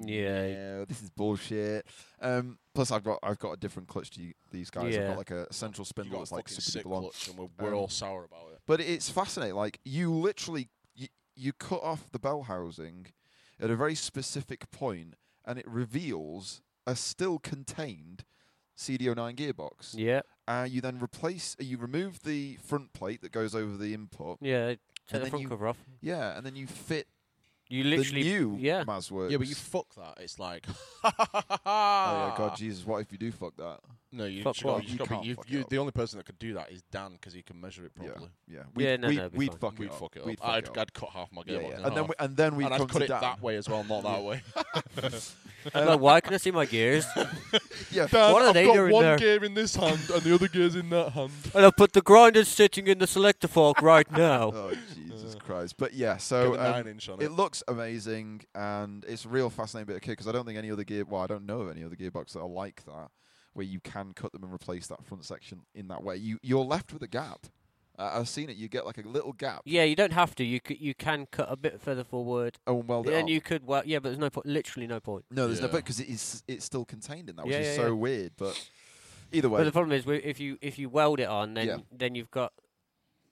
Speaker 3: yeah,
Speaker 4: yeah, this is bullshit. Um, plus I've got I've got a different clutch to you, these guys. I've
Speaker 3: Yeah.
Speaker 4: got like a central
Speaker 1: You
Speaker 4: spindle
Speaker 1: got a
Speaker 4: that's like
Speaker 1: fucking
Speaker 4: super
Speaker 1: sick
Speaker 4: duper long.
Speaker 1: clutch, and we're, we're
Speaker 4: Um,
Speaker 1: all sour about it.
Speaker 4: But it's fascinating. Like you literally you, you cut off the bell housing at a very specific point, and it reveals a still contained CDO9 gearbox.
Speaker 3: yeah,
Speaker 4: Uh, you then replace, uh, you remove the front plate that goes over the input.
Speaker 3: yeah.
Speaker 4: And
Speaker 3: Take the
Speaker 4: then
Speaker 3: front
Speaker 4: you-
Speaker 3: cover off.
Speaker 4: Yeah, and then you fit
Speaker 3: You literally,
Speaker 4: the new
Speaker 3: yeah.
Speaker 4: Masworks.
Speaker 1: Yeah, but you fuck that. It's like,
Speaker 4: Oh yeah,
Speaker 3: Ah.
Speaker 4: God, Jesus! What if you do fuck that?
Speaker 1: No, you
Speaker 3: Fuck
Speaker 1: just
Speaker 3: what?
Speaker 1: gotta- you
Speaker 4: You
Speaker 1: just gotta
Speaker 4: can't
Speaker 1: be- you-
Speaker 4: fuck it
Speaker 1: you-
Speaker 4: up.
Speaker 1: the only person that could do that is Dan because he can measure it properly.
Speaker 4: Yeah, yeah. We'd,
Speaker 3: Yeah, no,
Speaker 4: we'd,
Speaker 3: no, it'd be
Speaker 4: we'd
Speaker 3: fine.
Speaker 4: fuck
Speaker 1: We'd
Speaker 4: it up.
Speaker 1: fuck it up.
Speaker 4: We'd fuck
Speaker 1: I'd,
Speaker 4: it up.
Speaker 1: I'd cut half my
Speaker 4: Yeah,
Speaker 1: gearbox.
Speaker 4: yeah.
Speaker 1: in
Speaker 4: And then
Speaker 1: half.
Speaker 4: we, and then we
Speaker 1: and
Speaker 4: come
Speaker 1: I'd cut
Speaker 4: to
Speaker 1: it
Speaker 4: Dan.
Speaker 1: that way as well, not that way.
Speaker 3: I'm like,
Speaker 4: Um,
Speaker 3: why can I see my gears?
Speaker 4: Yeah,
Speaker 1: Dan,
Speaker 3: What are
Speaker 1: I've
Speaker 3: they
Speaker 1: got
Speaker 3: doing
Speaker 1: one
Speaker 3: there?
Speaker 1: gear in this hand and the other gear's in that hand.
Speaker 3: and I put the grinder sitting in the selector fork right now.
Speaker 4: Oh Jesus Christ! But yeah,
Speaker 1: Get
Speaker 4: so
Speaker 1: the
Speaker 4: um,
Speaker 1: nine inch on it.
Speaker 4: it looks amazing, and it's a real fascinating bit of kit because I don't think any other gear. Well, I don't know of any other gearbox that are like that, where you can cut them and replace that front section in that way. You you're left with a gap. Uh, I've seen it. You get like a little gap
Speaker 3: Yeah, you don't have to. You c- you can cut a bit further forward,
Speaker 4: and weld it.
Speaker 3: and
Speaker 4: up.
Speaker 3: you could. Well, yeah, but there's no point. Literally, no point.
Speaker 4: no, there's no
Speaker 1: Yeah.
Speaker 4: point because it is it's still contained in that, which
Speaker 3: Yeah,
Speaker 4: is
Speaker 3: yeah,
Speaker 4: so
Speaker 3: yeah.
Speaker 4: weird. But either way,
Speaker 3: But the problem is, wi- if you if you weld it on, then
Speaker 4: Yeah.
Speaker 3: then you've got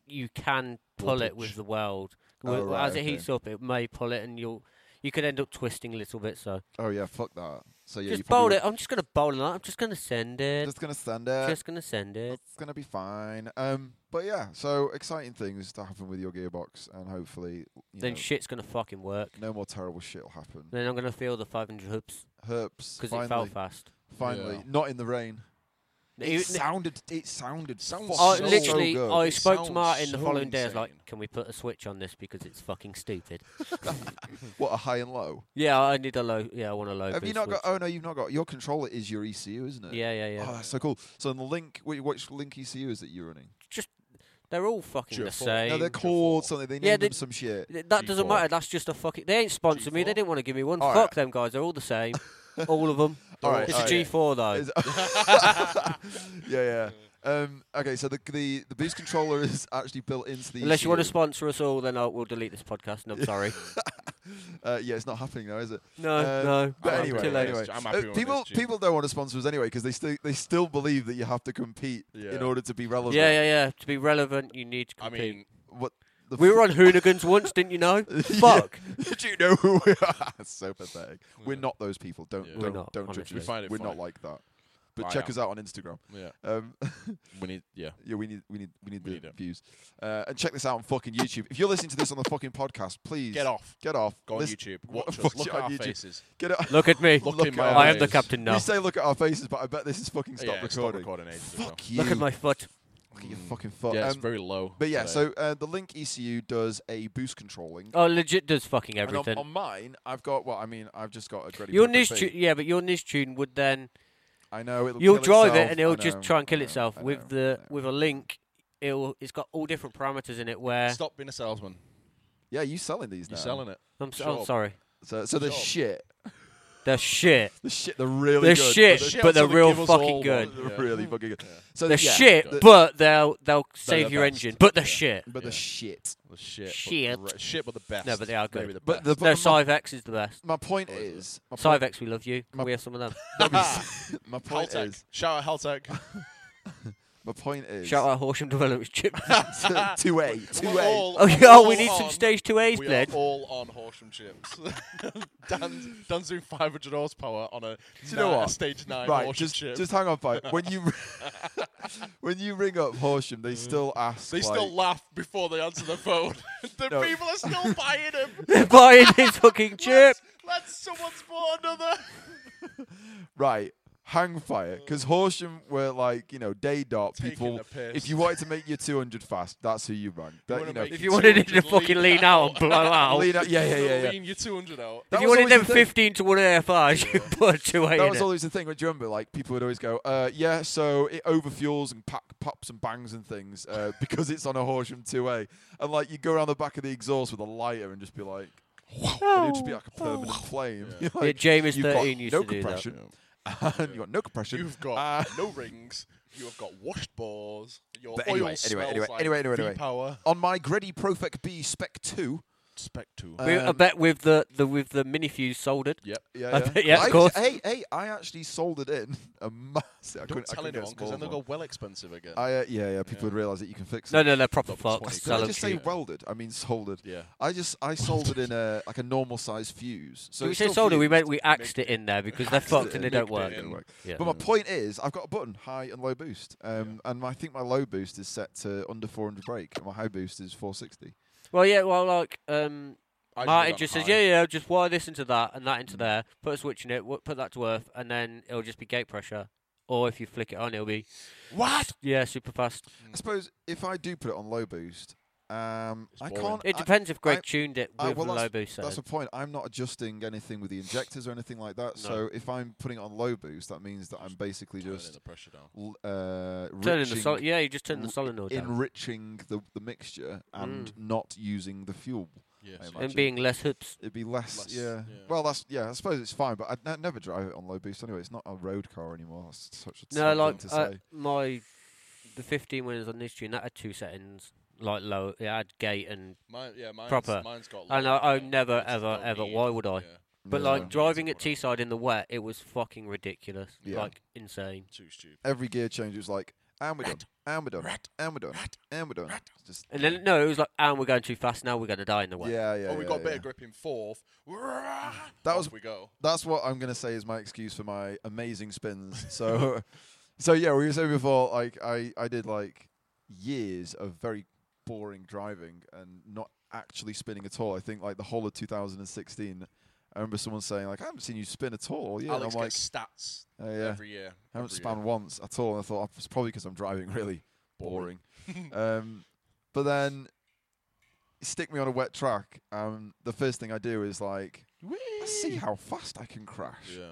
Speaker 3: you can pull it with
Speaker 1: Voltage.
Speaker 3: the weld.
Speaker 4: Oh,
Speaker 3: Wi-
Speaker 4: right,
Speaker 3: As it
Speaker 4: okay.
Speaker 3: heats up, it may pull it, and you'll you could end up twisting a little bit. So
Speaker 4: oh yeah, fuck that. So yeah, you
Speaker 3: just
Speaker 4: probably
Speaker 3: bowl
Speaker 4: would-
Speaker 3: it. I'm just gonna bowl it. I'm just gonna send it.
Speaker 4: Just uh, gonna stand there.
Speaker 3: just gonna send it.
Speaker 4: It's gonna be fine. Um, but yeah, so exciting things to happen with your gearbox, and hopefully, you
Speaker 3: Then
Speaker 4: know,
Speaker 3: shit's gonna fucking work.
Speaker 4: no more terrible shit will happen.
Speaker 3: Then I'm gonna feel the 500 hoops
Speaker 4: Herps
Speaker 3: because
Speaker 4: finally,
Speaker 3: it fell fast.
Speaker 4: finally,
Speaker 1: Yeah.
Speaker 4: not in the rain. It,
Speaker 3: He-
Speaker 4: sounded. It sounded.
Speaker 1: Sounds
Speaker 4: fucking
Speaker 3: I
Speaker 1: so
Speaker 3: Oh, literally,
Speaker 4: good.
Speaker 3: I
Speaker 1: It
Speaker 3: spoke to
Speaker 1: sounds
Speaker 3: Martin the
Speaker 1: so
Speaker 3: following day. I was
Speaker 1: insane.
Speaker 3: like, "Can we put a switch on this because it's fucking stupid."
Speaker 4: what a high and low.
Speaker 3: yeah, I need a low. Yeah, I want a low.
Speaker 4: Have
Speaker 3: boost
Speaker 4: you not got?
Speaker 3: switch.
Speaker 4: Oh no, you've not got. Your controller is your ECU, isn't it?
Speaker 3: Yeah, yeah, yeah.
Speaker 4: Oh, that's so cool. So in the link, whi- which link ECU is that you're running?
Speaker 3: They're all fucking the
Speaker 1: G4.
Speaker 3: same.
Speaker 4: No, they're
Speaker 1: G4.
Speaker 4: called something. They named
Speaker 3: Yeah,
Speaker 4: them
Speaker 3: they-
Speaker 4: some shit.
Speaker 3: Th- That doesn't
Speaker 1: G4.
Speaker 3: matter. That's just a fucking. They ain't sponsored me. They
Speaker 1: G4?
Speaker 3: didn't want to give me one.
Speaker 4: All
Speaker 3: Fuck them guys. They're all the same. all of them.
Speaker 4: All right,
Speaker 3: it's
Speaker 4: all
Speaker 3: a
Speaker 4: right.
Speaker 3: G4 though.
Speaker 4: Is- yeah, yeah. Um, okay, so the, the the boost controller is actually built into the. E
Speaker 3: Unless you want to
Speaker 4: ECU.
Speaker 3: sponsor us all, then I'll, we'll delete this podcast. No, I'm sorry.
Speaker 4: Uh, yeah, it's not happening now, is it?
Speaker 3: No,
Speaker 4: Uh,
Speaker 3: no.
Speaker 4: But
Speaker 1: I'm
Speaker 4: anyway,
Speaker 1: happy
Speaker 3: too
Speaker 1: with
Speaker 3: late.
Speaker 4: anyway.
Speaker 1: this. I'm happy
Speaker 4: Uh,
Speaker 1: with this,
Speaker 4: people
Speaker 1: G.
Speaker 4: people don't want to sponsor us anyway because they still they still believe that you have to compete in
Speaker 1: Yeah.
Speaker 4: order to be relevant.
Speaker 3: Yeah, yeah, yeah. To be relevant, you need to
Speaker 1: I
Speaker 3: compete.
Speaker 1: mean,
Speaker 4: What the
Speaker 3: we
Speaker 4: f-
Speaker 3: were on Hoonigans once, didn't you know?
Speaker 4: Yeah.
Speaker 3: Fuck.
Speaker 4: Did you know who we are? so pathetic. We're
Speaker 1: Yeah.
Speaker 4: not those people. Don't
Speaker 1: Yeah.
Speaker 4: don't,
Speaker 1: We're
Speaker 3: not,
Speaker 4: don't judge
Speaker 3: honestly.
Speaker 1: We
Speaker 4: us.
Speaker 1: find it
Speaker 4: We're not
Speaker 1: funny.
Speaker 4: like that. But
Speaker 1: I
Speaker 4: check
Speaker 1: am.
Speaker 4: us out on Instagram.
Speaker 1: yeah,
Speaker 4: Um,
Speaker 1: we need yeah.
Speaker 4: yeah, we need we need we need
Speaker 1: We
Speaker 4: the
Speaker 1: need it.
Speaker 4: views. Uh, and check this out on fucking YouTube. If you're listening to this on the fucking podcast, please
Speaker 1: Get off.
Speaker 4: Get off.
Speaker 1: Go on
Speaker 4: Listen-
Speaker 1: YouTube.
Speaker 4: wa-
Speaker 1: Watch
Speaker 4: watch
Speaker 1: us. Look
Speaker 4: it
Speaker 1: at
Speaker 4: on
Speaker 1: our
Speaker 4: YouTube.
Speaker 1: faces.
Speaker 4: Get off.
Speaker 3: Look at me.
Speaker 1: Look
Speaker 4: Look
Speaker 1: in
Speaker 4: at
Speaker 1: my
Speaker 4: our
Speaker 3: Oh, I am the
Speaker 1: eyes.
Speaker 3: captain now.
Speaker 4: You say look at our faces, but I bet this is fucking stop
Speaker 1: Oh, yeah,
Speaker 4: recording.
Speaker 1: stop recording ages as well.
Speaker 4: Fuck you.
Speaker 3: Look at my foot.
Speaker 4: Look at your
Speaker 1: Mm.
Speaker 4: fucking fuck.
Speaker 1: Yeah, it's
Speaker 4: Um,
Speaker 1: very low.
Speaker 4: but yeah,
Speaker 1: today.
Speaker 4: so uh, the Link ECU does a boost controlling.
Speaker 3: Oh, legit does fucking
Speaker 4: and on,
Speaker 3: everything.
Speaker 4: on mine, I've got well, I mean, I've just got a Greddy
Speaker 3: your
Speaker 4: Pepper
Speaker 3: niche,
Speaker 4: thing.
Speaker 3: tune, yeah, but your niche tune would then
Speaker 4: I know it'll
Speaker 3: you'll
Speaker 4: kill
Speaker 3: drive
Speaker 4: itself.
Speaker 3: it and
Speaker 4: I
Speaker 3: it'll just
Speaker 4: know,
Speaker 3: try and
Speaker 4: I
Speaker 3: kill
Speaker 4: know,
Speaker 3: itself
Speaker 4: I
Speaker 3: with
Speaker 4: know,
Speaker 3: the
Speaker 4: I know.
Speaker 3: with a link. It'll it's got all different parameters in it where
Speaker 1: stop being a salesman.
Speaker 4: Yeah, you selling these
Speaker 1: You're
Speaker 4: now?
Speaker 1: selling it.
Speaker 3: I'm, s-
Speaker 1: Sure.
Speaker 3: I'm sorry,
Speaker 4: So, so the
Speaker 1: Job.
Speaker 4: shit,
Speaker 3: the shit,
Speaker 4: the shit, the really
Speaker 3: They're shit,
Speaker 4: good, the
Speaker 3: but they're real fucking good.
Speaker 4: They're really fucking good. So
Speaker 3: the
Speaker 4: yeah,
Speaker 3: shit,
Speaker 4: the-
Speaker 3: but they'll they'll save
Speaker 1: the
Speaker 3: your
Speaker 1: best.
Speaker 3: engine, but the
Speaker 1: Yeah.
Speaker 3: shit.
Speaker 4: but the
Speaker 1: Yeah.
Speaker 4: shit.
Speaker 1: The shit.
Speaker 3: Shit.
Speaker 1: But the, re- shit, but the best.
Speaker 3: No, but they are good.
Speaker 1: Maybe the
Speaker 4: But
Speaker 1: best.
Speaker 4: the
Speaker 3: No,
Speaker 4: but my,
Speaker 3: Cyvex is the best.
Speaker 4: my point
Speaker 1: What is it?
Speaker 4: is, my point,
Speaker 3: Cyvex, we love you. Can
Speaker 4: my-
Speaker 3: we have some of them?
Speaker 4: no, but- my point
Speaker 1: Haltech.
Speaker 4: is,
Speaker 1: Shout out Haltech.
Speaker 4: my point is,
Speaker 3: Shout out Horsham Development Chip.
Speaker 4: two A, two
Speaker 1: We're
Speaker 4: A.
Speaker 1: all-
Speaker 3: oh yeah,
Speaker 1: we're
Speaker 3: oh, we
Speaker 1: all
Speaker 3: need some
Speaker 1: on-
Speaker 3: stage two A's
Speaker 1: We
Speaker 3: then.
Speaker 1: are all on Horsham chips. Dan's, Dan's doing 500 horsepower on a,
Speaker 4: you know
Speaker 1: ni- a
Speaker 4: what?
Speaker 1: stage 9
Speaker 4: Right,
Speaker 1: Horsham
Speaker 4: just
Speaker 1: chip.
Speaker 4: just hang on, fight. When you when you ring up Horsham, they still ask.
Speaker 1: Uh. they
Speaker 4: like,
Speaker 1: still laugh before they answer the phone. the
Speaker 4: No.
Speaker 1: people are still buying them.
Speaker 3: They're buying his fucking chip.
Speaker 1: Let's, let's someone's bought another.
Speaker 4: right, hang fire. Because Horsham were like, you know, day dot
Speaker 1: Mm. Taking
Speaker 4: people.
Speaker 1: the piss.
Speaker 4: If you wanted to make your 200 fast, that's who you rang. That, you
Speaker 1: wanna
Speaker 4: know,
Speaker 1: make
Speaker 3: If
Speaker 1: If
Speaker 3: you
Speaker 1: you
Speaker 3: wanted it to
Speaker 1: 200
Speaker 3: fucking
Speaker 1: lean
Speaker 3: lean out and blow out,
Speaker 4: lean out- yeah, yeah, yeah, yeah.
Speaker 1: Lean your 200 out.
Speaker 4: That
Speaker 3: if you
Speaker 4: was
Speaker 3: wanted
Speaker 4: always
Speaker 3: them
Speaker 4: the thing.
Speaker 3: 15 to 1 AFRs, you put a 2 8
Speaker 4: That
Speaker 3: in
Speaker 4: was
Speaker 3: it.
Speaker 4: always the thing. Would you remember? Like people would always go, uh, "Yeah, so it overfuels and pack pops and bangs and things uh, because it's on a Horsham 2A." And like you go around the back of the exhaust with a lighter and just be like, and it would just be like a permanent flame.
Speaker 1: Yeah.
Speaker 4: You're like,
Speaker 3: Oh. James
Speaker 4: you've got
Speaker 3: 13 used
Speaker 4: no
Speaker 3: to do that.
Speaker 4: compression. and you got no compression.
Speaker 1: You've got
Speaker 4: Uh,
Speaker 1: no rings. You have got washed bores. Your
Speaker 4: But
Speaker 1: oil
Speaker 4: anyway, anyway,
Speaker 1: smells
Speaker 4: anyway,
Speaker 1: like
Speaker 4: anyway, anyway, anyway.
Speaker 1: power.
Speaker 4: on my Greddy Profec B Spec 2.
Speaker 1: Spec two.
Speaker 4: Uh,
Speaker 3: We- I
Speaker 4: um,
Speaker 3: bet with the, the with the mini fuse soldered.
Speaker 1: yep.
Speaker 4: Yeah,
Speaker 3: I
Speaker 4: yeah.
Speaker 3: bet- yeah, of
Speaker 4: I-
Speaker 3: course.
Speaker 4: Hey, hey, I actually soldered in a massive. I
Speaker 1: Don't
Speaker 4: couldn't,
Speaker 1: tell
Speaker 4: I couldn't get a
Speaker 1: anyone because
Speaker 4: small
Speaker 1: then they'll
Speaker 4: one.
Speaker 1: go well expensive again.
Speaker 4: I, uh, yeah, yeah. People would realize that you can fix
Speaker 3: No,
Speaker 4: it.
Speaker 3: no, they're proper
Speaker 1: Double
Speaker 3: fucks.
Speaker 1: 20.
Speaker 4: Did
Speaker 3: Sell
Speaker 4: I
Speaker 3: 'em
Speaker 4: just
Speaker 3: cheap.
Speaker 4: say
Speaker 1: cheap.
Speaker 4: welded? I mean soldered.
Speaker 1: yeah.
Speaker 4: I just I soldered in a like a normal size fuse. So
Speaker 3: Did we
Speaker 4: it's
Speaker 3: say
Speaker 4: still
Speaker 3: solder? We
Speaker 4: fused.
Speaker 3: meant we axed it in there because they're fucked and they
Speaker 4: in,
Speaker 3: don't
Speaker 1: migged
Speaker 3: work.
Speaker 1: it in.
Speaker 4: Didn't work.
Speaker 3: Yeah.
Speaker 4: But my point is, I've got a button, high and low boost, um, and I think my low boost is set to under 400 brake, and my high boost is 460.
Speaker 3: Well, yeah, well, like, um,
Speaker 1: I should've
Speaker 3: Martin
Speaker 1: gone
Speaker 3: just says,
Speaker 1: high.
Speaker 3: yeah, yeah, just wire this into that and that
Speaker 4: Mm.
Speaker 3: into there, put a switch in it, wo- put that to earth, and then it'll just be gate pressure. Or if you flick it on, it'll be,
Speaker 1: What?
Speaker 3: yeah, super fast.
Speaker 4: I suppose if I do put it on low boost, um,
Speaker 1: It's
Speaker 4: I
Speaker 1: boring.
Speaker 4: can't.
Speaker 3: It
Speaker 4: I-
Speaker 3: depends if Greg
Speaker 4: I-
Speaker 3: tuned it
Speaker 4: I-
Speaker 3: with
Speaker 4: well,
Speaker 3: the low
Speaker 4: that's-
Speaker 3: boost
Speaker 4: that's
Speaker 3: setting.
Speaker 4: the point. I'm not adjusting anything with the injectors or anything like that. So
Speaker 3: No.
Speaker 4: if I'm putting it on low boost, that means that I'm basically
Speaker 1: Turning
Speaker 4: just
Speaker 1: the pressure down.
Speaker 4: l- uh,
Speaker 3: Turning the sol-
Speaker 4: enriching-
Speaker 3: yeah, Mm. you just turn the
Speaker 4: re-
Speaker 3: solenoid down.
Speaker 4: enriching the, the mixture and not using the fuel.
Speaker 1: Yes.
Speaker 4: I
Speaker 3: and
Speaker 4: imagine.
Speaker 3: being less hoops.
Speaker 4: It'd be less,
Speaker 1: Less,
Speaker 4: yeah.
Speaker 1: yeah.
Speaker 4: Well, that's yeah. I suppose it's fine, but I'd n- never drive it on low boost anyway. It's not a road car anymore. That's such a
Speaker 3: No,
Speaker 4: sad
Speaker 3: like
Speaker 4: thing to
Speaker 3: uh,
Speaker 4: say.
Speaker 3: my the 15 winners on this tune that had two settings, like low. It had gate and
Speaker 1: Mine, yeah, mine's,
Speaker 3: Proper.
Speaker 1: Mine's got.
Speaker 3: and I,
Speaker 1: low,
Speaker 3: I
Speaker 1: yeah.
Speaker 3: never
Speaker 1: It's
Speaker 3: ever
Speaker 1: no
Speaker 3: ever.
Speaker 1: need.
Speaker 3: Why would I?
Speaker 1: Yeah,
Speaker 3: But
Speaker 4: Yeah.
Speaker 3: like driving at
Speaker 1: It's all right.
Speaker 3: Teesside in the wet, it was fucking ridiculous.
Speaker 4: Yeah.
Speaker 3: Like insane.
Speaker 1: too stupid.
Speaker 4: every gear change was like, and we're done, and we're done, and we're done, and we're done. It's Just
Speaker 3: And then no, it was like, and we're going too fast. Now we're going to die in the wet.
Speaker 4: yeah, yeah.
Speaker 1: oh, we
Speaker 4: yeah,
Speaker 1: got better
Speaker 4: yeah.
Speaker 1: grip in fourth. That
Speaker 4: was-
Speaker 1: we go.
Speaker 4: That's what I'm gonna say is my excuse for my amazing spins. So, so yeah, we were saying before, like I I did like years of very boring driving and not actually spinning at all. I think like the whole of 2016. I remember someone saying like, "I haven't seen you spin at all all year." and
Speaker 1: Alex
Speaker 4: I'm like,
Speaker 1: gets stats
Speaker 4: "Oh, yeah,
Speaker 1: every year.
Speaker 4: I haven't
Speaker 1: every
Speaker 4: spun
Speaker 1: year.
Speaker 4: once at all." And I thought it's probably because I'm driving really boring. um, but then stick me on a wet track. Um, the first thing I do is like, I see how fast I can crash.
Speaker 1: Yeah.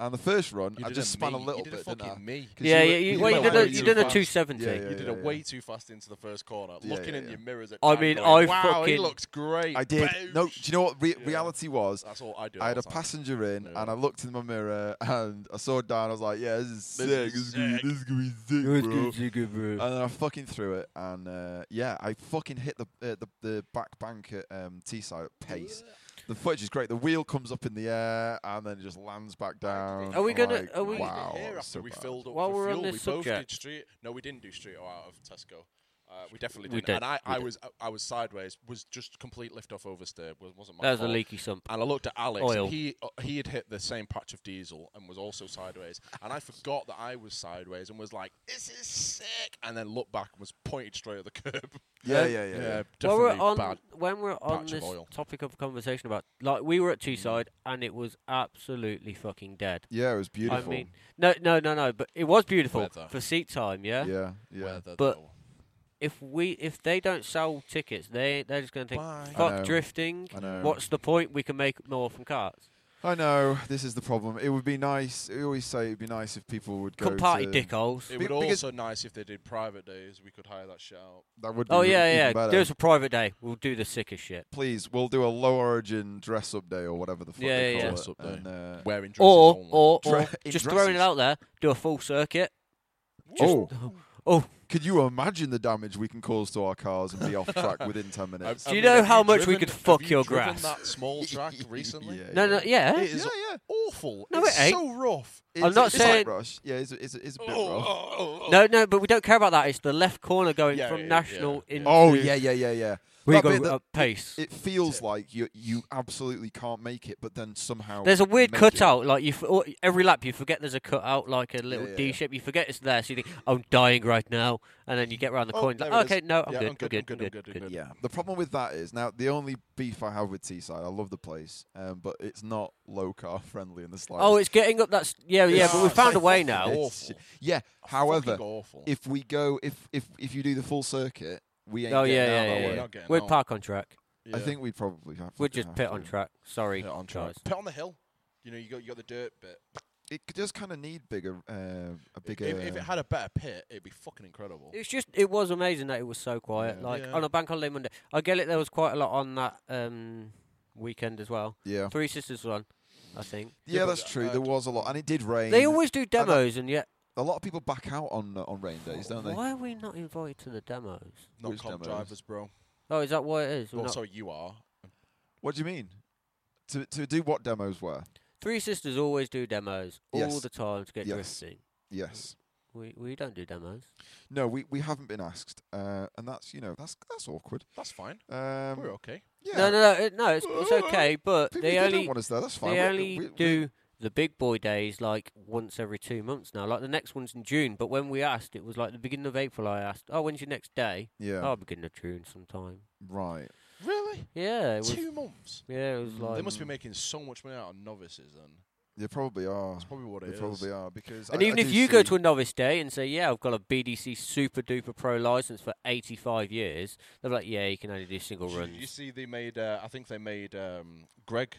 Speaker 4: And the first run,
Speaker 1: You
Speaker 4: I
Speaker 1: did
Speaker 4: just
Speaker 1: a
Speaker 4: spun a
Speaker 1: me-
Speaker 4: little
Speaker 1: you did
Speaker 4: bit,
Speaker 1: A
Speaker 4: didn't I?
Speaker 1: fucking me.
Speaker 4: 'Cause
Speaker 3: Yeah,
Speaker 4: were-
Speaker 3: yeah, you, well,
Speaker 1: went
Speaker 3: you did
Speaker 1: way
Speaker 3: a,
Speaker 1: too
Speaker 3: you did a
Speaker 1: fast.
Speaker 3: 270.
Speaker 4: Yeah, yeah,
Speaker 1: You did
Speaker 4: yeah,
Speaker 1: it
Speaker 4: yeah.
Speaker 1: way too fast into the first corner.
Speaker 4: Yeah,
Speaker 1: looking
Speaker 4: yeah,
Speaker 1: in
Speaker 4: yeah.
Speaker 1: your mirrors. At
Speaker 3: I
Speaker 1: time
Speaker 3: mean,
Speaker 1: going,
Speaker 3: I
Speaker 1: wow, he
Speaker 3: fucking-
Speaker 1: looks great.
Speaker 4: I did. No, do you know what? Re-
Speaker 1: Yeah. Oh,
Speaker 4: Reality was,
Speaker 1: That's all I do.
Speaker 4: I
Speaker 1: all
Speaker 4: had
Speaker 1: the
Speaker 4: a
Speaker 1: time.
Speaker 4: passenger in,
Speaker 1: Yeah.
Speaker 4: and I looked in my mirror, and I saw Dan. I was like, "Yeah, this is sick.
Speaker 1: This
Speaker 4: This
Speaker 1: is
Speaker 4: is gonna
Speaker 1: sick.
Speaker 4: be, this is gonna be sick, bro." Oh
Speaker 3: bro.
Speaker 4: And then I fucking threw it, and uh, yeah, I fucking hit the uh, the, the back bank at um, Teesside at pace. The footage is great. The wheel comes up in the air, and then it just lands back down.
Speaker 3: Are we
Speaker 4: I'm
Speaker 3: gonna-
Speaker 4: like,
Speaker 3: are we-
Speaker 4: Wow,
Speaker 1: here
Speaker 4: that's
Speaker 1: after
Speaker 4: so
Speaker 1: we
Speaker 4: bad.
Speaker 1: filled up
Speaker 3: While
Speaker 1: for
Speaker 3: we're on
Speaker 1: fuel.
Speaker 3: this
Speaker 1: we both
Speaker 3: subject-
Speaker 1: did street. No, we didn't do street or out of Tesco. Uh, we definitely
Speaker 3: We
Speaker 1: didn't. And
Speaker 3: did,
Speaker 1: I, I
Speaker 3: we did.
Speaker 1: was I was sideways. Was just complete lift off oversteer. wa- Wasn't my
Speaker 3: That was a
Speaker 1: fault.
Speaker 3: leaky sump.
Speaker 1: And I looked at Alex.
Speaker 3: Oil.
Speaker 1: And he uh, he had hit the same patch of diesel and was also sideways. And I forgot that I was sideways and was like, "This is sick!" And then looked back and was pointed straight at the curb.
Speaker 4: Yeah, yeah, yeah. yeah.
Speaker 3: Well,
Speaker 1: definitely
Speaker 3: we're on
Speaker 1: bad.
Speaker 3: when we're on
Speaker 1: patch of
Speaker 3: this
Speaker 1: oil. Mm.
Speaker 3: topic of conversation about like we were at Teesside and it was absolutely fucking dead.
Speaker 4: Yeah, it was beautiful.
Speaker 3: I mean, no, no, no, no, but it was beautiful
Speaker 1: Weather.
Speaker 3: for seat time. Yeah?
Speaker 4: yeah, yeah.
Speaker 1: Weather,
Speaker 3: But-
Speaker 1: though.
Speaker 3: if we if they don't sell tickets, they they're just going to think
Speaker 1: Bye.
Speaker 4: I know.
Speaker 3: fuck drifting.
Speaker 4: I know.
Speaker 3: What's the point? We can make more from cars.
Speaker 4: I know this is the problem. It would be nice. We always say it'd be nice if people would go.
Speaker 3: Come party,
Speaker 4: to,
Speaker 3: dickholes.
Speaker 1: It
Speaker 4: Be-
Speaker 1: would
Speaker 4: because-
Speaker 1: also nice if they did private days. We could hire that shit out.
Speaker 4: That would. Be
Speaker 3: Oh
Speaker 4: re- even
Speaker 3: yeah, yeah.
Speaker 4: better.
Speaker 3: Do us a private day. We'll do the sickest shit.
Speaker 4: Please, we'll do a low origin dress up day or whatever the fuck
Speaker 3: Yeah,
Speaker 4: they
Speaker 3: yeah,
Speaker 4: call
Speaker 3: yeah.
Speaker 4: it.
Speaker 1: Dress-up day.
Speaker 4: And, uh,
Speaker 1: Wearing dresses
Speaker 3: Or
Speaker 1: only.
Speaker 3: or,
Speaker 4: Dre-
Speaker 3: or
Speaker 4: in
Speaker 3: just throwing it
Speaker 4: dresses.
Speaker 3: out there. Do a full circuit.
Speaker 4: oh,
Speaker 3: Oh,
Speaker 4: could you imagine the damage we can cause to our cars and be off track within ten minutes?
Speaker 3: Do you know
Speaker 1: have
Speaker 3: how much we
Speaker 1: driven-
Speaker 3: could
Speaker 1: have
Speaker 3: fuck
Speaker 1: you
Speaker 3: your
Speaker 1: driven
Speaker 3: grass?
Speaker 1: That small track recently.
Speaker 4: Yeah,
Speaker 3: no,
Speaker 4: yeah.
Speaker 3: no, yeah.
Speaker 1: It is
Speaker 4: Yeah, yeah.
Speaker 1: awful.
Speaker 3: No,
Speaker 1: it's
Speaker 3: it ain't.
Speaker 1: so rough.
Speaker 4: It's,
Speaker 3: not
Speaker 4: it's
Speaker 3: saying-
Speaker 4: like rush. Yeah, it's, it's, it's a bit
Speaker 1: Oh,
Speaker 4: rough.
Speaker 1: oh, oh, oh.
Speaker 3: No, no, but we don't care about that. It's the left corner going
Speaker 1: Yeah,
Speaker 3: from
Speaker 1: yeah,
Speaker 3: national
Speaker 1: yeah, yeah.
Speaker 3: into.
Speaker 4: Oh yeah, yeah, yeah, yeah.
Speaker 3: we
Speaker 4: That
Speaker 3: go
Speaker 4: bit that-
Speaker 3: up pace.
Speaker 4: It feels like you you absolutely can't make it, but then somehow
Speaker 3: There's a weird
Speaker 4: make it.
Speaker 3: cutout. Like you, f- or- every lap you forget there's a cutout, like a little
Speaker 4: yeah,
Speaker 3: D
Speaker 4: yeah.
Speaker 3: shape. You forget it's there, so you think I'm dying right now, and then you get around the
Speaker 1: Oh,
Speaker 3: corner.
Speaker 1: there it
Speaker 3: Like,
Speaker 1: is.
Speaker 3: okay, no, I'm
Speaker 1: Yeah,
Speaker 3: good.
Speaker 1: I'm good, I'm good, I'm good, I'm good.
Speaker 4: Yeah. The problem with that is now the only beef I have with Teesside, I love the place, um, but it's not low car friendly in the slightest.
Speaker 3: Oh, it's getting up. That's yeah, yeah.
Speaker 4: It's-
Speaker 3: but we
Speaker 4: it's
Speaker 3: found a
Speaker 4: like
Speaker 3: way
Speaker 1: fucking
Speaker 3: now. Oh,
Speaker 1: awful.
Speaker 4: It's- yeah. However,
Speaker 1: Fucking awful.
Speaker 4: if we go, if if if you do the full circuit, we ain't
Speaker 3: Oh
Speaker 4: getting
Speaker 3: yeah,
Speaker 4: out
Speaker 3: yeah,
Speaker 4: that
Speaker 3: yeah.
Speaker 1: We're
Speaker 4: way.
Speaker 3: yeah.
Speaker 1: not getting
Speaker 3: We're
Speaker 1: out.
Speaker 3: park on track.
Speaker 4: I
Speaker 1: Yeah.
Speaker 4: think we'd probably have.
Speaker 3: We're
Speaker 4: fucking
Speaker 3: just
Speaker 4: have
Speaker 3: pit
Speaker 4: to.
Speaker 3: on track. Sorry,
Speaker 1: Pit on
Speaker 3: guys.
Speaker 1: track. Pit on the hill. You know, you got you got the dirt bit.
Speaker 4: It c- does kind of need bigger, uh, a
Speaker 1: If,
Speaker 4: bigger.
Speaker 1: if if it had a better pit, it'd be fucking incredible.
Speaker 3: It's just it was amazing that it was so quiet.
Speaker 4: Yeah.
Speaker 3: Like
Speaker 1: Yeah.
Speaker 3: on a bank holiday Monday, I get it. There was quite a lot on that um, weekend as well.
Speaker 4: yeah,
Speaker 3: Three Sisters one, I think.
Speaker 4: yeah,
Speaker 1: but,
Speaker 4: that's true.
Speaker 1: uh,
Speaker 4: There was a lot, and it did rain.
Speaker 3: They always do
Speaker 4: don't-
Speaker 3: demos, and yet
Speaker 4: a lot of people back out on uh, on rain days, don't they?
Speaker 3: why are we not invited to the demos?
Speaker 1: Not
Speaker 4: which
Speaker 1: comp
Speaker 4: demos?
Speaker 1: drivers, bro.
Speaker 3: Oh, is that what it is? We're
Speaker 1: Well,
Speaker 3: not-
Speaker 1: so you are.
Speaker 4: What do you mean? To to do what demos were?
Speaker 3: Three sisters always do demos all
Speaker 4: Yes.
Speaker 3: the time to get
Speaker 4: Yes.
Speaker 3: drifting.
Speaker 4: Yes.
Speaker 3: We we don't do demos.
Speaker 4: No, we, we haven't been asked, uh, and that's you know that's that's awkward.
Speaker 1: That's fine.
Speaker 4: Um,
Speaker 1: We're okay.
Speaker 4: yeah,
Speaker 3: No, no, no, it- no. It's, it's okay, but
Speaker 4: people, if
Speaker 3: they
Speaker 4: they
Speaker 3: only
Speaker 4: don't want us there. That's fine.
Speaker 3: they
Speaker 4: We-
Speaker 3: only
Speaker 4: we- we-
Speaker 3: do the big boy days like once every two months now. Like the next one's in June, but when we asked, it was like the beginning of April. I asked, "Oh, when's your next day?"
Speaker 4: yeah,
Speaker 3: Oh, beginning of June sometime.
Speaker 4: right.
Speaker 1: Really?
Speaker 3: Yeah, it was.
Speaker 1: Two months.
Speaker 3: Yeah, it was
Speaker 4: Mm. They
Speaker 3: like.
Speaker 1: They must be making so much money out of novices then.
Speaker 4: They probably are.
Speaker 1: That's probably what
Speaker 4: They
Speaker 1: it is.
Speaker 4: probably are because.
Speaker 3: And
Speaker 4: I,
Speaker 3: even
Speaker 4: I
Speaker 3: if
Speaker 4: do
Speaker 3: you go
Speaker 4: see-
Speaker 3: to a novice day and say, "Yeah, I've got a BDC Super Duper Pro license for 85 years," they're like, "Yeah, you can only do single
Speaker 1: Did you- You
Speaker 3: runs."
Speaker 1: see, they made. Uh, I think they made um, Greg,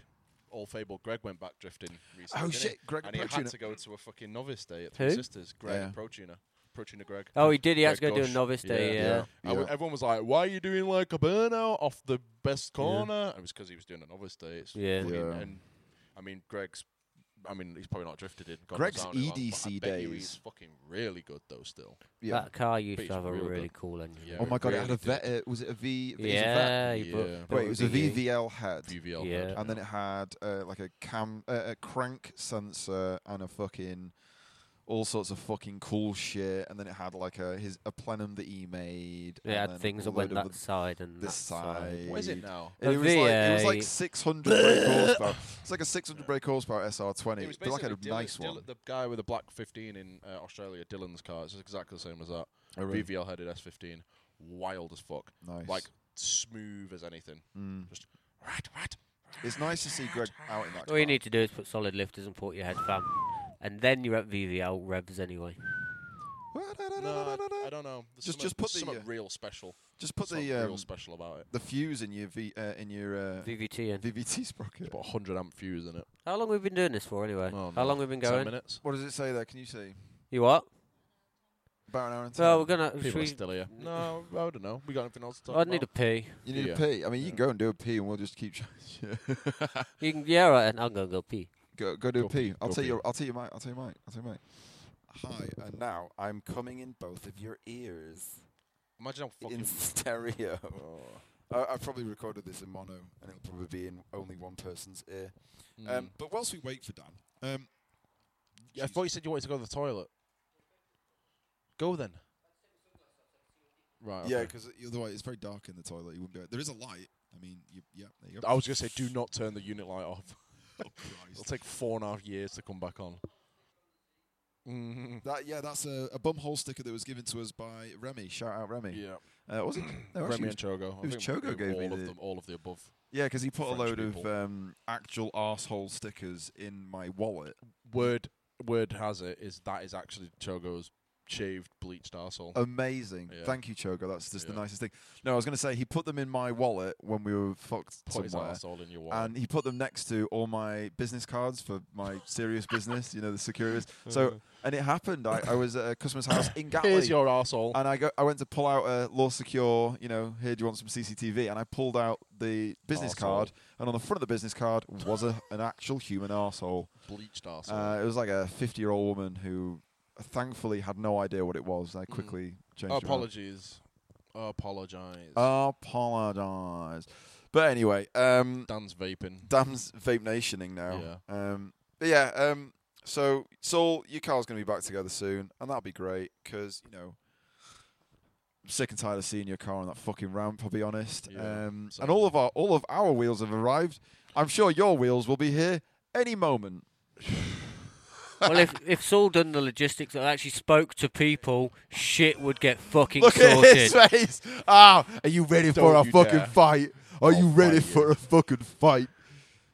Speaker 1: old fable Greg, went back drifting recently.
Speaker 4: oh
Speaker 1: didn't he?
Speaker 4: shit, Greg
Speaker 1: And he had
Speaker 4: Protuner.
Speaker 1: to go to a fucking novice day at Three
Speaker 3: Who?
Speaker 1: Sisters. Greg
Speaker 4: Yeah.
Speaker 1: Protuner, Protuner Greg.
Speaker 3: Oh, he did. He had to
Speaker 1: Greg
Speaker 3: go do a
Speaker 1: Gosh.
Speaker 3: novice day.
Speaker 1: Yeah.
Speaker 3: Yeah.
Speaker 1: I w- everyone was like, "Why are you doing like a burnout off the best corner?" It was because he was doing a novice day. It's
Speaker 3: Yeah.
Speaker 1: fucking-
Speaker 4: Yeah.
Speaker 1: And I mean, Greg's. I mean, he's probably not drifted in. God knows
Speaker 4: Greg's
Speaker 1: how many laps, but I
Speaker 4: EDC
Speaker 1: bet you
Speaker 4: days.
Speaker 1: He's fucking really good though. Still.
Speaker 4: yeah.
Speaker 3: That car used
Speaker 1: But
Speaker 3: to
Speaker 1: it's
Speaker 3: have a
Speaker 1: real
Speaker 3: really
Speaker 1: good.
Speaker 3: cool engine.
Speaker 1: Yeah.
Speaker 4: Oh my god, it
Speaker 1: Really
Speaker 4: had a
Speaker 1: did.
Speaker 4: vet. Uh, was it a V? it was a vet.
Speaker 3: Yeah,
Speaker 1: Yeah.
Speaker 3: you put-
Speaker 4: Wait, it was a
Speaker 3: VE.
Speaker 4: VVL head.
Speaker 1: VVL.
Speaker 3: Yeah.
Speaker 1: had,
Speaker 4: and then it had uh, like a cam, uh, a crank sensor, and a fucking all sorts of fucking cool shit. And then it had like a his a plenum that he made.
Speaker 3: They
Speaker 4: and
Speaker 3: had
Speaker 4: then
Speaker 3: things
Speaker 4: a
Speaker 3: that went
Speaker 4: load of
Speaker 3: that side and
Speaker 4: this
Speaker 3: that side.
Speaker 4: side.
Speaker 1: What is it
Speaker 4: Indeed.
Speaker 1: now?
Speaker 4: the- and
Speaker 3: A
Speaker 4: it was like it was
Speaker 3: VA.
Speaker 4: like 600 brake horsepower. It's like a 600 brake horsepower
Speaker 1: It
Speaker 4: SR20. It like a
Speaker 1: basically Dylan-
Speaker 4: nice
Speaker 1: Dylan-
Speaker 4: one.
Speaker 1: The guy with the black 15 in uh, Australia, Dylan's car. It's exactly the same as that. BVL headed S15, wild as fuck,
Speaker 4: Oh, Nice.
Speaker 1: like smooth as anything.
Speaker 4: Mm.
Speaker 1: Just right, right,
Speaker 4: It's nice to see Greg out in that.
Speaker 3: All you
Speaker 4: car.
Speaker 3: need to do is put solid lifters and port your head fan, and then you're at VVL revs anyway.
Speaker 1: No, I, I don't know. There's
Speaker 4: Just-
Speaker 1: something-
Speaker 4: just put
Speaker 1: there's
Speaker 4: the,
Speaker 1: something
Speaker 4: uh,
Speaker 1: real special.
Speaker 4: Just put
Speaker 1: something
Speaker 4: the um,
Speaker 1: real special about it.
Speaker 4: the fuse in your v, uh, in your uh,
Speaker 3: VVT and
Speaker 4: VVT sprocket.
Speaker 1: Just put a hundred amp fuse in it.
Speaker 3: how long we've been doing this for anyway?
Speaker 1: Oh,
Speaker 3: How
Speaker 1: no.
Speaker 3: long we've been
Speaker 1: Ten
Speaker 3: going?
Speaker 1: minutes.
Speaker 4: What does it say there? Can you see?
Speaker 3: You what?
Speaker 4: About an hour and ten.
Speaker 3: So we're gonna. should
Speaker 1: People are
Speaker 3: we-
Speaker 1: still here. No, I don't know. We got anything else to talk
Speaker 3: I
Speaker 1: about?
Speaker 3: need a pee.
Speaker 4: you need
Speaker 1: Yeah.
Speaker 4: a pee. I mean, you can
Speaker 1: Yeah.
Speaker 4: go and do a pee, and we'll just keep. trying-
Speaker 3: You can, yeah, right. And I'm gonna go pee.
Speaker 4: go go do
Speaker 1: Go
Speaker 4: a pee.
Speaker 1: pee,
Speaker 4: I'll
Speaker 1: go
Speaker 4: tell
Speaker 1: pee.
Speaker 4: you. I'll tell you, Mike. I'll tell you, Mike. I'll tell you, Mike.
Speaker 5: Hi, and now I'm coming in both of your ears
Speaker 1: Imagine how fucking.
Speaker 5: in stereo.
Speaker 1: Oh.
Speaker 5: I, I probably recorded this in mono, and it'll probably be in only one person's ear. Um,
Speaker 1: Mm.
Speaker 5: but whilst we wait for Dan, um,
Speaker 1: I thought you said you wanted to go to the toilet. Go then. Right.
Speaker 5: yeah,
Speaker 1: okay.
Speaker 5: because otherwise it's very dark in the toilet. You wouldn't go. There is a light. I mean, you, yeah, there you go.
Speaker 1: I was gonna say, do not turn the unit light off.
Speaker 5: Oh, Christ.
Speaker 1: It'll take four and a half years to come back on. Mm-hmm.
Speaker 5: That yeah, that's a, a bumhole sticker that was given to us by Remy. Shout out Remy.
Speaker 1: Yeah.
Speaker 4: Uh, was it? No, actually, it
Speaker 1: Remy
Speaker 4: was-
Speaker 1: and Chogo. I
Speaker 4: it was
Speaker 1: think
Speaker 4: Chogo
Speaker 1: it was
Speaker 4: gave me
Speaker 1: all of
Speaker 4: the-
Speaker 1: them, all of the above.
Speaker 4: yeah, because he put a
Speaker 1: French
Speaker 4: load of
Speaker 1: people.
Speaker 4: um, actual arsehole stickers in my wallet.
Speaker 1: Word, word has it is that is actually Chogo's shaved, bleached arsehole.
Speaker 4: Amazing.
Speaker 1: Oh. Yeah.
Speaker 4: Thank you, Chogo. That's just the
Speaker 1: Yeah.
Speaker 4: nicest thing. No, I was going to say he put them in my wallet when we were fucked
Speaker 1: Put his
Speaker 4: somewhere. Uh,
Speaker 1: arsehole in your wallet.
Speaker 4: And he put them next to all my business cards for my serious business, you know, the securities. So, and it happened. I, I was at a customer's house in Gatley.
Speaker 1: Here's your arsehole.
Speaker 4: and I, go, I went to pull out a Law Secure, you know, here, do you want some CCTV? And I pulled out the business
Speaker 1: Arsehole.
Speaker 4: card, and on the front of the business card was a, an actual human arsehole.
Speaker 1: bleached arsehole.
Speaker 4: Uh, it was like a 50 year old woman who thankfully had no idea what it was. I quickly changed her mind.
Speaker 1: Mm. Apologies. Apologize.
Speaker 4: Uh, Apologize. But anyway, um,
Speaker 1: Dan's vaping.
Speaker 4: Dan's vape nationing now. Um, but yeah, um, so Saul, your car's going to be back together soon, and that'll be great because you know I'm sick and tired of seeing your car on that fucking ramp. I'll be honest.
Speaker 1: Yeah,
Speaker 4: um,
Speaker 1: same.
Speaker 4: and all of our all of our wheels have arrived. I'm sure your wheels will be here any moment.
Speaker 3: well, if if Saul done the logistics and actually spoke to people, shit would get fucking
Speaker 4: Look at
Speaker 3: sorted.
Speaker 4: his face. Ah, are you ready for
Speaker 1: Don't
Speaker 4: a
Speaker 1: you
Speaker 4: fucking
Speaker 1: dare.
Speaker 4: fight? Are
Speaker 1: I'll
Speaker 4: you ready
Speaker 1: fight
Speaker 4: for
Speaker 1: you.
Speaker 4: a fucking fight?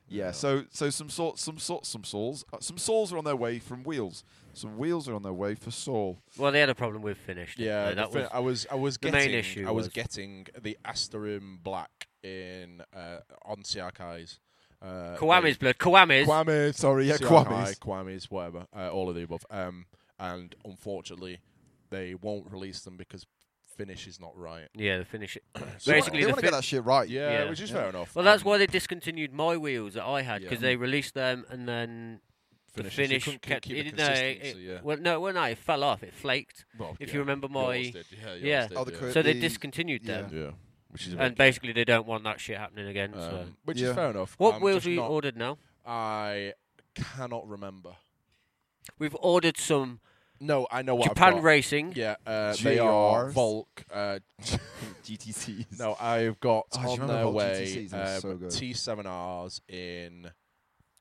Speaker 4: Yeah.
Speaker 1: Yeah.
Speaker 4: So so some sort some sort some souls uh, some souls are on their way from wheels. Some wheels are on their way for Saul.
Speaker 3: Well, they had a problem with finished. didn't
Speaker 1: Yeah,
Speaker 3: they?
Speaker 1: the
Speaker 3: that
Speaker 1: thing-
Speaker 3: was
Speaker 1: I was I was
Speaker 3: the
Speaker 1: getting
Speaker 3: main issue
Speaker 1: I was,
Speaker 3: was-
Speaker 1: getting the Asterim Black in uh, on CRKs. Uh,
Speaker 3: Kwame's
Speaker 1: they-
Speaker 3: blood. Kwame's.
Speaker 4: Kwame, sorry, yeah,
Speaker 1: CRKi,
Speaker 4: Kwame's.
Speaker 1: Kwame's, whatever, uh, all of the above. Um, and unfortunately, they won't release them because finish is not right.
Speaker 3: Yeah, the finish.
Speaker 1: So-
Speaker 3: Basically,
Speaker 4: they
Speaker 3: the
Speaker 4: want to get
Speaker 3: fi-
Speaker 4: that shit right.
Speaker 1: yeah,
Speaker 3: Yeah.
Speaker 1: which is
Speaker 4: Yeah.
Speaker 1: fair enough.
Speaker 3: well, that's
Speaker 1: Um,
Speaker 3: why they discontinued my wheels that I had
Speaker 1: Yeah.
Speaker 3: because they released them and then
Speaker 1: finishes-
Speaker 3: the
Speaker 1: they
Speaker 3: finish
Speaker 1: couldn't
Speaker 3: kept.
Speaker 1: keep
Speaker 3: it,
Speaker 1: the
Speaker 3: no, it-
Speaker 1: consistency, yeah.
Speaker 3: well, no, well, no, it fell off. It flaked.
Speaker 1: Well,
Speaker 3: if
Speaker 1: yeah,
Speaker 3: you remember my-
Speaker 1: yours did, yeah, yours
Speaker 3: yeah.
Speaker 1: did,
Speaker 4: Oh, the
Speaker 1: yeah.
Speaker 4: cur-
Speaker 3: So they
Speaker 4: the-
Speaker 3: discontinued
Speaker 4: yeah.
Speaker 3: them,
Speaker 1: yeah, which is a
Speaker 3: and
Speaker 1: bit-
Speaker 3: basically they don't want that shit happening again. so.
Speaker 1: um, which
Speaker 4: Yeah.
Speaker 1: is fair enough.
Speaker 3: What
Speaker 1: I'm
Speaker 3: wheels
Speaker 1: just
Speaker 3: we
Speaker 1: not-
Speaker 3: ordered now?
Speaker 1: I cannot remember.
Speaker 3: We've ordered some
Speaker 1: No, I know what I've
Speaker 3: Japan
Speaker 1: got.
Speaker 3: Racing.
Speaker 1: Yeah, uh, they are
Speaker 4: JRs.
Speaker 1: Volk. Uh,
Speaker 4: GTCs.
Speaker 1: no, I've got
Speaker 4: Oh, do you
Speaker 1: on
Speaker 4: remember
Speaker 1: their
Speaker 4: Volk
Speaker 1: way
Speaker 4: GTCs? They were
Speaker 1: um,
Speaker 4: so good.
Speaker 1: T7Rs in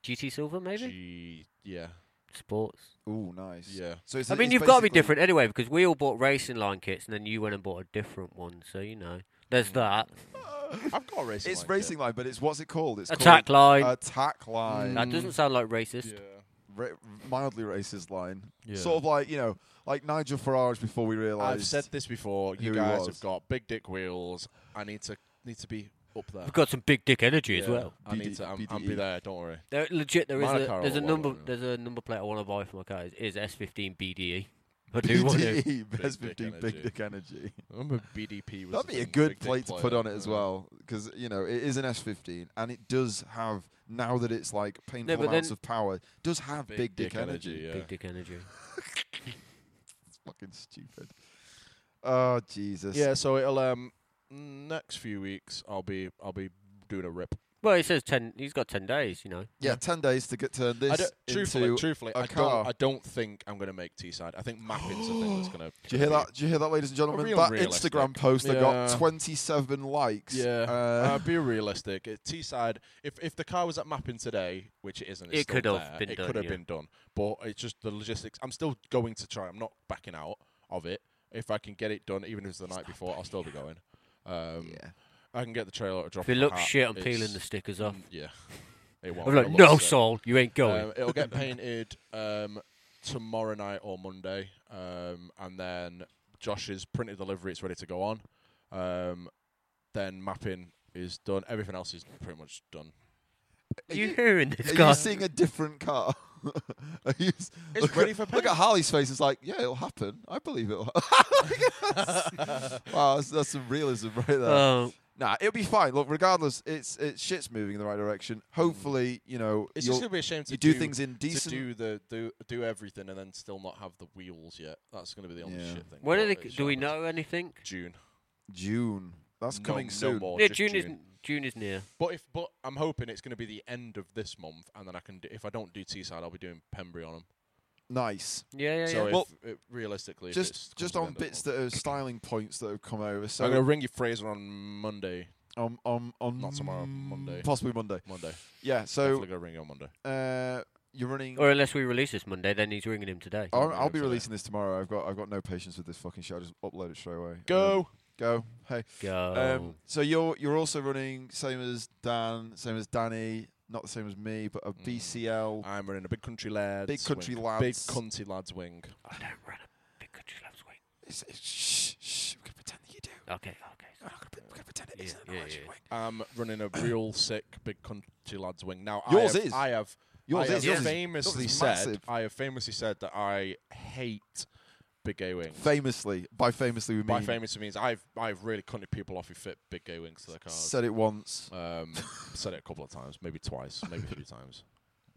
Speaker 3: GT Silver, maybe?
Speaker 1: G. Yeah,
Speaker 3: Sports.
Speaker 4: Ooh, nice.
Speaker 1: yeah.
Speaker 4: So it's,
Speaker 3: I mean,
Speaker 4: it's
Speaker 3: you've got to be
Speaker 4: basically-
Speaker 3: different anyway because we all bought racing line kits and then you went and bought a different one. So, you know, there's that.
Speaker 1: I've got a racing.
Speaker 4: It's
Speaker 1: line
Speaker 4: racing line, but it's what's it called? It's
Speaker 3: Attack line.
Speaker 4: called Attack line.
Speaker 3: that doesn't sound like racist.
Speaker 1: Kit. Yeah.
Speaker 4: Ra- mildly racist line.
Speaker 1: Yeah.
Speaker 4: Sort of like you know, like Nigel Farage before we realised.
Speaker 1: I've said this before.
Speaker 4: who
Speaker 1: You
Speaker 4: he
Speaker 1: guys
Speaker 4: was.
Speaker 1: have got big dick wheels. I need to need to be up there
Speaker 3: We've got some big dick energy as
Speaker 1: Yeah,
Speaker 3: well.
Speaker 1: I need
Speaker 4: BD
Speaker 1: to. I'm, I'll
Speaker 4: E.
Speaker 1: be there. Don't worry.
Speaker 3: There, legit, there is
Speaker 1: Mine are
Speaker 3: a,
Speaker 1: car
Speaker 3: there's a
Speaker 1: or
Speaker 3: number
Speaker 1: whatever.
Speaker 3: there's a number plate I want to buy for my car. It is S15 BDE. E. I do want to.
Speaker 4: BDE, best
Speaker 1: Big dick
Speaker 4: 15 big
Speaker 1: energy.
Speaker 4: dick energy.
Speaker 1: I remember BDP was. the
Speaker 4: That'd be a
Speaker 1: thing, big
Speaker 4: good
Speaker 1: dick
Speaker 4: plate to put
Speaker 1: player.
Speaker 4: on it as
Speaker 1: Yeah.
Speaker 4: well, because you know it is an S15, and it does have now that it's like painful
Speaker 3: but
Speaker 4: amounts
Speaker 3: then-
Speaker 4: of power, does have big,
Speaker 1: Big,
Speaker 4: dick, energy.
Speaker 1: Yeah.
Speaker 3: Big dick energy.
Speaker 4: It's fucking stupid. Oh Jesus!
Speaker 1: Yeah, so it'll um next few weeks I'll be I'll be doing a rip.
Speaker 3: Well, he says 10, he's got 10 days, you know.
Speaker 4: yeah. Ten days to get turned
Speaker 1: I
Speaker 4: this
Speaker 1: don't, truthfully,
Speaker 4: into.
Speaker 1: truthfully,
Speaker 4: a
Speaker 1: I
Speaker 4: car.
Speaker 1: don't I don't think I'm gonna make T side. I think mapping's the thing that's gonna.
Speaker 4: do you hear that? Do you hear that, ladies and gentlemen?
Speaker 1: real
Speaker 4: That
Speaker 1: realistic.
Speaker 4: Instagram post that
Speaker 1: Yeah.
Speaker 4: got 27 likes.
Speaker 1: Yeah,
Speaker 4: Uh,
Speaker 1: uh, be realistic. T side, if if the car was at mapping today, which it isn't, it's
Speaker 3: It
Speaker 1: still
Speaker 3: could have
Speaker 1: there,
Speaker 3: been
Speaker 1: it
Speaker 3: done,
Speaker 1: could have
Speaker 3: yeah.
Speaker 1: been done. But it's just the logistics. I'm still going to try. I'm not backing out of it. If I can get it done, even if it's the night before, I'll still be going. Um,
Speaker 4: yeah.
Speaker 1: I can get the trailer to drop.
Speaker 3: If it
Speaker 1: my
Speaker 3: looks
Speaker 1: hat,
Speaker 3: shit, I'm peeling
Speaker 1: it's-
Speaker 3: the stickers off.
Speaker 1: Mm, Yeah. It won't.
Speaker 3: I'm like,
Speaker 1: it'll
Speaker 3: no,
Speaker 1: look sick.
Speaker 3: Saul, you ain't going.
Speaker 1: Um, it'll get painted um, tomorrow night or Monday, um, and then Josh's printed delivery. It's ready to go on. Um, then mapping is done. Everything else is pretty much done.
Speaker 3: Are you hearing
Speaker 4: Are
Speaker 3: this
Speaker 4: you
Speaker 3: guy?
Speaker 4: seeing a different car? Are you s-
Speaker 1: It's
Speaker 4: look
Speaker 1: ready
Speaker 4: at,
Speaker 1: for
Speaker 4: Look at
Speaker 1: paint.
Speaker 4: Harley's face. It's like, yeah, it'll happen. I believe it. will wow, that's, that's some realism right there.
Speaker 3: Oh,
Speaker 4: nah, it'll be fine. Look, regardless, it's it's shit's moving in the right direction. Hopefully, you know,
Speaker 1: Mm. It's
Speaker 4: you'll-
Speaker 1: just gonna be a shame to
Speaker 4: you do, things in
Speaker 1: to
Speaker 4: decent.
Speaker 1: do the do do everything and then still not have the wheels yet. That's gonna be the only
Speaker 4: Yeah.
Speaker 1: shit thing.
Speaker 3: when
Speaker 1: but
Speaker 3: are they,
Speaker 1: it's
Speaker 3: do we
Speaker 1: shambles.
Speaker 3: know anything?
Speaker 1: June?
Speaker 4: June. That's
Speaker 1: No-
Speaker 4: coming
Speaker 1: no
Speaker 4: soon.
Speaker 1: more,
Speaker 3: yeah,
Speaker 1: just
Speaker 3: June, is June is near.
Speaker 1: But if but I'm hoping it's going to be the end of this month, and then I can do, if I don't do Teesside, I'll be doing Pembury on them.
Speaker 4: Nice.
Speaker 3: Yeah, yeah,
Speaker 1: so
Speaker 3: yeah.
Speaker 1: if,
Speaker 4: Well,
Speaker 1: it, realistically, if it's
Speaker 4: Just
Speaker 1: comes
Speaker 4: just
Speaker 1: to the
Speaker 4: on
Speaker 1: end of the
Speaker 4: bits
Speaker 1: month.
Speaker 4: that are styling points that have come over.
Speaker 1: I'm going
Speaker 4: So
Speaker 1: to ring you Fraser on Monday.
Speaker 4: on on on
Speaker 1: Not tomorrow, Monday.
Speaker 4: possibly Monday.
Speaker 1: Monday.
Speaker 4: Yeah. So
Speaker 1: Definitely going to ring you on Monday.
Speaker 4: uh, you're running.
Speaker 3: or unless we release this Monday, then he's ringing him today.
Speaker 4: I'll,
Speaker 1: Monday
Speaker 4: I'll be
Speaker 1: today.
Speaker 4: releasing this tomorrow. I've got I've got no patience with this fucking shit. I just upload it straight away. Um,
Speaker 1: Go.
Speaker 4: go. Hey.
Speaker 1: Oh.
Speaker 3: Go.
Speaker 4: Um, so you're you're also running same as Dan, same as Danny, not the same as me, but a
Speaker 1: Mm.
Speaker 4: BCL.
Speaker 1: I'm running a big country lads.
Speaker 4: Big country
Speaker 1: wing.
Speaker 4: lads.
Speaker 1: Big cunty lads wing.
Speaker 3: I don't run a big country loves wing.
Speaker 4: It's, it's, shh, shh. We're gonna pretend that you do.
Speaker 3: Okay, okay.
Speaker 4: We're not gonna, we're gonna pretend it
Speaker 3: Yeah,
Speaker 4: isn't.
Speaker 3: yeah,
Speaker 4: I'll let you
Speaker 3: yeah.
Speaker 4: win.
Speaker 1: I'm running a real sick big country lads wing. Now
Speaker 4: Yours
Speaker 1: I have,
Speaker 4: is.
Speaker 1: I have.
Speaker 4: Yours
Speaker 1: I
Speaker 4: is.
Speaker 1: have
Speaker 4: Yours is-
Speaker 1: famously
Speaker 4: yours is
Speaker 1: said.
Speaker 4: massive.
Speaker 1: I have famously said that I hate big gay wings.
Speaker 4: Famously, by famously we mean
Speaker 1: By famous means, I've I've really cunted people off who fit big gay wings to their cars.
Speaker 4: said it once.
Speaker 1: Um, said it a couple of times, maybe twice, maybe three times.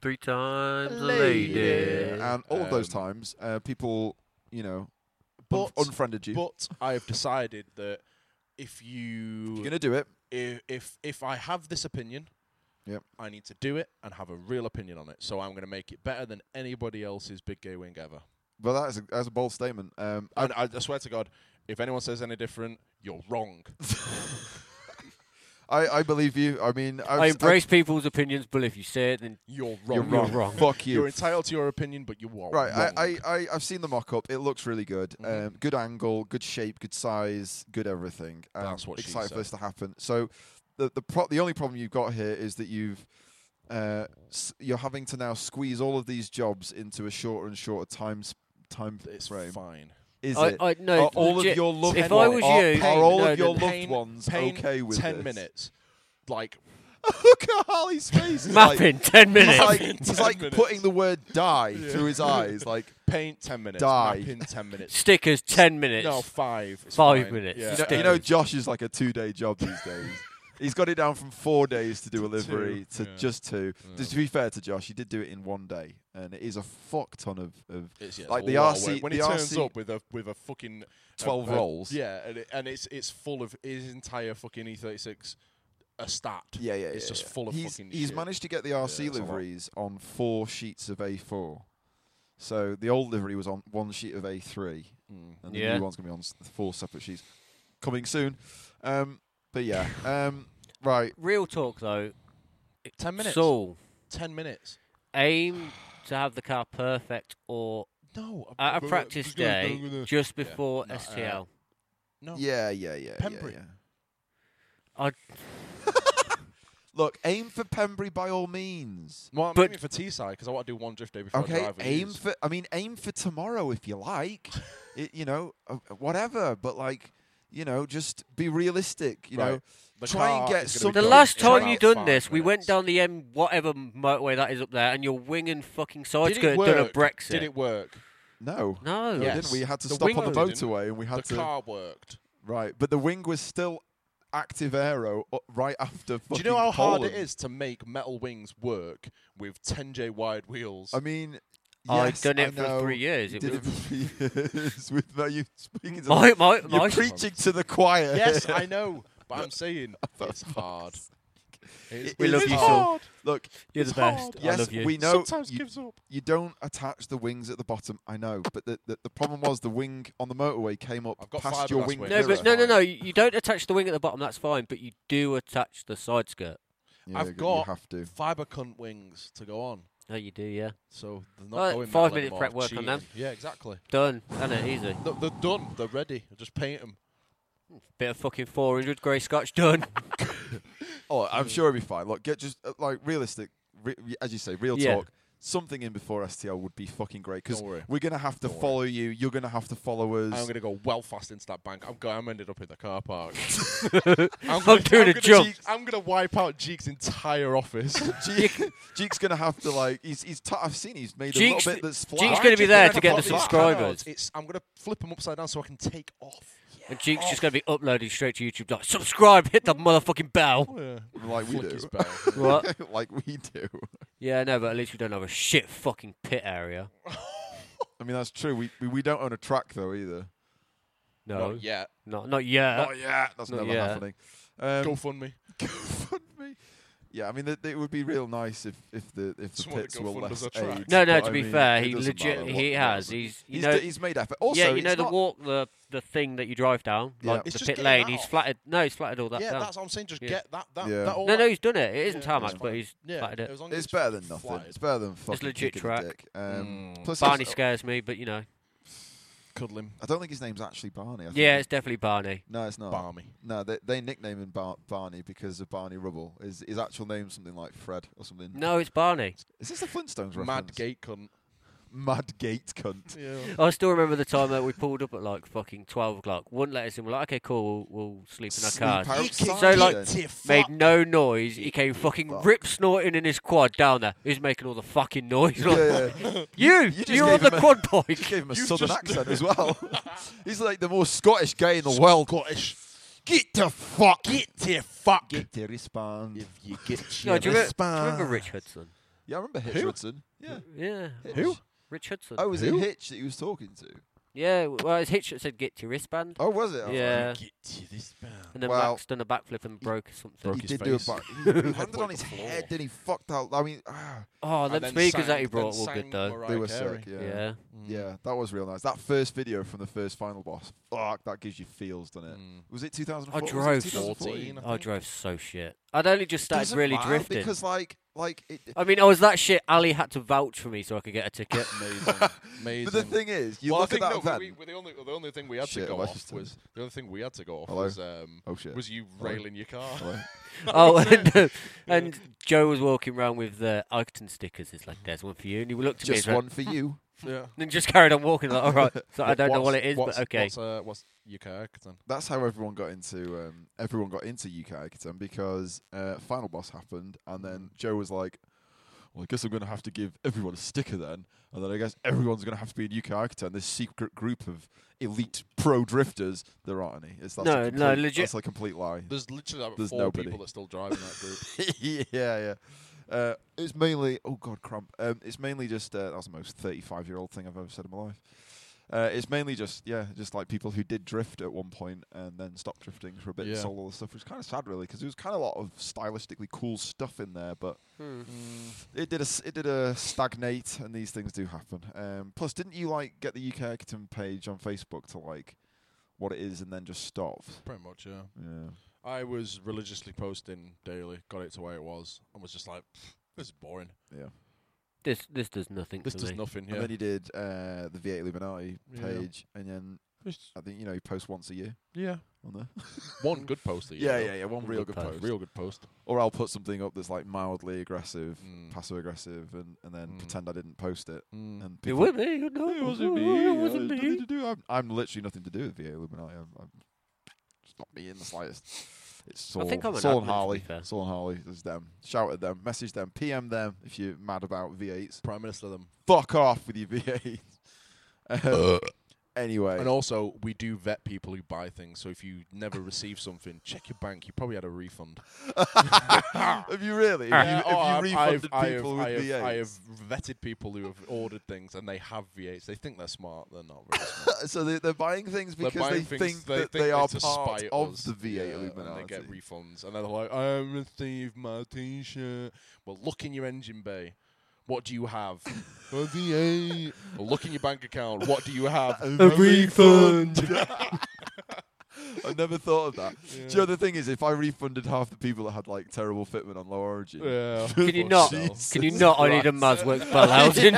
Speaker 3: Three times a
Speaker 1: Lady.
Speaker 3: lady.
Speaker 1: Yeah.
Speaker 4: And all of those
Speaker 1: Um,
Speaker 4: times, uh, people, you know,
Speaker 1: But-
Speaker 4: unf- unfriended you.
Speaker 1: But I have decided that if you
Speaker 4: You're gonna do it.
Speaker 1: i- if if I have this opinion,
Speaker 4: Yep.
Speaker 1: I need to do it and have a real opinion on it. So I'm going to make it better than anybody else's big gay wing ever.
Speaker 4: But that's a, that's a bold statement. Um, I,
Speaker 1: And I, I swear to God, if anyone says any different, you're wrong.
Speaker 4: I, I believe you. I mean, I,
Speaker 3: I
Speaker 4: was-
Speaker 3: embrace people's opinions, but if you say it, then
Speaker 1: You're
Speaker 4: I,
Speaker 1: wrong.
Speaker 4: you're wrong.
Speaker 3: wrong.
Speaker 4: Fuck you.
Speaker 1: You're entitled to your opinion, but you are
Speaker 4: Right,
Speaker 1: wrong.
Speaker 4: I, I, I, I've seen the mock up. It looks really good.
Speaker 1: Mhm.
Speaker 4: Um, good angle, good shape, good size, good everything. Um,
Speaker 1: That's what she
Speaker 4: Excited for
Speaker 1: said.
Speaker 4: this to happen. So, the the pro- the only problem you've got here is that you've uh, s- you're having to now squeeze all of these jobs into a shorter and shorter time sp- time
Speaker 1: it's
Speaker 4: frame.
Speaker 1: fine.
Speaker 4: Is
Speaker 3: I,
Speaker 4: it?
Speaker 3: I no.
Speaker 4: are all
Speaker 3: legit,
Speaker 4: of your loved
Speaker 3: if
Speaker 4: ones,
Speaker 3: I was
Speaker 4: are,
Speaker 3: you-
Speaker 4: are all
Speaker 3: No, no,
Speaker 4: of your
Speaker 3: no.
Speaker 4: loved
Speaker 1: Pain-
Speaker 4: ones
Speaker 1: pain
Speaker 4: okay with
Speaker 1: ten
Speaker 4: this?
Speaker 1: minutes? Like
Speaker 4: Look at Harley's face. He's like-
Speaker 3: Mapping ten minutes.
Speaker 4: He's like,
Speaker 1: Mapping
Speaker 4: he's
Speaker 1: 10
Speaker 4: like
Speaker 1: minutes.
Speaker 4: putting the word "die" through his eyes. Like
Speaker 1: paint ten minutes,
Speaker 4: Die.
Speaker 1: map in ten minutes.
Speaker 3: Stickers ten minutes.
Speaker 1: No, five. It's
Speaker 3: Five
Speaker 1: fine.
Speaker 3: minutes.
Speaker 1: Yeah.
Speaker 4: You know, you
Speaker 3: Stickers.
Speaker 4: know Josh is like a two day job these days. He's got it down from four days to do a
Speaker 1: To two,
Speaker 4: livery to
Speaker 1: yeah.
Speaker 4: just two.
Speaker 1: Yeah.
Speaker 4: To be fair to Josh, he did do it in one day, and it is a fuck ton of, of
Speaker 1: It's, yeah,
Speaker 4: Like
Speaker 1: it's a
Speaker 4: the
Speaker 1: lot of
Speaker 4: RC
Speaker 1: work. when he
Speaker 4: the
Speaker 1: turns
Speaker 4: RC
Speaker 1: up with a with a fucking a-
Speaker 4: 12
Speaker 1: a-
Speaker 4: rolls.
Speaker 1: Yeah, and, it, and it's it's full of his entire fucking E36 a stat.
Speaker 4: Yeah, yeah,
Speaker 1: It's
Speaker 4: yeah,
Speaker 1: just
Speaker 4: yeah.
Speaker 1: full of
Speaker 4: he's,
Speaker 1: fucking
Speaker 4: He's
Speaker 1: shit.
Speaker 4: managed to get the RC
Speaker 1: it's a lot.
Speaker 4: liveries on four sheets of A4. So the old livery was on one sheet of A3,
Speaker 3: Hmm.
Speaker 1: Mm.
Speaker 4: and the
Speaker 3: Yeah.
Speaker 4: new one's going to be on s- four separate sheets. Coming soon. Um, but yeah, um, right.
Speaker 3: Real talk though.
Speaker 1: Ten minutes.
Speaker 3: Saul,
Speaker 1: ten minutes.
Speaker 3: aim to have the car perfect or
Speaker 1: No,
Speaker 3: at a practice day just
Speaker 1: Yeah,
Speaker 3: before
Speaker 1: no, uh,
Speaker 3: STL.
Speaker 1: No.
Speaker 4: Yeah, yeah, yeah.
Speaker 1: Pembury.
Speaker 4: Yeah, yeah.
Speaker 3: I
Speaker 4: Look, aim for Pembury by all means.
Speaker 1: Well, I'm
Speaker 3: But-
Speaker 1: aiming for Teesside because I want to do one drift day before I
Speaker 4: Okay,
Speaker 1: drive. with
Speaker 4: aim
Speaker 1: yous.
Speaker 4: for. I mean, aim for tomorrow if you like. it, you know, uh, whatever. But like, you know, just be realistic. You
Speaker 1: Right.
Speaker 4: know,
Speaker 1: The
Speaker 4: try and
Speaker 1: car
Speaker 4: get
Speaker 1: is gonna
Speaker 4: some-
Speaker 1: be
Speaker 3: The
Speaker 1: gone
Speaker 3: last
Speaker 1: in
Speaker 3: time
Speaker 1: about
Speaker 3: you done
Speaker 1: five
Speaker 3: this, we went
Speaker 1: minutes.
Speaker 3: down the M whatever motorway that is up there, and you're winging fucking side
Speaker 1: Did it
Speaker 3: skirt done a
Speaker 1: work?
Speaker 3: Brexit.
Speaker 1: Did it work?
Speaker 4: no.
Speaker 3: No.
Speaker 4: No,
Speaker 1: Yeah.
Speaker 4: didn't we? we had to
Speaker 1: The
Speaker 4: stop on
Speaker 1: wing-
Speaker 4: the
Speaker 1: No, we didn't.
Speaker 4: motorway and we had
Speaker 1: The
Speaker 4: to
Speaker 1: car worked.
Speaker 4: right. But the wing was still active aero uh, right after.
Speaker 1: Do you know how
Speaker 4: fucking
Speaker 1: hard it
Speaker 4: Poland.
Speaker 1: is to make metal wings work with 10J wide wheels?
Speaker 4: I mean.
Speaker 3: I've
Speaker 4: yes,
Speaker 3: done
Speaker 4: I
Speaker 3: it for
Speaker 4: know.
Speaker 3: three years.
Speaker 4: You
Speaker 3: It
Speaker 4: did
Speaker 3: was-
Speaker 4: it for three years with no, you speaking to
Speaker 3: My,
Speaker 4: the,
Speaker 3: my,
Speaker 4: you're
Speaker 3: my,
Speaker 4: preaching to the choir.
Speaker 1: yes, I know, but I'm saying it's hard. It's
Speaker 4: We
Speaker 3: love you, Saul.
Speaker 1: hard.
Speaker 4: Look,
Speaker 3: you're the
Speaker 1: It's
Speaker 3: best.
Speaker 1: hard.
Speaker 3: I
Speaker 4: yes,
Speaker 3: love you.
Speaker 4: we know
Speaker 1: Sometimes
Speaker 4: you,
Speaker 1: gives up.
Speaker 4: you don't attach the wings at the bottom. I know, but the, the, the problem was the wing on the motorway came up
Speaker 1: I've got
Speaker 4: past your
Speaker 1: fiberglass
Speaker 4: wing
Speaker 1: wings.
Speaker 3: no,
Speaker 4: mirror.
Speaker 3: but no, no, no. You don't attach the wing at the bottom. That's fine, but you do attach the side skirt.
Speaker 4: Yeah,
Speaker 1: I've
Speaker 4: you-
Speaker 1: got-
Speaker 4: You have to.
Speaker 1: Fiber cunt wings to go on.
Speaker 3: Oh, you do, yeah.
Speaker 1: So they're not
Speaker 3: Well,
Speaker 1: going
Speaker 3: five
Speaker 1: metal
Speaker 3: minute
Speaker 1: anymore.
Speaker 3: prep work on them.
Speaker 1: Cheating. Yeah, exactly.
Speaker 3: Done. Done it easy.
Speaker 1: No, they're done. They're ready. I just paint them.
Speaker 3: Bit of fucking 400 grey scotch done.
Speaker 4: Oh,
Speaker 1: Mm.
Speaker 4: I'm sure it'll be fine. Like, get just uh, like realistic, re- re- as you say, real
Speaker 3: Yeah.
Speaker 4: talk. Something in before STL would be fucking great because
Speaker 1: Don't worry.
Speaker 4: we're gonna have to
Speaker 1: Don't worry.
Speaker 4: follow you. You're gonna have to follow us.
Speaker 1: I'm gonna go well fast into that bank. I'm going. I'm ended up in the car park.
Speaker 3: I'm doing a
Speaker 1: gonna
Speaker 3: jump.
Speaker 1: Jeek- I'm gonna wipe out Jeek's entire office.
Speaker 4: Jeek, Jeek's gonna have to like. He's he's. T- I've seen he's made
Speaker 3: Jeek's-
Speaker 4: a little bit that's flat.
Speaker 3: Jeek's
Speaker 1: Why
Speaker 3: gonna
Speaker 1: do
Speaker 3: be
Speaker 1: you
Speaker 3: there
Speaker 1: think
Speaker 3: to
Speaker 1: I
Speaker 3: get
Speaker 1: bought
Speaker 3: the
Speaker 1: these
Speaker 3: subscribers.
Speaker 1: channels? It's, I'm gonna flip them upside down so I can take off.
Speaker 3: and Jeek's just going to be uploading straight to YouTube. Like, subscribe, hit the motherfucking bell.
Speaker 4: like we
Speaker 1: Flick
Speaker 4: do.
Speaker 1: his bell.
Speaker 3: What?
Speaker 4: like we do.
Speaker 3: Yeah, no, but at least we don't have a shit fucking pit area.
Speaker 4: I mean that's true. We, we we don't own a track though either.
Speaker 3: No,
Speaker 1: Not yet.
Speaker 3: not not yet.
Speaker 1: Uh,
Speaker 4: Not yet. That's
Speaker 3: Not
Speaker 4: never
Speaker 3: yet.
Speaker 4: happening. Um,
Speaker 1: GoFundMe.
Speaker 4: GoFundMe. Yeah, I mean, it, it would be real nice if, if the if the
Speaker 1: Someone at
Speaker 4: pits were
Speaker 1: GoFundMe's
Speaker 4: less
Speaker 1: a track.
Speaker 4: AIDS,
Speaker 3: no, no.
Speaker 4: but
Speaker 3: To
Speaker 4: I
Speaker 3: be
Speaker 4: mean,
Speaker 3: fair,
Speaker 4: it
Speaker 3: he
Speaker 4: doesn't
Speaker 3: legit
Speaker 4: matter
Speaker 3: he
Speaker 4: what-
Speaker 3: has.
Speaker 4: what-
Speaker 3: He's you
Speaker 4: he's,
Speaker 3: know
Speaker 4: d- he's made effort. Also,
Speaker 3: yeah, you know
Speaker 4: it's
Speaker 3: the
Speaker 4: not-
Speaker 3: walk, the the thing that you drive down,
Speaker 4: Yeah.
Speaker 3: like
Speaker 1: It's
Speaker 3: the
Speaker 1: just
Speaker 3: pit
Speaker 1: getting
Speaker 3: lane.
Speaker 1: that
Speaker 3: He's
Speaker 1: off.
Speaker 3: flatted. No, he's flatted all that
Speaker 1: yeah,
Speaker 3: down.
Speaker 1: that's what I'm saying. Just
Speaker 3: Yeah.
Speaker 1: get that. that,
Speaker 4: Yeah.
Speaker 1: that all
Speaker 3: no,
Speaker 1: that-
Speaker 3: no, he's done it. It isn't
Speaker 1: Yeah,
Speaker 3: tarmac,
Speaker 1: that's
Speaker 3: but
Speaker 1: fine.
Speaker 3: he's
Speaker 1: yeah,
Speaker 3: flatted it.
Speaker 1: was on
Speaker 4: It's
Speaker 1: YouTube,
Speaker 4: better than nothing.
Speaker 1: flatted.
Speaker 4: It's better than fucking
Speaker 3: legit
Speaker 4: kicking
Speaker 3: track.
Speaker 4: A dick. Um,
Speaker 1: Mm.
Speaker 4: Plus,
Speaker 3: Barney
Speaker 4: it's-
Speaker 3: scares me, but you know.
Speaker 1: Cuddle him.
Speaker 4: I don't think his name's actually Barney. I think
Speaker 3: Yeah,
Speaker 4: it-
Speaker 3: it's definitely Barney.
Speaker 4: no, it's not.
Speaker 1: Barmy.
Speaker 4: no, they, they nickname him Bar- Barney because of Barney Rubble. His, his actual name's something like Fred or something.
Speaker 3: No, it's Barney.
Speaker 4: Is this the Flintstones reference?
Speaker 1: Mad gate cunt.
Speaker 4: Mad gate cunt.
Speaker 1: Yeah.
Speaker 3: I still remember the time that we pulled up at like fucking twelve o'clock. Wouldn't let us in. We're like, okay, cool, we'll, we'll sleep in
Speaker 4: Sleep
Speaker 3: our cars.
Speaker 4: out.
Speaker 3: So, like,
Speaker 1: made
Speaker 3: Made no noise. He came fucking
Speaker 4: Fuck.
Speaker 3: rip snorting in his quad down there. He was making all the fucking noise. Like,
Speaker 4: Yeah, yeah.
Speaker 3: You,
Speaker 4: You just
Speaker 3: you are on
Speaker 4: gave him
Speaker 3: the
Speaker 4: a-
Speaker 3: quad
Speaker 4: You
Speaker 3: bike.
Speaker 4: gave him a
Speaker 1: You've
Speaker 4: southern
Speaker 1: just-
Speaker 4: accent as well. He's like the most Scottish guy in the world. Scottish. Get to fuck.
Speaker 1: Get to fuck.
Speaker 4: Get to respond.
Speaker 1: if you get
Speaker 3: No,
Speaker 1: your
Speaker 3: do, you remember, do you
Speaker 1: response.
Speaker 3: remember Rich Hudson?
Speaker 4: Yeah, I remember Hitch
Speaker 1: Who?
Speaker 4: Hudson. Yeah.
Speaker 3: Yeah.
Speaker 1: Who?
Speaker 3: Rich Hudson.
Speaker 4: Oh, was it
Speaker 1: Who?
Speaker 4: Hitch that he was talking to?
Speaker 3: Yeah, w- well, it's Hitch that said get your wristband.
Speaker 4: Oh, was it? I was like,
Speaker 3: yeah.
Speaker 1: Get to this band.
Speaker 3: And then
Speaker 4: Well-
Speaker 3: Max done a backflip and broke something.
Speaker 1: Broke
Speaker 4: he
Speaker 1: his
Speaker 4: did do a
Speaker 1: face.
Speaker 4: bar- he landed
Speaker 1: Headbutt
Speaker 4: on his
Speaker 1: the floor.
Speaker 4: head, then he fucked out. I mean, ah,
Speaker 3: Oh, them speakers that he brought were good though.
Speaker 4: they were sick. Yeah.
Speaker 3: Yeah.
Speaker 4: Yeah, that was real nice. That first video from the first final boss, fuck, that gives you feels, doesn't it?
Speaker 1: Mm.
Speaker 4: Was it 2004? Was it
Speaker 3: drove
Speaker 4: 2014?
Speaker 1: 14.
Speaker 3: I Oh, drove so shit. I'd only just started
Speaker 4: Doesn't
Speaker 3: really
Speaker 4: matter,
Speaker 3: drifting.
Speaker 4: because like, like it,
Speaker 3: I mean, I was that shit. Ali had to vouch for me so I could get a ticket.
Speaker 1: Amazing. Amazing.
Speaker 4: but the thing is, you
Speaker 1: well,
Speaker 4: look
Speaker 1: I think
Speaker 4: at that
Speaker 1: no,
Speaker 4: event.
Speaker 1: We, we, the, only, the only thing we had
Speaker 4: Shit,
Speaker 1: to go
Speaker 4: have I
Speaker 1: off
Speaker 4: just done
Speaker 1: was the only thing we had to go off
Speaker 4: Hello?
Speaker 1: was um,
Speaker 4: oh shit!
Speaker 1: was you
Speaker 4: Hello?
Speaker 1: railing your car.
Speaker 4: Hello?
Speaker 3: oh, and, uh, and Joe was walking around with the uh, Eichton stickers. He's like, "There's one for you," and he looked at me. he's
Speaker 4: Just
Speaker 3: like-
Speaker 4: one for you.
Speaker 1: yeah.
Speaker 3: And then just carried on walking. Like, all right. So I don't know what it is,
Speaker 1: what's,
Speaker 3: but okay.
Speaker 1: What's, uh, what's your car? Then?
Speaker 4: that's how everyone got into um, everyone got into UK Akaton because uh, Final Boss happened, and
Speaker 3: Mm.
Speaker 4: then Joe was like, "Well, I guess I'm going to have to give everyone a sticker then, and then I guess everyone's going to have to be in UK Akaton, this secret group of elite pro drifters. There aren't any. It's that's a
Speaker 3: No, no,
Speaker 4: complete,
Speaker 3: legit-
Speaker 4: That's a complete lie.
Speaker 1: There's literally about
Speaker 4: There's
Speaker 1: four
Speaker 4: nobody.
Speaker 1: people that still drive in that group.
Speaker 4: yeah, yeah. Uh, it's mainly oh god cramp. Um, it's mainly just uh, that's the most thirty-five-year-old thing I've ever said in my life. Uh, it's mainly just yeah, just like people who did drift at one point and then stopped drifting for a bit and
Speaker 1: Yeah.
Speaker 4: sold all the stuff, which is kind of sad really because there was kind of a lot of stylistically cool stuff in there, but
Speaker 3: Hmm.
Speaker 4: it did a s- it did a stagnate and these things do happen. Um, plus, didn't you like get the UK Acton page on Facebook to like what it is and then just stopped?
Speaker 1: Pretty much, yeah.
Speaker 4: Yeah.
Speaker 1: I was religiously posting daily, got it to where it was, and was just like, this is boring.
Speaker 3: This this does nothing.
Speaker 1: This
Speaker 3: to
Speaker 1: does
Speaker 3: me.
Speaker 1: nothing
Speaker 4: And
Speaker 1: here.
Speaker 4: then he did uh, the V8 Illuminati
Speaker 1: Yeah.
Speaker 4: page, and then
Speaker 1: It's-
Speaker 4: I think you know he posts once a year
Speaker 1: yeah.
Speaker 4: on there.
Speaker 1: One good post. That you
Speaker 4: Yeah,
Speaker 1: did.
Speaker 4: yeah, yeah. One
Speaker 3: One
Speaker 4: real
Speaker 3: good
Speaker 4: good
Speaker 3: post.
Speaker 4: post.
Speaker 1: Real good post.
Speaker 4: Or I'll put something up that's like mildly aggressive,
Speaker 1: Mm.
Speaker 4: passive aggressive, and, and then
Speaker 1: Mm.
Speaker 4: pretend I didn't post it.
Speaker 1: Mm.
Speaker 4: And
Speaker 3: It
Speaker 4: people
Speaker 3: was me. No,
Speaker 4: It wasn't me.
Speaker 3: It wasn't
Speaker 4: I had nothing
Speaker 3: me.
Speaker 4: to do. I'm, I'm literally nothing to do with V8 Illuminati. I'm, I'm it's not me in the slightest. It's
Speaker 3: I
Speaker 4: Saul,
Speaker 3: think I'm an
Speaker 4: Saul
Speaker 3: admin, to
Speaker 4: and
Speaker 3: be
Speaker 4: Harley.
Speaker 3: fair.
Speaker 4: Saul and Harley. There's them. Shout at them. Message them. PM them if you're mad about V8s.
Speaker 1: Prime Minister them.
Speaker 4: Fuck off with your V8s. Um, anyway.
Speaker 1: Uh, And also, we do vet people who buy things. So if you never receive something, check your bank. You probably had a refund.
Speaker 4: have you really? Have you, have you
Speaker 1: Oh, I've-
Speaker 4: refunded
Speaker 1: I've-
Speaker 4: people
Speaker 1: I have,
Speaker 4: with V8s?
Speaker 1: I have vetted people who have ordered things and they have V8s. They think they're smart. They're not really smart.
Speaker 4: so they, they're buying things
Speaker 1: They're
Speaker 4: because
Speaker 1: buying
Speaker 4: they
Speaker 1: things-
Speaker 4: think that
Speaker 1: think
Speaker 4: they are
Speaker 1: to
Speaker 4: part
Speaker 1: spite
Speaker 4: of
Speaker 1: us.
Speaker 4: the V8
Speaker 1: Yeah,
Speaker 4: Illuminati.
Speaker 1: And they get refunds. And they're like, I received my t shirt. Well, look in your engine bay. What do you have? a V8. Well, look in your bank account. What do you have?
Speaker 4: a refund. I never thought of that. Do you know the thing is, if I refunded half the people that had like terrible fitment on low origin,
Speaker 1: Yeah.
Speaker 3: Can you not?
Speaker 4: Jesus
Speaker 3: Can you not? I need a Masworks bell housing.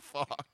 Speaker 4: fuck.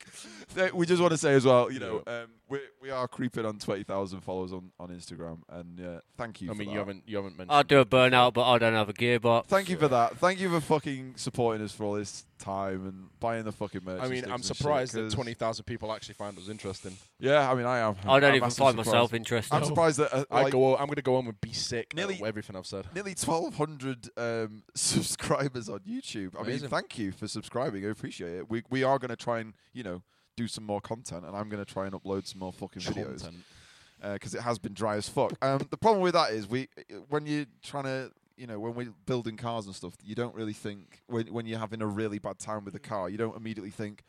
Speaker 4: Th- We just want to say as well, you know, um, we we are creeping on twenty thousand followers on, on Instagram, and uh, thank you.
Speaker 1: I
Speaker 4: for
Speaker 1: mean,
Speaker 4: that.
Speaker 1: you haven't you haven't mentioned.
Speaker 3: I'd do a
Speaker 1: it before.
Speaker 3: burnout, but I don't have a gearbox.
Speaker 4: Thank you for that. Thank you for fucking supporting us for all this time and buying the fucking merch.
Speaker 1: I
Speaker 4: and
Speaker 1: mean,
Speaker 4: sticks
Speaker 1: I'm
Speaker 4: and shit,
Speaker 1: surprised that
Speaker 4: 'cause-
Speaker 1: twenty thousand people actually find us interesting.
Speaker 4: Yeah, I mean, I am.
Speaker 3: I don't
Speaker 4: I'm
Speaker 3: even
Speaker 4: massively
Speaker 3: find
Speaker 4: surprised.
Speaker 3: myself interesting.
Speaker 4: I'm surprised that uh,
Speaker 1: I
Speaker 4: like,
Speaker 1: go. I'm going to go on and be sick.
Speaker 4: Nearly-
Speaker 1: at everything I've said.
Speaker 4: nearly 1,200 um, subscribers on YouTube. I mean,
Speaker 1: Amazing.
Speaker 4: thank you for subscribing. I appreciate it. We we are going to try and you know do some more content, and I'm going to try and upload some more fucking videos
Speaker 1: Content.
Speaker 4: because uh, it has been dry as fuck. Um, the problem with that is we when you're trying to you know when we're building cars and stuff, you don't really think when when you're having a really bad time with the car, you don't immediately think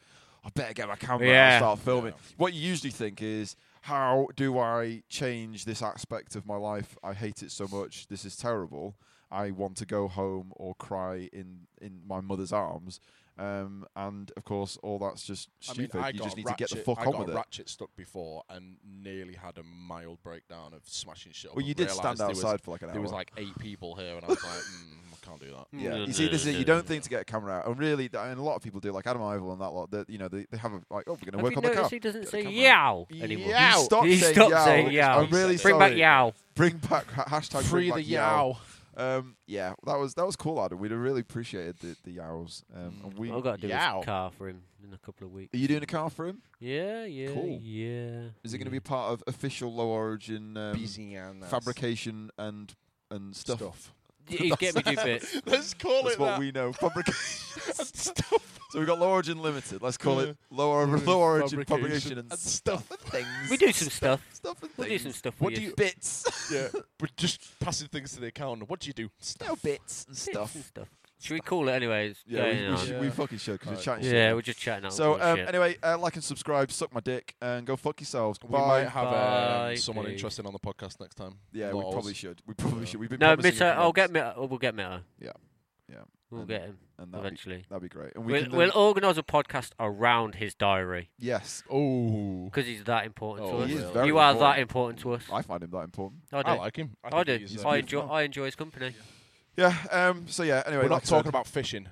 Speaker 4: I better get my camera
Speaker 3: Yeah.
Speaker 4: and start filming.
Speaker 1: Yeah.
Speaker 4: What you usually think is how do I change this aspect of my life? I hate it so much. This is terrible. I want to go home or cry in in my mother's arms. Um, and of course, all that's just stupid.
Speaker 1: I mean, I
Speaker 4: you
Speaker 1: got
Speaker 4: just
Speaker 1: a
Speaker 4: need
Speaker 1: ratchet,
Speaker 4: to get the fuck
Speaker 1: I
Speaker 4: on
Speaker 1: got
Speaker 4: with
Speaker 1: a
Speaker 4: it.
Speaker 1: ratchet stuck before and nearly had a mild breakdown of smashing shit. up
Speaker 4: Well,
Speaker 1: and
Speaker 4: you did
Speaker 1: realised
Speaker 4: stand
Speaker 1: there was-
Speaker 4: outside for like an hour.
Speaker 1: There was like eight people here, and I was like, mm, I can't do that.
Speaker 4: Mm, Yeah, you see, this is it. You don't think to get a camera out, and really, th- and a lot of people do, like Adam Ivel and that lot. That you know, they, they have a like, oh, we're going to
Speaker 3: Have
Speaker 4: work
Speaker 3: you
Speaker 4: on the car.
Speaker 3: noticed he doesn't
Speaker 4: Get the
Speaker 3: say
Speaker 4: camera.
Speaker 3: yow anymore?
Speaker 1: Yow!
Speaker 4: He stopped
Speaker 3: He
Speaker 4: saying
Speaker 3: stopped
Speaker 4: yow.
Speaker 3: saying yow.
Speaker 4: I'm really
Speaker 1: Bring
Speaker 3: Bring back
Speaker 4: sorry.
Speaker 3: yow.
Speaker 4: Bring back ha- hashtag
Speaker 1: Free the
Speaker 4: bring back yow.
Speaker 1: yow.
Speaker 4: Um, yeah, that was that was cool, Adam. We'd have really appreciated the the yows. Um, and we.
Speaker 3: I've got to do
Speaker 1: yow.
Speaker 3: this car for him in a couple of weeks.
Speaker 4: Are you doing a car for him?
Speaker 3: Yeah, yeah,
Speaker 4: Cool.
Speaker 3: yeah.
Speaker 4: Is it going to be part of official low origin um,
Speaker 1: Busy and
Speaker 4: fabrication and and stuff?
Speaker 3: be? He's getting me two bits.
Speaker 1: Let's call
Speaker 4: That's
Speaker 1: it
Speaker 4: what
Speaker 1: that.
Speaker 4: we know. Fabrication.
Speaker 1: stuff.
Speaker 4: so we got low origin limited. Let's call it low, or- low origin fabrication and,
Speaker 1: stuff and things.
Speaker 3: We do some stuff.
Speaker 4: stuff and
Speaker 3: We
Speaker 4: things.
Speaker 3: do some stuff.
Speaker 4: What
Speaker 3: with
Speaker 4: do you bits?
Speaker 1: Yeah, we're just passing things to the accountant. What do you do? Stuff.
Speaker 4: bits and
Speaker 3: Bits and stuff. Should we call it anyways?
Speaker 4: Yeah, we,
Speaker 3: no.
Speaker 4: we, should, we
Speaker 1: Yeah.
Speaker 4: fucking should because we're
Speaker 1: Alright,
Speaker 4: chatting
Speaker 3: yeah,
Speaker 4: shit.
Speaker 3: we're just chatting out.
Speaker 4: So um,
Speaker 3: bullshit.
Speaker 4: anyway, uh, like and subscribe, suck my dick, and go fuck yourselves.
Speaker 1: We
Speaker 4: Bye.
Speaker 1: might have
Speaker 3: Bye,
Speaker 1: um, someone
Speaker 3: dude.
Speaker 1: interesting on the podcast next time.
Speaker 4: yeah,
Speaker 1: Not
Speaker 4: we
Speaker 1: us.
Speaker 4: probably should. We probably
Speaker 1: Yeah.
Speaker 4: should. We've been
Speaker 3: no,
Speaker 4: promising it
Speaker 3: Mitter.
Speaker 4: for
Speaker 3: I'll get
Speaker 4: months,
Speaker 3: Mitter. We'll get Mitter.
Speaker 4: Yeah, yeah,
Speaker 3: We'll
Speaker 4: and-
Speaker 3: get him
Speaker 4: and that'd be,
Speaker 3: eventually.
Speaker 4: that'd be great. And we
Speaker 3: We'll,
Speaker 4: can then-
Speaker 3: we'll organise a podcast around his diary
Speaker 4: yes,
Speaker 1: Oh,
Speaker 3: because he's that important
Speaker 1: Oh,
Speaker 3: to us.
Speaker 4: he is
Speaker 1: really?
Speaker 4: very
Speaker 3: you are that important
Speaker 4: important.
Speaker 3: to us.
Speaker 4: I find him that important.
Speaker 3: I do.
Speaker 1: I like him.
Speaker 3: I,
Speaker 1: think
Speaker 3: do.
Speaker 1: he's, uh,
Speaker 3: I
Speaker 4: good
Speaker 3: enjoy.
Speaker 4: man.
Speaker 3: I enjoy his company.
Speaker 4: Yeah. Um. So yeah. Anyway,
Speaker 1: We're
Speaker 4: like
Speaker 1: not
Speaker 4: I
Speaker 1: talking
Speaker 4: said-
Speaker 1: about fishing.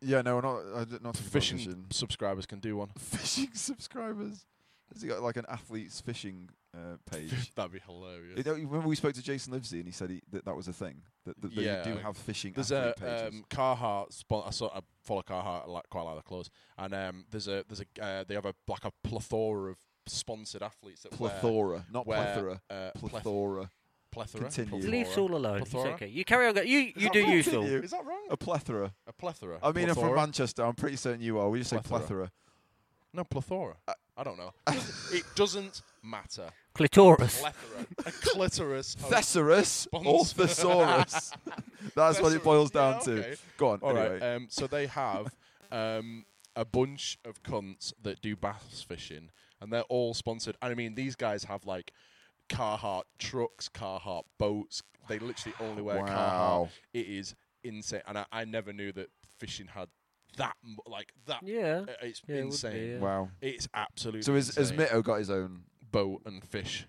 Speaker 4: Yeah. No, we're not. Uh, d- not talking about
Speaker 1: Fishing,
Speaker 4: fishing.
Speaker 1: subscribers can do one.
Speaker 4: Fishing subscribers. Has he got like an athlete's fishing uh, page?
Speaker 1: That'd be hilarious.
Speaker 4: You know, you remember we spoke to Jason Livesey and he said he, that that was a thing that, that, that
Speaker 1: Yeah,
Speaker 4: you do
Speaker 1: I-
Speaker 4: have fishing
Speaker 1: There's a
Speaker 4: athlete pages.
Speaker 1: um, Carhartt. Spon- I sort of follow Carhartt. I like quite like their clothes. And um, there's a there's a uh, they have a like a plethora of sponsored athletes that
Speaker 4: plethora,
Speaker 1: wear,
Speaker 4: not
Speaker 1: wear,
Speaker 4: plethora,
Speaker 1: uh, pleth-
Speaker 4: plethora,
Speaker 1: plethora.
Speaker 4: Continue.
Speaker 1: Plethora.
Speaker 4: Leave
Speaker 3: Leave Saul alone. It's
Speaker 1: Plethora?
Speaker 3: okay. You carry on. Go- you you do you, Saul.
Speaker 4: Continue.
Speaker 1: Is that wrong?
Speaker 4: a plethora.
Speaker 1: A plethora.
Speaker 4: I mean, I'm
Speaker 1: plethora?
Speaker 4: from Manchester. I'm pretty certain you are. We just say
Speaker 1: Plethora.
Speaker 4: plethora.
Speaker 1: No, plethora.
Speaker 4: Uh,
Speaker 1: I don't know. it doesn't matter.
Speaker 3: Clitoris.
Speaker 1: Plethora. a clitoris. of-
Speaker 4: Thesaurus or
Speaker 1: Oh, Sponsor.
Speaker 4: thesaurus. That's what
Speaker 1: Thesaurus.
Speaker 4: it boils
Speaker 1: Yeah,
Speaker 4: down to.
Speaker 1: okay.
Speaker 4: Go on.
Speaker 1: All right.
Speaker 4: anyway.
Speaker 1: Um, so they have um, a bunch of cunts that do bass fishing, and they're all sponsored. And I mean, these guys have like Carhartt trucks, Carhartt boats. They literally only wear
Speaker 4: Wow.
Speaker 1: Carhartt. It is insane, and I, I never knew that fishing had that mu- like that.
Speaker 3: Yeah.
Speaker 1: uh, It's
Speaker 3: Yeah, it would be,
Speaker 1: insane.
Speaker 3: yeah.
Speaker 4: Wow.
Speaker 1: It's absolutely
Speaker 4: So is, has
Speaker 1: insane.
Speaker 4: Mitto got his own
Speaker 1: boat and fish.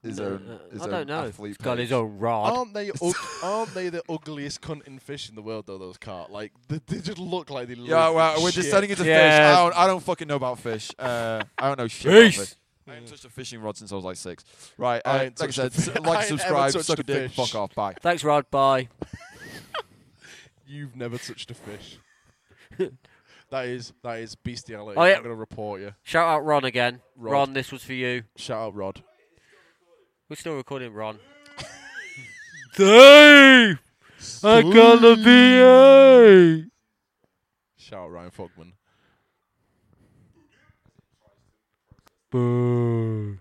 Speaker 4: his
Speaker 3: Uh,
Speaker 4: own his
Speaker 3: I
Speaker 4: own
Speaker 3: don't know.
Speaker 4: athlete Oh,
Speaker 3: He's got
Speaker 4: page?
Speaker 3: his own rod.
Speaker 1: Aren't they? Ug- aren't they the ugliest cunt in fish in the world? Though those cart, like they, they just look like they.
Speaker 4: Yeah,
Speaker 1: live
Speaker 4: well, we're
Speaker 1: shit.
Speaker 4: descending into
Speaker 3: Yeah.
Speaker 4: fish. I don't, I don't fucking know about fish. Uh, I don't know shit about
Speaker 3: Fish.
Speaker 4: fish. I ain't touched a fishing rod since I was like six. Right,
Speaker 1: I
Speaker 4: uh,
Speaker 1: ain't
Speaker 4: like I
Speaker 1: touched
Speaker 4: said,
Speaker 1: a fi-
Speaker 4: s-
Speaker 1: I
Speaker 4: like,
Speaker 1: ain't ever
Speaker 4: subscribe,
Speaker 1: touched
Speaker 4: suck
Speaker 1: a
Speaker 4: a dick,
Speaker 1: fish.
Speaker 4: fuck off, bye.
Speaker 3: Thanks, Rod. Bye.
Speaker 1: You've never touched a fish. that is that is bestiality.
Speaker 3: Oh, yeah.
Speaker 1: I'm gonna report you.
Speaker 3: Shout out Ron again.
Speaker 1: Rod.
Speaker 3: Ron, this was for you.
Speaker 1: Shout out Rod.
Speaker 3: We're still recording, Ron. Dave, I got the VA.
Speaker 1: Shout out Ryan Fogman.
Speaker 3: Boo.